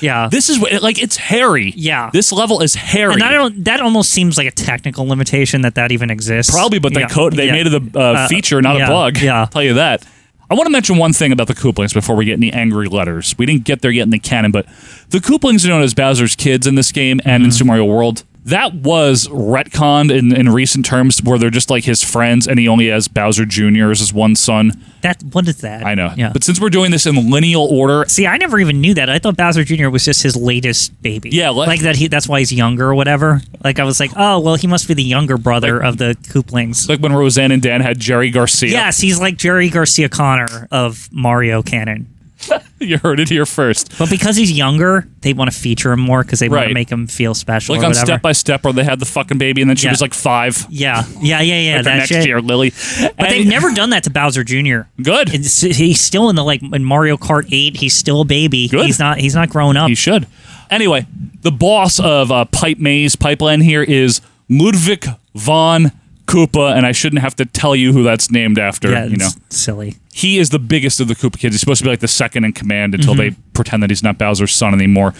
C: yeah,
B: This is what- like it's hairy.
C: Yeah.
B: this level is hairy.
C: and I don't. That almost seems like a technical limitation that that even exists.
B: Probably, but they
C: Yeah.
B: co- they
C: Yeah.
B: made it a uh,
C: Uh,
B: feature, not
C: yeah.
B: a bug. Yeah, I'll tell you that. I want to mention one thing about the Kooplings before we get any angry
C: Mm-hmm.
B: letters. We didn't get there yet in the canon, but the Kooplings are known as Bowser's kids in this game and in Super Mario World. that was retconned in, in recent terms where they're just like his friends and he only has Bowser Jr. as his one son.
C: That what is that?
B: I know.
C: Yeah.
B: But since we're doing this in lineal order,
C: See, I never even knew that. I thought Bowser Jr. was just his latest baby.
B: Yeah, like-
C: like that. He that's why he's younger or whatever. Like I was like, oh well, he must be the younger brother of the Kooplings.
B: like when Roseanne and Dan had Jerry Garcia.
C: Yes, he's like Jerry Garcia Connor of Mario canon.
B: you heard it here first.
C: But because he's younger, they want to feature him more because they want
B: Right.
C: to make him feel special.
B: Like
C: or
B: on
C: whatever.
B: Step by Step, where they had the fucking baby, and then she
C: Yeah.
B: was like five.
C: Yeah, yeah, yeah, yeah.
B: Like the
C: that
B: next
C: shit.
B: year, Lily.
C: But they've never done that to Bowser Jr.
B: Good.
C: It's, he's still in the like in Mario Kart Eight. He's still a baby.
B: Good.
C: He's not. He's not grown up.
B: He should. Anyway, the boss of uh, Pipe Maze Pipeline here is Ludwig von Koopa, and I shouldn't have to tell you who that's named after.
C: Yeah,
B: you know,
C: it's silly.
B: he is the biggest of the Koopa kids. He's supposed to be like the second in command until
C: Mhm.
B: they pretend that he's not Bowser's son anymore.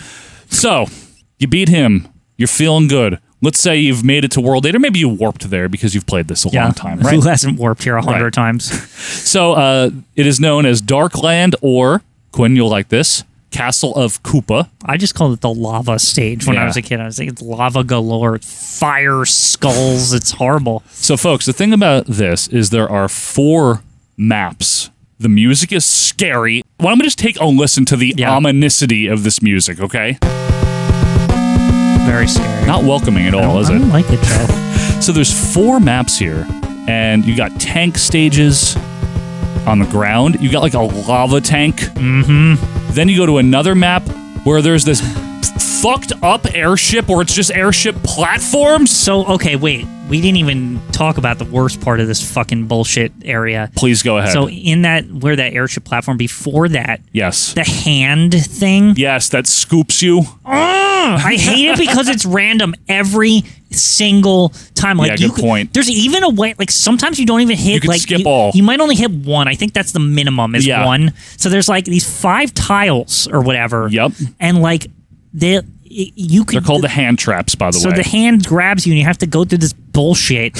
B: So you beat him. You're feeling good. Let's say you've made it to World Eight, or maybe you warped there because you've played this a long time, right?
C: Who hasn't warped here a hundred
B: Right.
C: times?
B: So uh, it is known as Darkland, or Quinn, you'll like this Castle of Koopa.
C: I just called it the lava stage when I was a kid. I was like, it's lava galore, it's fire skulls. It's horrible.
B: So, folks, the thing about this is there are four maps. The music is scary. Why don't we just take a listen to the ominosity of this music, okay?
C: Very scary.
B: Not welcoming at all, is
C: I
B: it?
C: don't like it, Joe.
B: So there's four maps here, and you got tank stages on the ground. You got like a lava tank. Mm-hmm. Then you go to another map where there's this fucked up airship where it's just airship platforms.
C: So okay, wait. We didn't even talk about the worst part of this fucking bullshit area.
B: Please go ahead.
C: So in that where that airship platform before that,
B: yes.
C: the hand thing.
B: Yes, that scoops you.
C: Mm, I hate it because it's random every single time. Like
B: Yeah,
C: you
B: good
C: could-
B: point.
C: There's even a way. Like sometimes you don't even hit.
B: You could
C: like
B: skip
C: you,
B: all.
C: You might only hit one. I think that's the minimum is
B: Yeah.
C: one. So there's like these five tiles or whatever.
B: Yep.
C: And like they, you could.
B: They're called the hand traps, by the
C: so
B: way.
C: the hand grabs you and you have to go through this bullshit,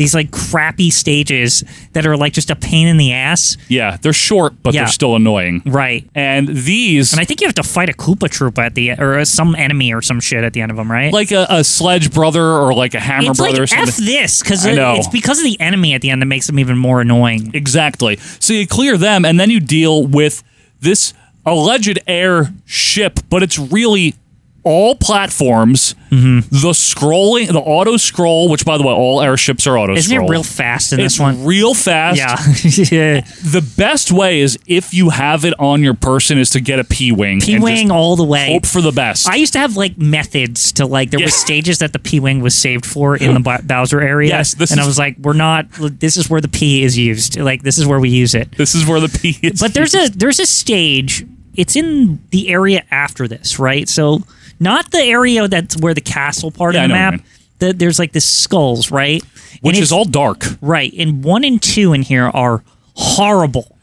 C: these like crappy stages that are like just a pain in the ass.
B: yeah, they're short, but
C: Yeah.
B: they're still annoying.
C: Right.
B: And these.
C: And I think you have to fight a Koopa Troop at the or some enemy or some shit at the end of them, right?
B: Like a, a sledge brother or like a hammer
C: it's
B: brother or
C: like
B: something.
C: f this because
B: I know.
C: it's because of the enemy at the end that makes them even more annoying.
B: Exactly. So you clear them, and then you deal with this alleged airship, but it's really all platforms.
C: Mm-hmm.
B: The scrolling, the auto scroll, which by the way, all airships are auto
C: Isn't
B: scroll.
C: it real fast in
B: it's
C: this one?
B: Real fast.
C: Yeah. yeah.
B: The best way is if you have it on your person is to get a P wing.
C: P wing all the way.
B: Hope for the best.
C: I used to have like methods to like there were stages that the P wing was saved for in the Bo- Bowser area.
B: Yes, this
C: and I
B: is-
C: was like, we're not. This is where the P is used. Like this is where we use it.
B: this is where the P is.
C: But there's a there's a stage. It's in the area after this, right? So not the area that's where the castle part
B: Yeah, I
C: of the
B: know what you
C: map. The, there's like the skulls, right?
B: Which
C: And
B: is
C: it's-
B: all dark.
C: Right. And one and two in here are horrible.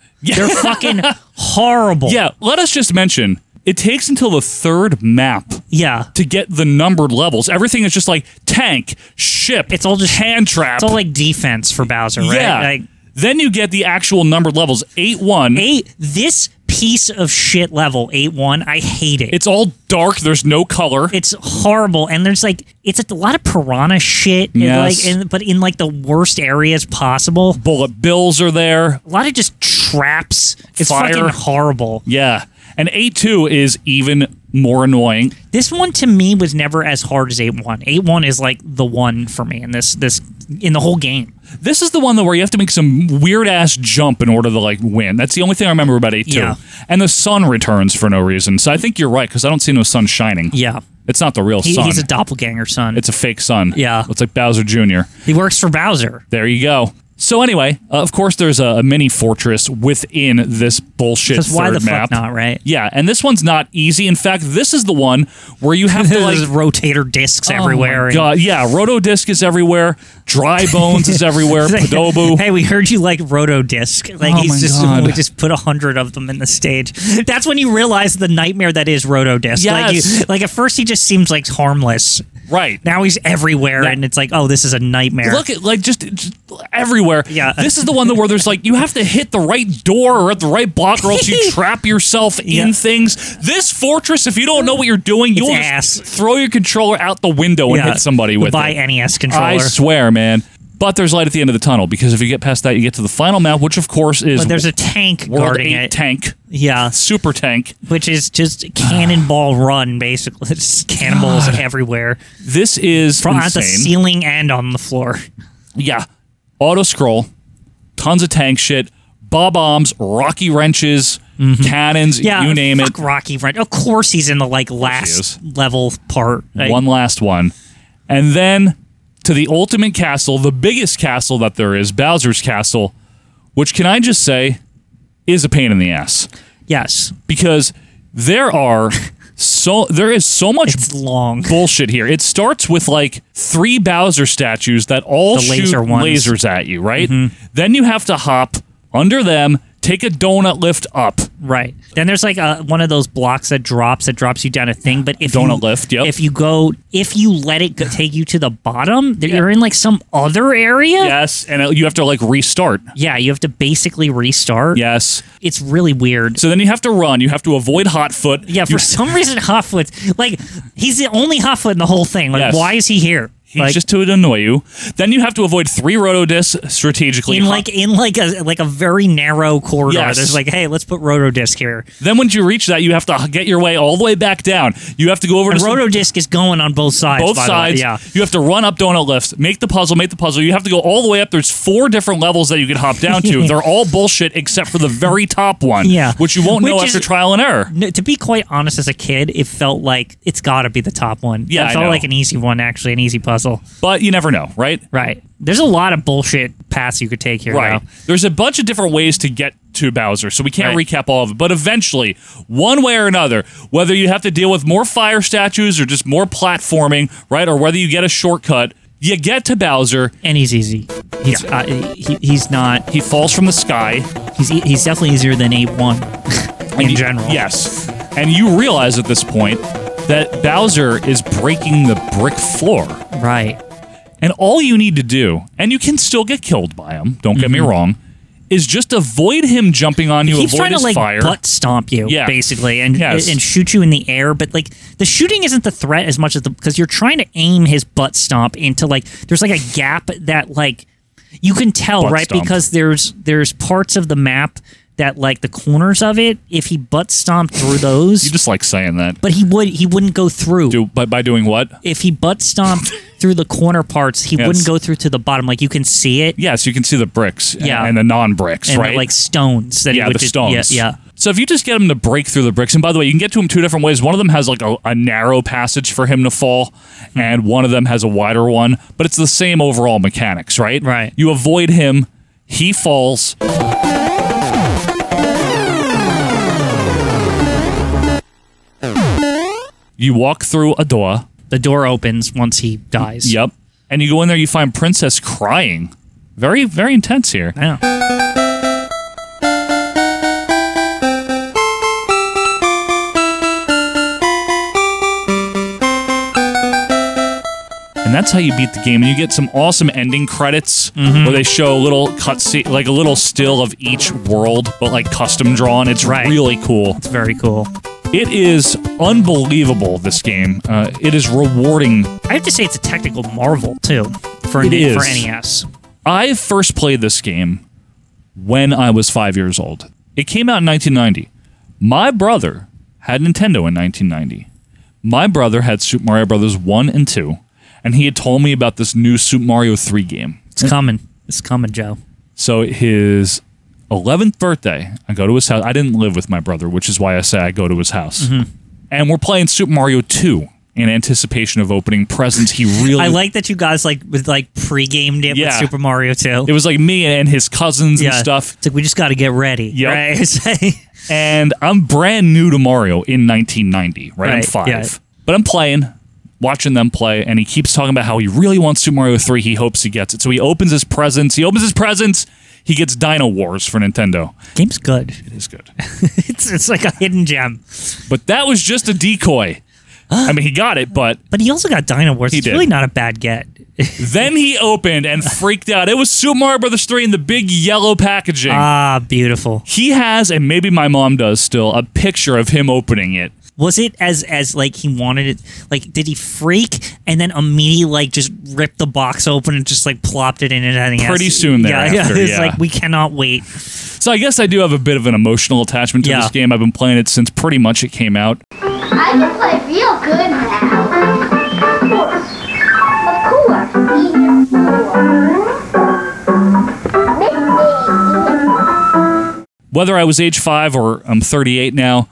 C: They're fucking horrible.
B: Yeah, let us just mention it takes until the third map
C: Yeah.
B: to get the numbered levels. Everything is just like tank, ship, it's all just hand trap.
C: It's all like defense for Bowser, right?
B: Yeah.
C: Like
B: then you get the actual numbered levels. Eight one.
C: eight this piece of shit level, eight one, I hate it.
B: It's all dark. There's no color.
C: It's horrible. And there's like it's a lot of piranha shit. and,
B: Yes.
C: like and, but in like the worst areas possible.
B: Bullet bills are there.
C: A lot of just traps. It's
B: Fire.
C: fucking horrible.
B: Yeah. And eight two is even more annoying.
C: This one to me was never as hard as 8-1. 8-1 is like the one for me in this this in the whole game.
B: This is the one though where you have to make some weird ass jump in order to like win. That's the only thing I remember about eight two.
C: Yeah.
B: And the sun returns for no reason. So I think you're right because I don't see no sun shining.
C: Yeah.
B: It's not the real
C: He,
B: sun.
C: he's a doppelganger son.
B: It's a fake son.
C: Yeah.
B: It's like Bowser Jr.
C: he works for Bowser.
B: There you go. So anyway, uh, of course, there's a, a mini fortress within this bullshit
C: Because why
B: third
C: the
B: map.
C: fuck not, right?
B: Yeah, and this one's not easy. In fact, this is the one where you have to like
C: There's rotator discs
B: Oh
C: everywhere.
B: my
C: and-
B: God, yeah, rotodisc is everywhere. Dry bones is everywhere. Padobu.
C: Hey, we heard you like roto disc. Like
B: Oh my
C: he's just
B: God.
C: we just put a hundred of them in the stage. That's when you realize the nightmare that is roto disc. Like, you,
B: Yes.
C: like at first he just seems like harmless.
B: Right
C: Now he's everywhere, and it's like, oh, this is a nightmare.
B: Look at like just, just everywhere. where this is the one that where there's like you have to hit the right door or at the right block or else you trap yourself in things. This fortress, if you don't know what you're doing, you'll just throw your controller out the window and
C: Yeah.
B: hit somebody with
C: Buy
B: it.
C: NES controller.
B: I swear, man. But there's light at the end of the tunnel because if you get past that, you get to the final map, which of course is
C: But there's a tank
B: World
C: guarding
B: eight
C: it.
B: Tank.
C: Yeah,
B: super tank,
C: which is just cannonball run basically. It's just cannonballs
B: God.
C: everywhere.
B: This is
C: from at the
B: insane.
C: ceiling and on the floor.
B: Yeah. Auto scroll, tons of tank shit, bob bombs, rocky wrenches, cannons,
C: Mm-hmm. Yeah,
B: you name
C: fuck
B: it.
C: Rocky French. Of course, he's in the like last level part. Like,
B: one last one. And then to the ultimate castle, the biggest castle that there is, Bowser's Castle, which can I just say is a pain in the ass.
C: Yes.
B: Because there are so there is so much
C: long
B: bullshit here. It starts with like three Bowser statues that all
C: The
B: shoot
C: laser ones. Mm-hmm.
B: lasers at you, right? Then you have to hop under them, take a donut lift up.
C: Right. Then there's like a, one of those blocks that drops that drops you down a thing. But if
B: Donut
C: you,
B: lift, yep.
C: If you go, if you let it go, take you to the bottom, that you're in like some other area.
B: Yes, and you have to like restart.
C: Yeah, you have to basically restart.
B: Yes,
C: it's really weird.
B: So then you have to run. You have to avoid Hotfoot.
C: Yeah, for
B: You-
C: some reason, Hotfoot, like he's the only Hotfoot in the whole thing. Like,
B: Yes.
C: why is he here?
B: He's
C: like,
B: just to annoy you. Then you have to avoid three rotodiscs strategically.
C: in like in like a like a very narrow corridor.
B: Yes.
C: There's like, hey, let's put Rotodisc here.
B: then once you reach that, you have to get your way all the way back down. You have to go over
C: And
B: to some-
C: Rotodisc is going on both sides.
B: both
C: by the way.
B: sides.
C: Yeah.
B: You have to run up donut lifts, make the puzzle, make the puzzle. You have to go all the way up. There's four different levels that you can hop down to. They're all bullshit except for the very top one,
C: Yeah.
B: which you won't know
C: Which
B: after
C: is-
B: trial and error.
C: No, to be quite honest, as a kid, it felt like it's got to be the top one.
B: Yeah,
C: it
B: I
C: felt
B: know.
C: like an easy one, actually, an easy puzzle.
B: But you never know, right?
C: Right. There's a lot of bullshit paths you could take here.
B: Right.
C: now.
B: There's a bunch of different ways to get to Bowser, so we can't recap all of it. But eventually, one way or another, whether you have to deal with more fire statues or just more platforming, right, or whether you get a shortcut, you get to Bowser,
C: and he's easy. He's uh, he, he's not.
B: He falls from the sky.
C: He's e- he's definitely easier than a one in general.
B: Yes. And you realize at this point that Bowser is breaking the brick floor.
C: Right.
B: And all you need to do, and you can still get killed by him, don't get me wrong, is just avoid him jumping on you,
C: Mm-hmm. He keeps
B: avoid
C: trying to
B: his
C: like
B: fire.
C: butt stomp you,
B: Yeah.
C: basically, and
B: Yes.
C: and shoot you in the air. But like the shooting isn't the threat as much as the because you're trying to aim his butt stomp into like there's like a gap that like you can tell
B: Butt
C: right
B: stomp.
C: because there's there's parts of the map that like the corners of it if he butt stomped through those you
B: just like saying that
C: but he would he wouldn't go through
B: Do, by, by doing what?
C: if he butt stomped through the corner parts he
B: Yes.
C: wouldn't go through to the bottom like you can see it
B: Yes, you can see the bricks and-
C: Yeah.
B: and, the non bricks,
C: and the,
B: right?
C: like stones that
B: yeah,
C: he would
B: the
C: just,
B: stones.
C: yeah, yeah.
B: So if you just get him to break through the bricks, and by the way, you can get to him two different ways. One of them has like a, a narrow passage for him to fall,
C: Hmm.
B: and one of them has a wider one, but it's the same overall mechanics, right? Right. You avoid him, he falls. You walk through a door.
C: The door opens once he dies.
B: Yep. And you go in there, you find Princess crying. Very, very intense here.
C: Yeah.
B: And that's how you beat the game. And you get some awesome ending credits
C: Mhm.
B: where they show a little cutscene, like a little still of each world, but like custom drawn. It's really cool. It's
C: very cool.
B: It is unbelievable, this game. Uh, it is rewarding.
C: I have to say it's a technical marvel too for
B: It
C: N- E for
B: is.
C: NES.
B: I first played this game when I was five years old. It came out in 1990. My brother had Nintendo in 1990. My brother had Super Mario Brothers 1 and 2, and he had told me about this new Super Mario 3 game.
C: It's coming. It's coming, Joe.
B: So his 11th birthday, I go to his house. I didn't live with my brother, which is why I say I go to his house.
C: Mm-hmm.
B: And we're playing Super Mario 2 in anticipation of opening presents. He really
C: I like that you guys like with like pre-gamed it with
B: Yeah.
C: Super Mario 2.
B: It was like me and his cousins and
C: Yeah.
B: stuff.
C: It's like we just got to get ready.
B: Yep.
C: Right?
B: and I'm brand new to Mario in 1990, right? I'm
C: Right,
B: five.
C: yeah.
B: But I'm playing, watching them play, and he keeps talking about how he really wants Super Mario 3. He hopes he gets it. So he opens his presents. He opens his presents. He gets Dino Wars for Nintendo.
C: Game's good.
B: It is good.
C: it's it's like a hidden gem.
B: But that was just a decoy. I mean, he got it, but
C: But he also got Dino Wars.
B: He
C: it's
B: did.
C: really not a bad get.
B: then he opened and freaked out. It was Super Mario Brothers 3 in the big yellow packaging.
C: Ah, beautiful.
B: He has, and maybe my mom does still, a picture of him opening it.
C: Was it as as like he wanted it? Like, did he freak and then immediately like just ripped the box open and just like plopped it in and I think
B: Pretty soon thereafter,
C: it's
B: yeah.
C: like we cannot wait.
B: So I guess I do have a bit of an emotional attachment to
C: Yeah.
B: this game. I've been playing it since pretty much it came out.
E: I can play real good now. Of course. Of course.
B: Whether I was age five or I'm 38 now,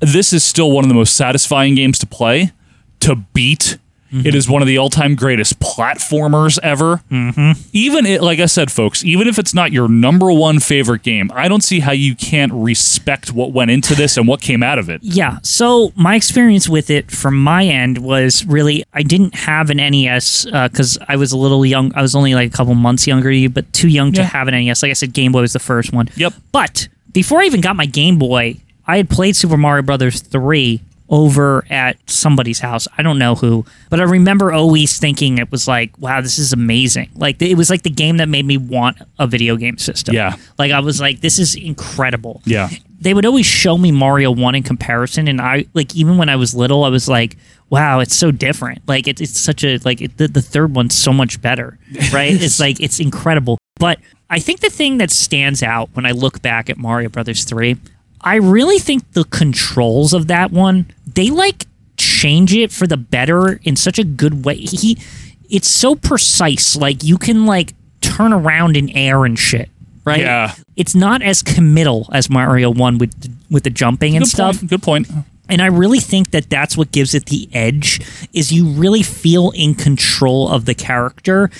B: this is still one of the most satisfying games to play, to beat. It is one of the all-time greatest platformers ever.
C: Mm-hmm.
B: Even it, like I said, folks, even if it's not your number one favorite game, I don't see how you can't respect what went into this and what came out of it.
C: Yeah. So my experience with it from my end was really I didn't have an E NES because uh, I was a little young. I was only like a couple months younger than you, but too young to
F: Yeah.
C: have an NES. Like I said, Game Boy was the first one.
B: Yep.
C: But before I even got my Game Boy, I had played Super Mario Brothers three over at somebody's house. I don't know who, but I remember always thinking it was like, wow, this is amazing. Like it was like the game that made me want a video game system.
B: Yeah.
C: Like I was like, this is incredible
B: Yeah.
C: they would always show me Mario 1 in comparison and I like even when I was little I was like wow it's so different like it, it's such a like it, the, the third one's so much better right it's like it's incredible but I think the thing that stands out when I look back at Mario Brothers 3 I really think the controls of that one they like change it for the better in such a good way he it's so precise like you can like turn around in air and shit right
B: Yeah.
C: it's not as committal as Mario One with with the jumping and
B: Good
C: stuff.
B: point, Good point.
C: And I really think that that's what gives it the edge is you really feel in control of the character,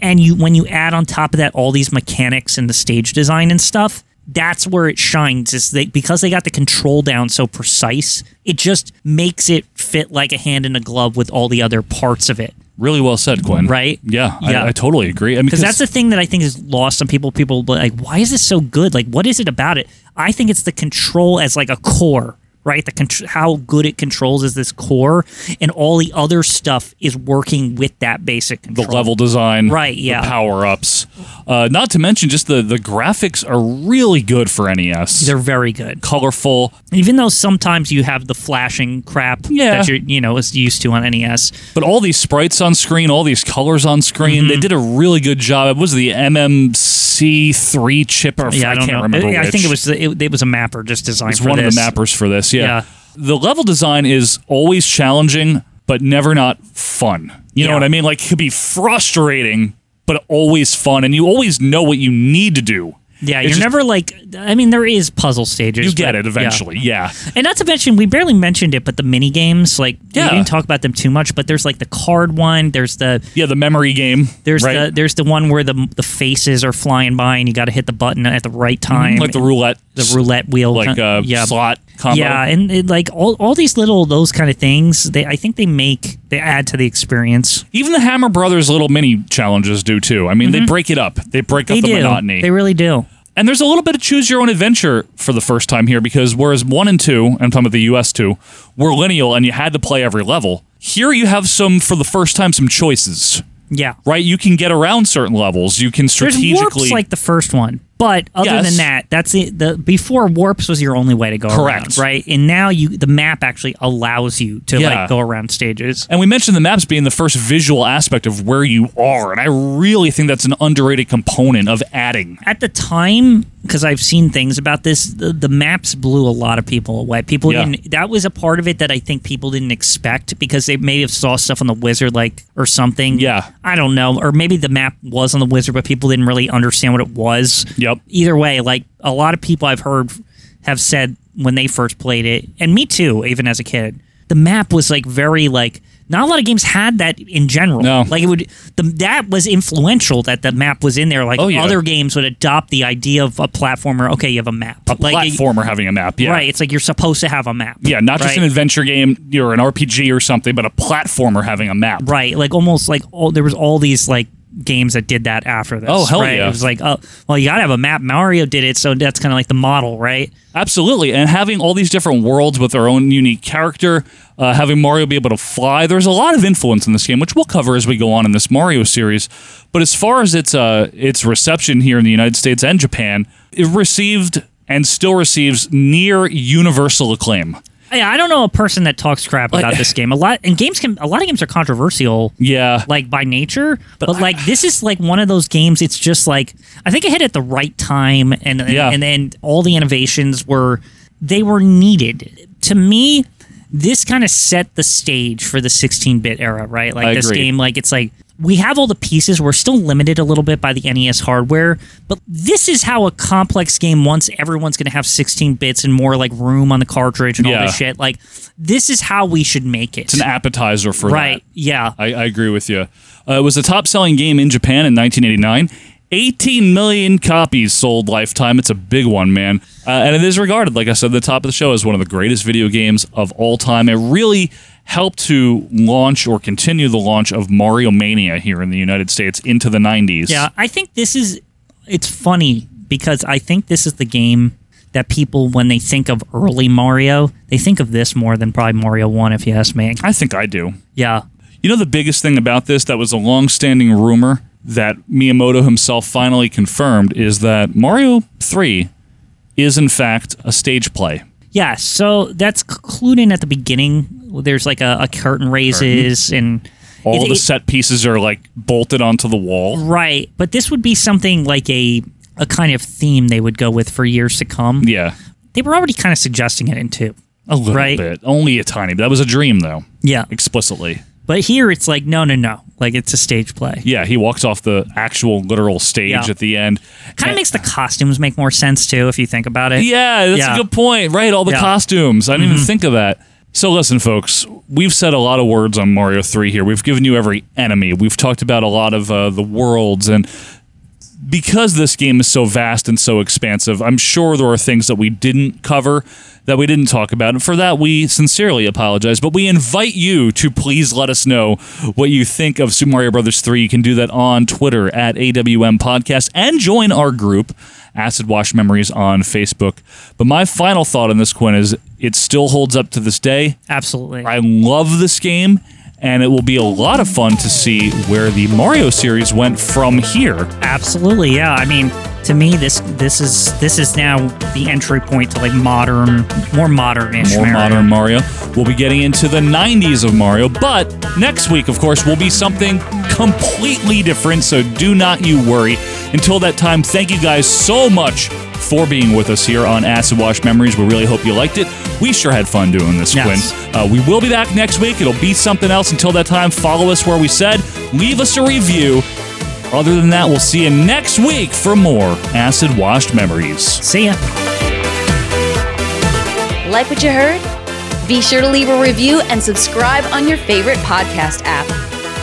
C: and you when you add on top of that all these mechanics and the stage design and stuff. That's where it shines is they because they got the control down so precise, it just makes it fit like a hand in a glove with all the other parts of it.
B: Really well said, Gwen.
C: Right?
B: Yeah,
C: Yeah.
B: I, I totally agree. I mean,
C: because that's the thing that I think is lost on people. People be like, why is this so good? Like, what is it about it? I think it's the control as like a core, right? The contr how good it controls is this core, and all the other stuff is working with that basic control.
B: the level design,
C: Right, yeah.
B: the power ups. Uh, not to mention, just the the graphics are really good for E NES.
C: They're very good,
B: colorful.
C: Even though sometimes you have the flashing crap
B: Yeah.
C: that you're you know is used to on E NES.
B: But all these sprites on screen, all these colors on screen,
C: Mm-hmm.
B: they did a really good job. It was the MMC3 chip, or
C: Yeah, I,
B: I,
C: don't
B: can't
C: know.
B: remember.
C: I, I
B: which.
C: think it was the, it, it was a mapper just designed
B: It's
C: for
B: one
C: this.
B: of the mappers for this. Yeah.
C: Yeah.
B: the level design is always challenging, but never not fun. You know what I mean? Like it could be frustrating, but always fun, and you always know what you need to do.
C: Yeah,
B: It's
C: you're
B: just-
C: never like. I mean, there is puzzle stages.
B: You get
C: but-
B: it eventually. Yeah.
C: And not to mention, we barely mentioned it, but the mini games, like
B: Yeah.
C: we didn't talk about them too much. But there's like the card one. There's the
B: yeah the memory game.
C: There's
B: right?
C: the there's the one where the the faces are flying by and you got to hit the button at the right time,
B: Mm-hmm. Like the roulette,
C: the roulette wheel,
B: like uh,
C: yeah.
B: slot combo.
C: Yeah, and it, like all, all these little those kind of things, they I think they make they add to the experience.
B: Even the Hammer Brothers little mini challenges do too. I mean, they
C: Mhm.
B: break it up. They break
C: They
B: up the
C: do.
B: monotony.
C: They really do.
B: And there's a little bit of choose your own adventure for the first time here because whereas one and two, and I'm talking about the US two, were lineal and you had to play every level, here you have some, for the first time, some choices.
C: Yeah.
B: Right? You can get around certain levels. You can
C: There's warps
B: strategically.
C: like the first one, but other
B: Yes.
C: than that, that's it. The before warps was your only way to go
B: Correct.
C: around, right? And now you the map actually allows you to
B: Yeah.
C: like go around stages.
B: and we mentioned the maps being the first visual aspect of where you are. And I really think that's an underrated component of adding.
C: At the time, because I've seen things about this, the, the maps blew a lot of people away. People
B: Yeah.
C: didn't. That was a part of it that I think people didn't expect because they may have saw stuff on the wizard, like or something. Yeah, I don't know, or maybe the map was on the wizard, but people didn't really understand what it was.
B: Yep.
C: Either way, like a lot of people I've heard have said when they first played it, and me too, even as a kid, the map was like very like. Not a lot of games had that in general. No. Like it would, the, that was influential that the map was in there. Like
B: Oh, yeah.
C: other games would adopt the idea of a platformer. Okay, you have a map.
B: A platformer having a map. Yeah.
C: Right. It's like you're supposed to have a map.
B: Yeah, not just an
C: right?
B: adventure game or an RPG or something, but a platformer having a map.
C: Right. Like almost like all there was all these like games that did that after this.
B: Oh, hell
C: right?
B: yeah.
C: It was like, oh well you gotta have a map. Mario did it, so that's kinda like the model, right?
B: Absolutely. And having all these different worlds with their own unique character, uh, having Mario be able to fly. There's a lot of influence in this game, which we'll cover as we go on in this Mario series. But as far as its uh, its reception here in the United States and Japan, it received and still receives near universal acclaim.
C: Yeah, I don't know a person that talks crap about this game. A lot and games can a lot of games are controversial.
B: Yeah,
C: like by nature, but, like this is like one of those games. It's just like I think it hit at the right time, and
B: Yeah.
C: and and all the innovations were they were needed. To me, this kind of set the stage for the 16-bit era, right? Like
B: I
C: this
B: agree.
C: game, like it's like. We have all the pieces. We're still limited a little bit by the NES hardware, but this is how a complex game, once everyone's going to have 16 bits and more like room on the cartridge and all
B: Yeah.
C: this shit, like this is how we should make it.
B: It's an appetizer for
C: right.
B: that.
C: Yeah.
B: I, I agree with you. Uh, it was the top selling game in Japan in 1989. 18 million copies sold lifetime. It's a big one, man. Uh, and it is regarded, like I said at the top of the show, as one of the greatest video games of all time. It really helped to launch or continue the launch of Mario Mania here in the United States into the 90s.
C: Yeah, I think this is it's funny because I think this is the game that people when they think of early Mario, they think of this more than probably Mario 1 if you ask me.
B: I think I do.
C: Yeah.
B: You know the biggest thing about this that was a long-standing rumor that Miyamoto himself finally confirmed is that Mario 3 is in fact a stage play.
C: Yeah, so that's c- clued in at the beginning. There's like a, a curtain raises and
B: All
C: it-
B: the
C: it-
B: set pieces are like bolted onto the wall.
C: Right, but this would be something like a a kind of theme they would go with for years to come.
B: Yeah.
C: They were already kind of suggesting it in 2.
B: A little
C: right?
B: bit. Only a tiny bit. That was a dream though.
C: Yeah.
B: Explicitly.
C: But here it's like no, no, no. Like it's a stage play.
B: Yeah, he walks off the actual literal stage
C: Yeah.
B: at the end.
C: Kind of makes the costumes make more sense too if you think about it.
B: Yeah, Mm-hmm. that's a good point. Right, all the
C: Yeah.
B: costumes. I didn't
C: Mhm.
B: even think of that. So listen, folks, we've said a lot of words on Mario 3 here. We've given you every enemy. We've talked about a lot of uh, the worlds and because this game is so vast and so expansive, I'm sure there are things that we didn't cover that we didn't talk about. And for that, we sincerely apologize. But we invite you to please let us know what you think of Super Mario Brothers 3. You can do that on Twitter at AWM Podcast and join our group, Acid Wash Memories, on Facebook. But my final thought on this, Quinn, is it still holds up to this day.
C: Absolutely.
B: I love this game. And it will be a lot of fun to see where the Mario series went from here.
C: Absolutely, yeah. I mean, to me, this this is this is now the entry point to like modern, more modern-ish
B: More
C: Mario.
B: modern Mario. We'll be getting into the 90s of Mario, but next week, of course, will be something completely different, so do not you worry. Until that time, thank you guys so much for being with us here on Acid Wash Memories. We really hope you liked it. We sure had fun doing this, Quinn. Uh, we will be back next week. It'll be something else. Until that time, follow us where we said, leave us a review. Other than that, we'll see you next week for more Acid Washed Memories. See
C: ya.
A: Like what you heard? Be sure to leave a review and subscribe on your favorite podcast app.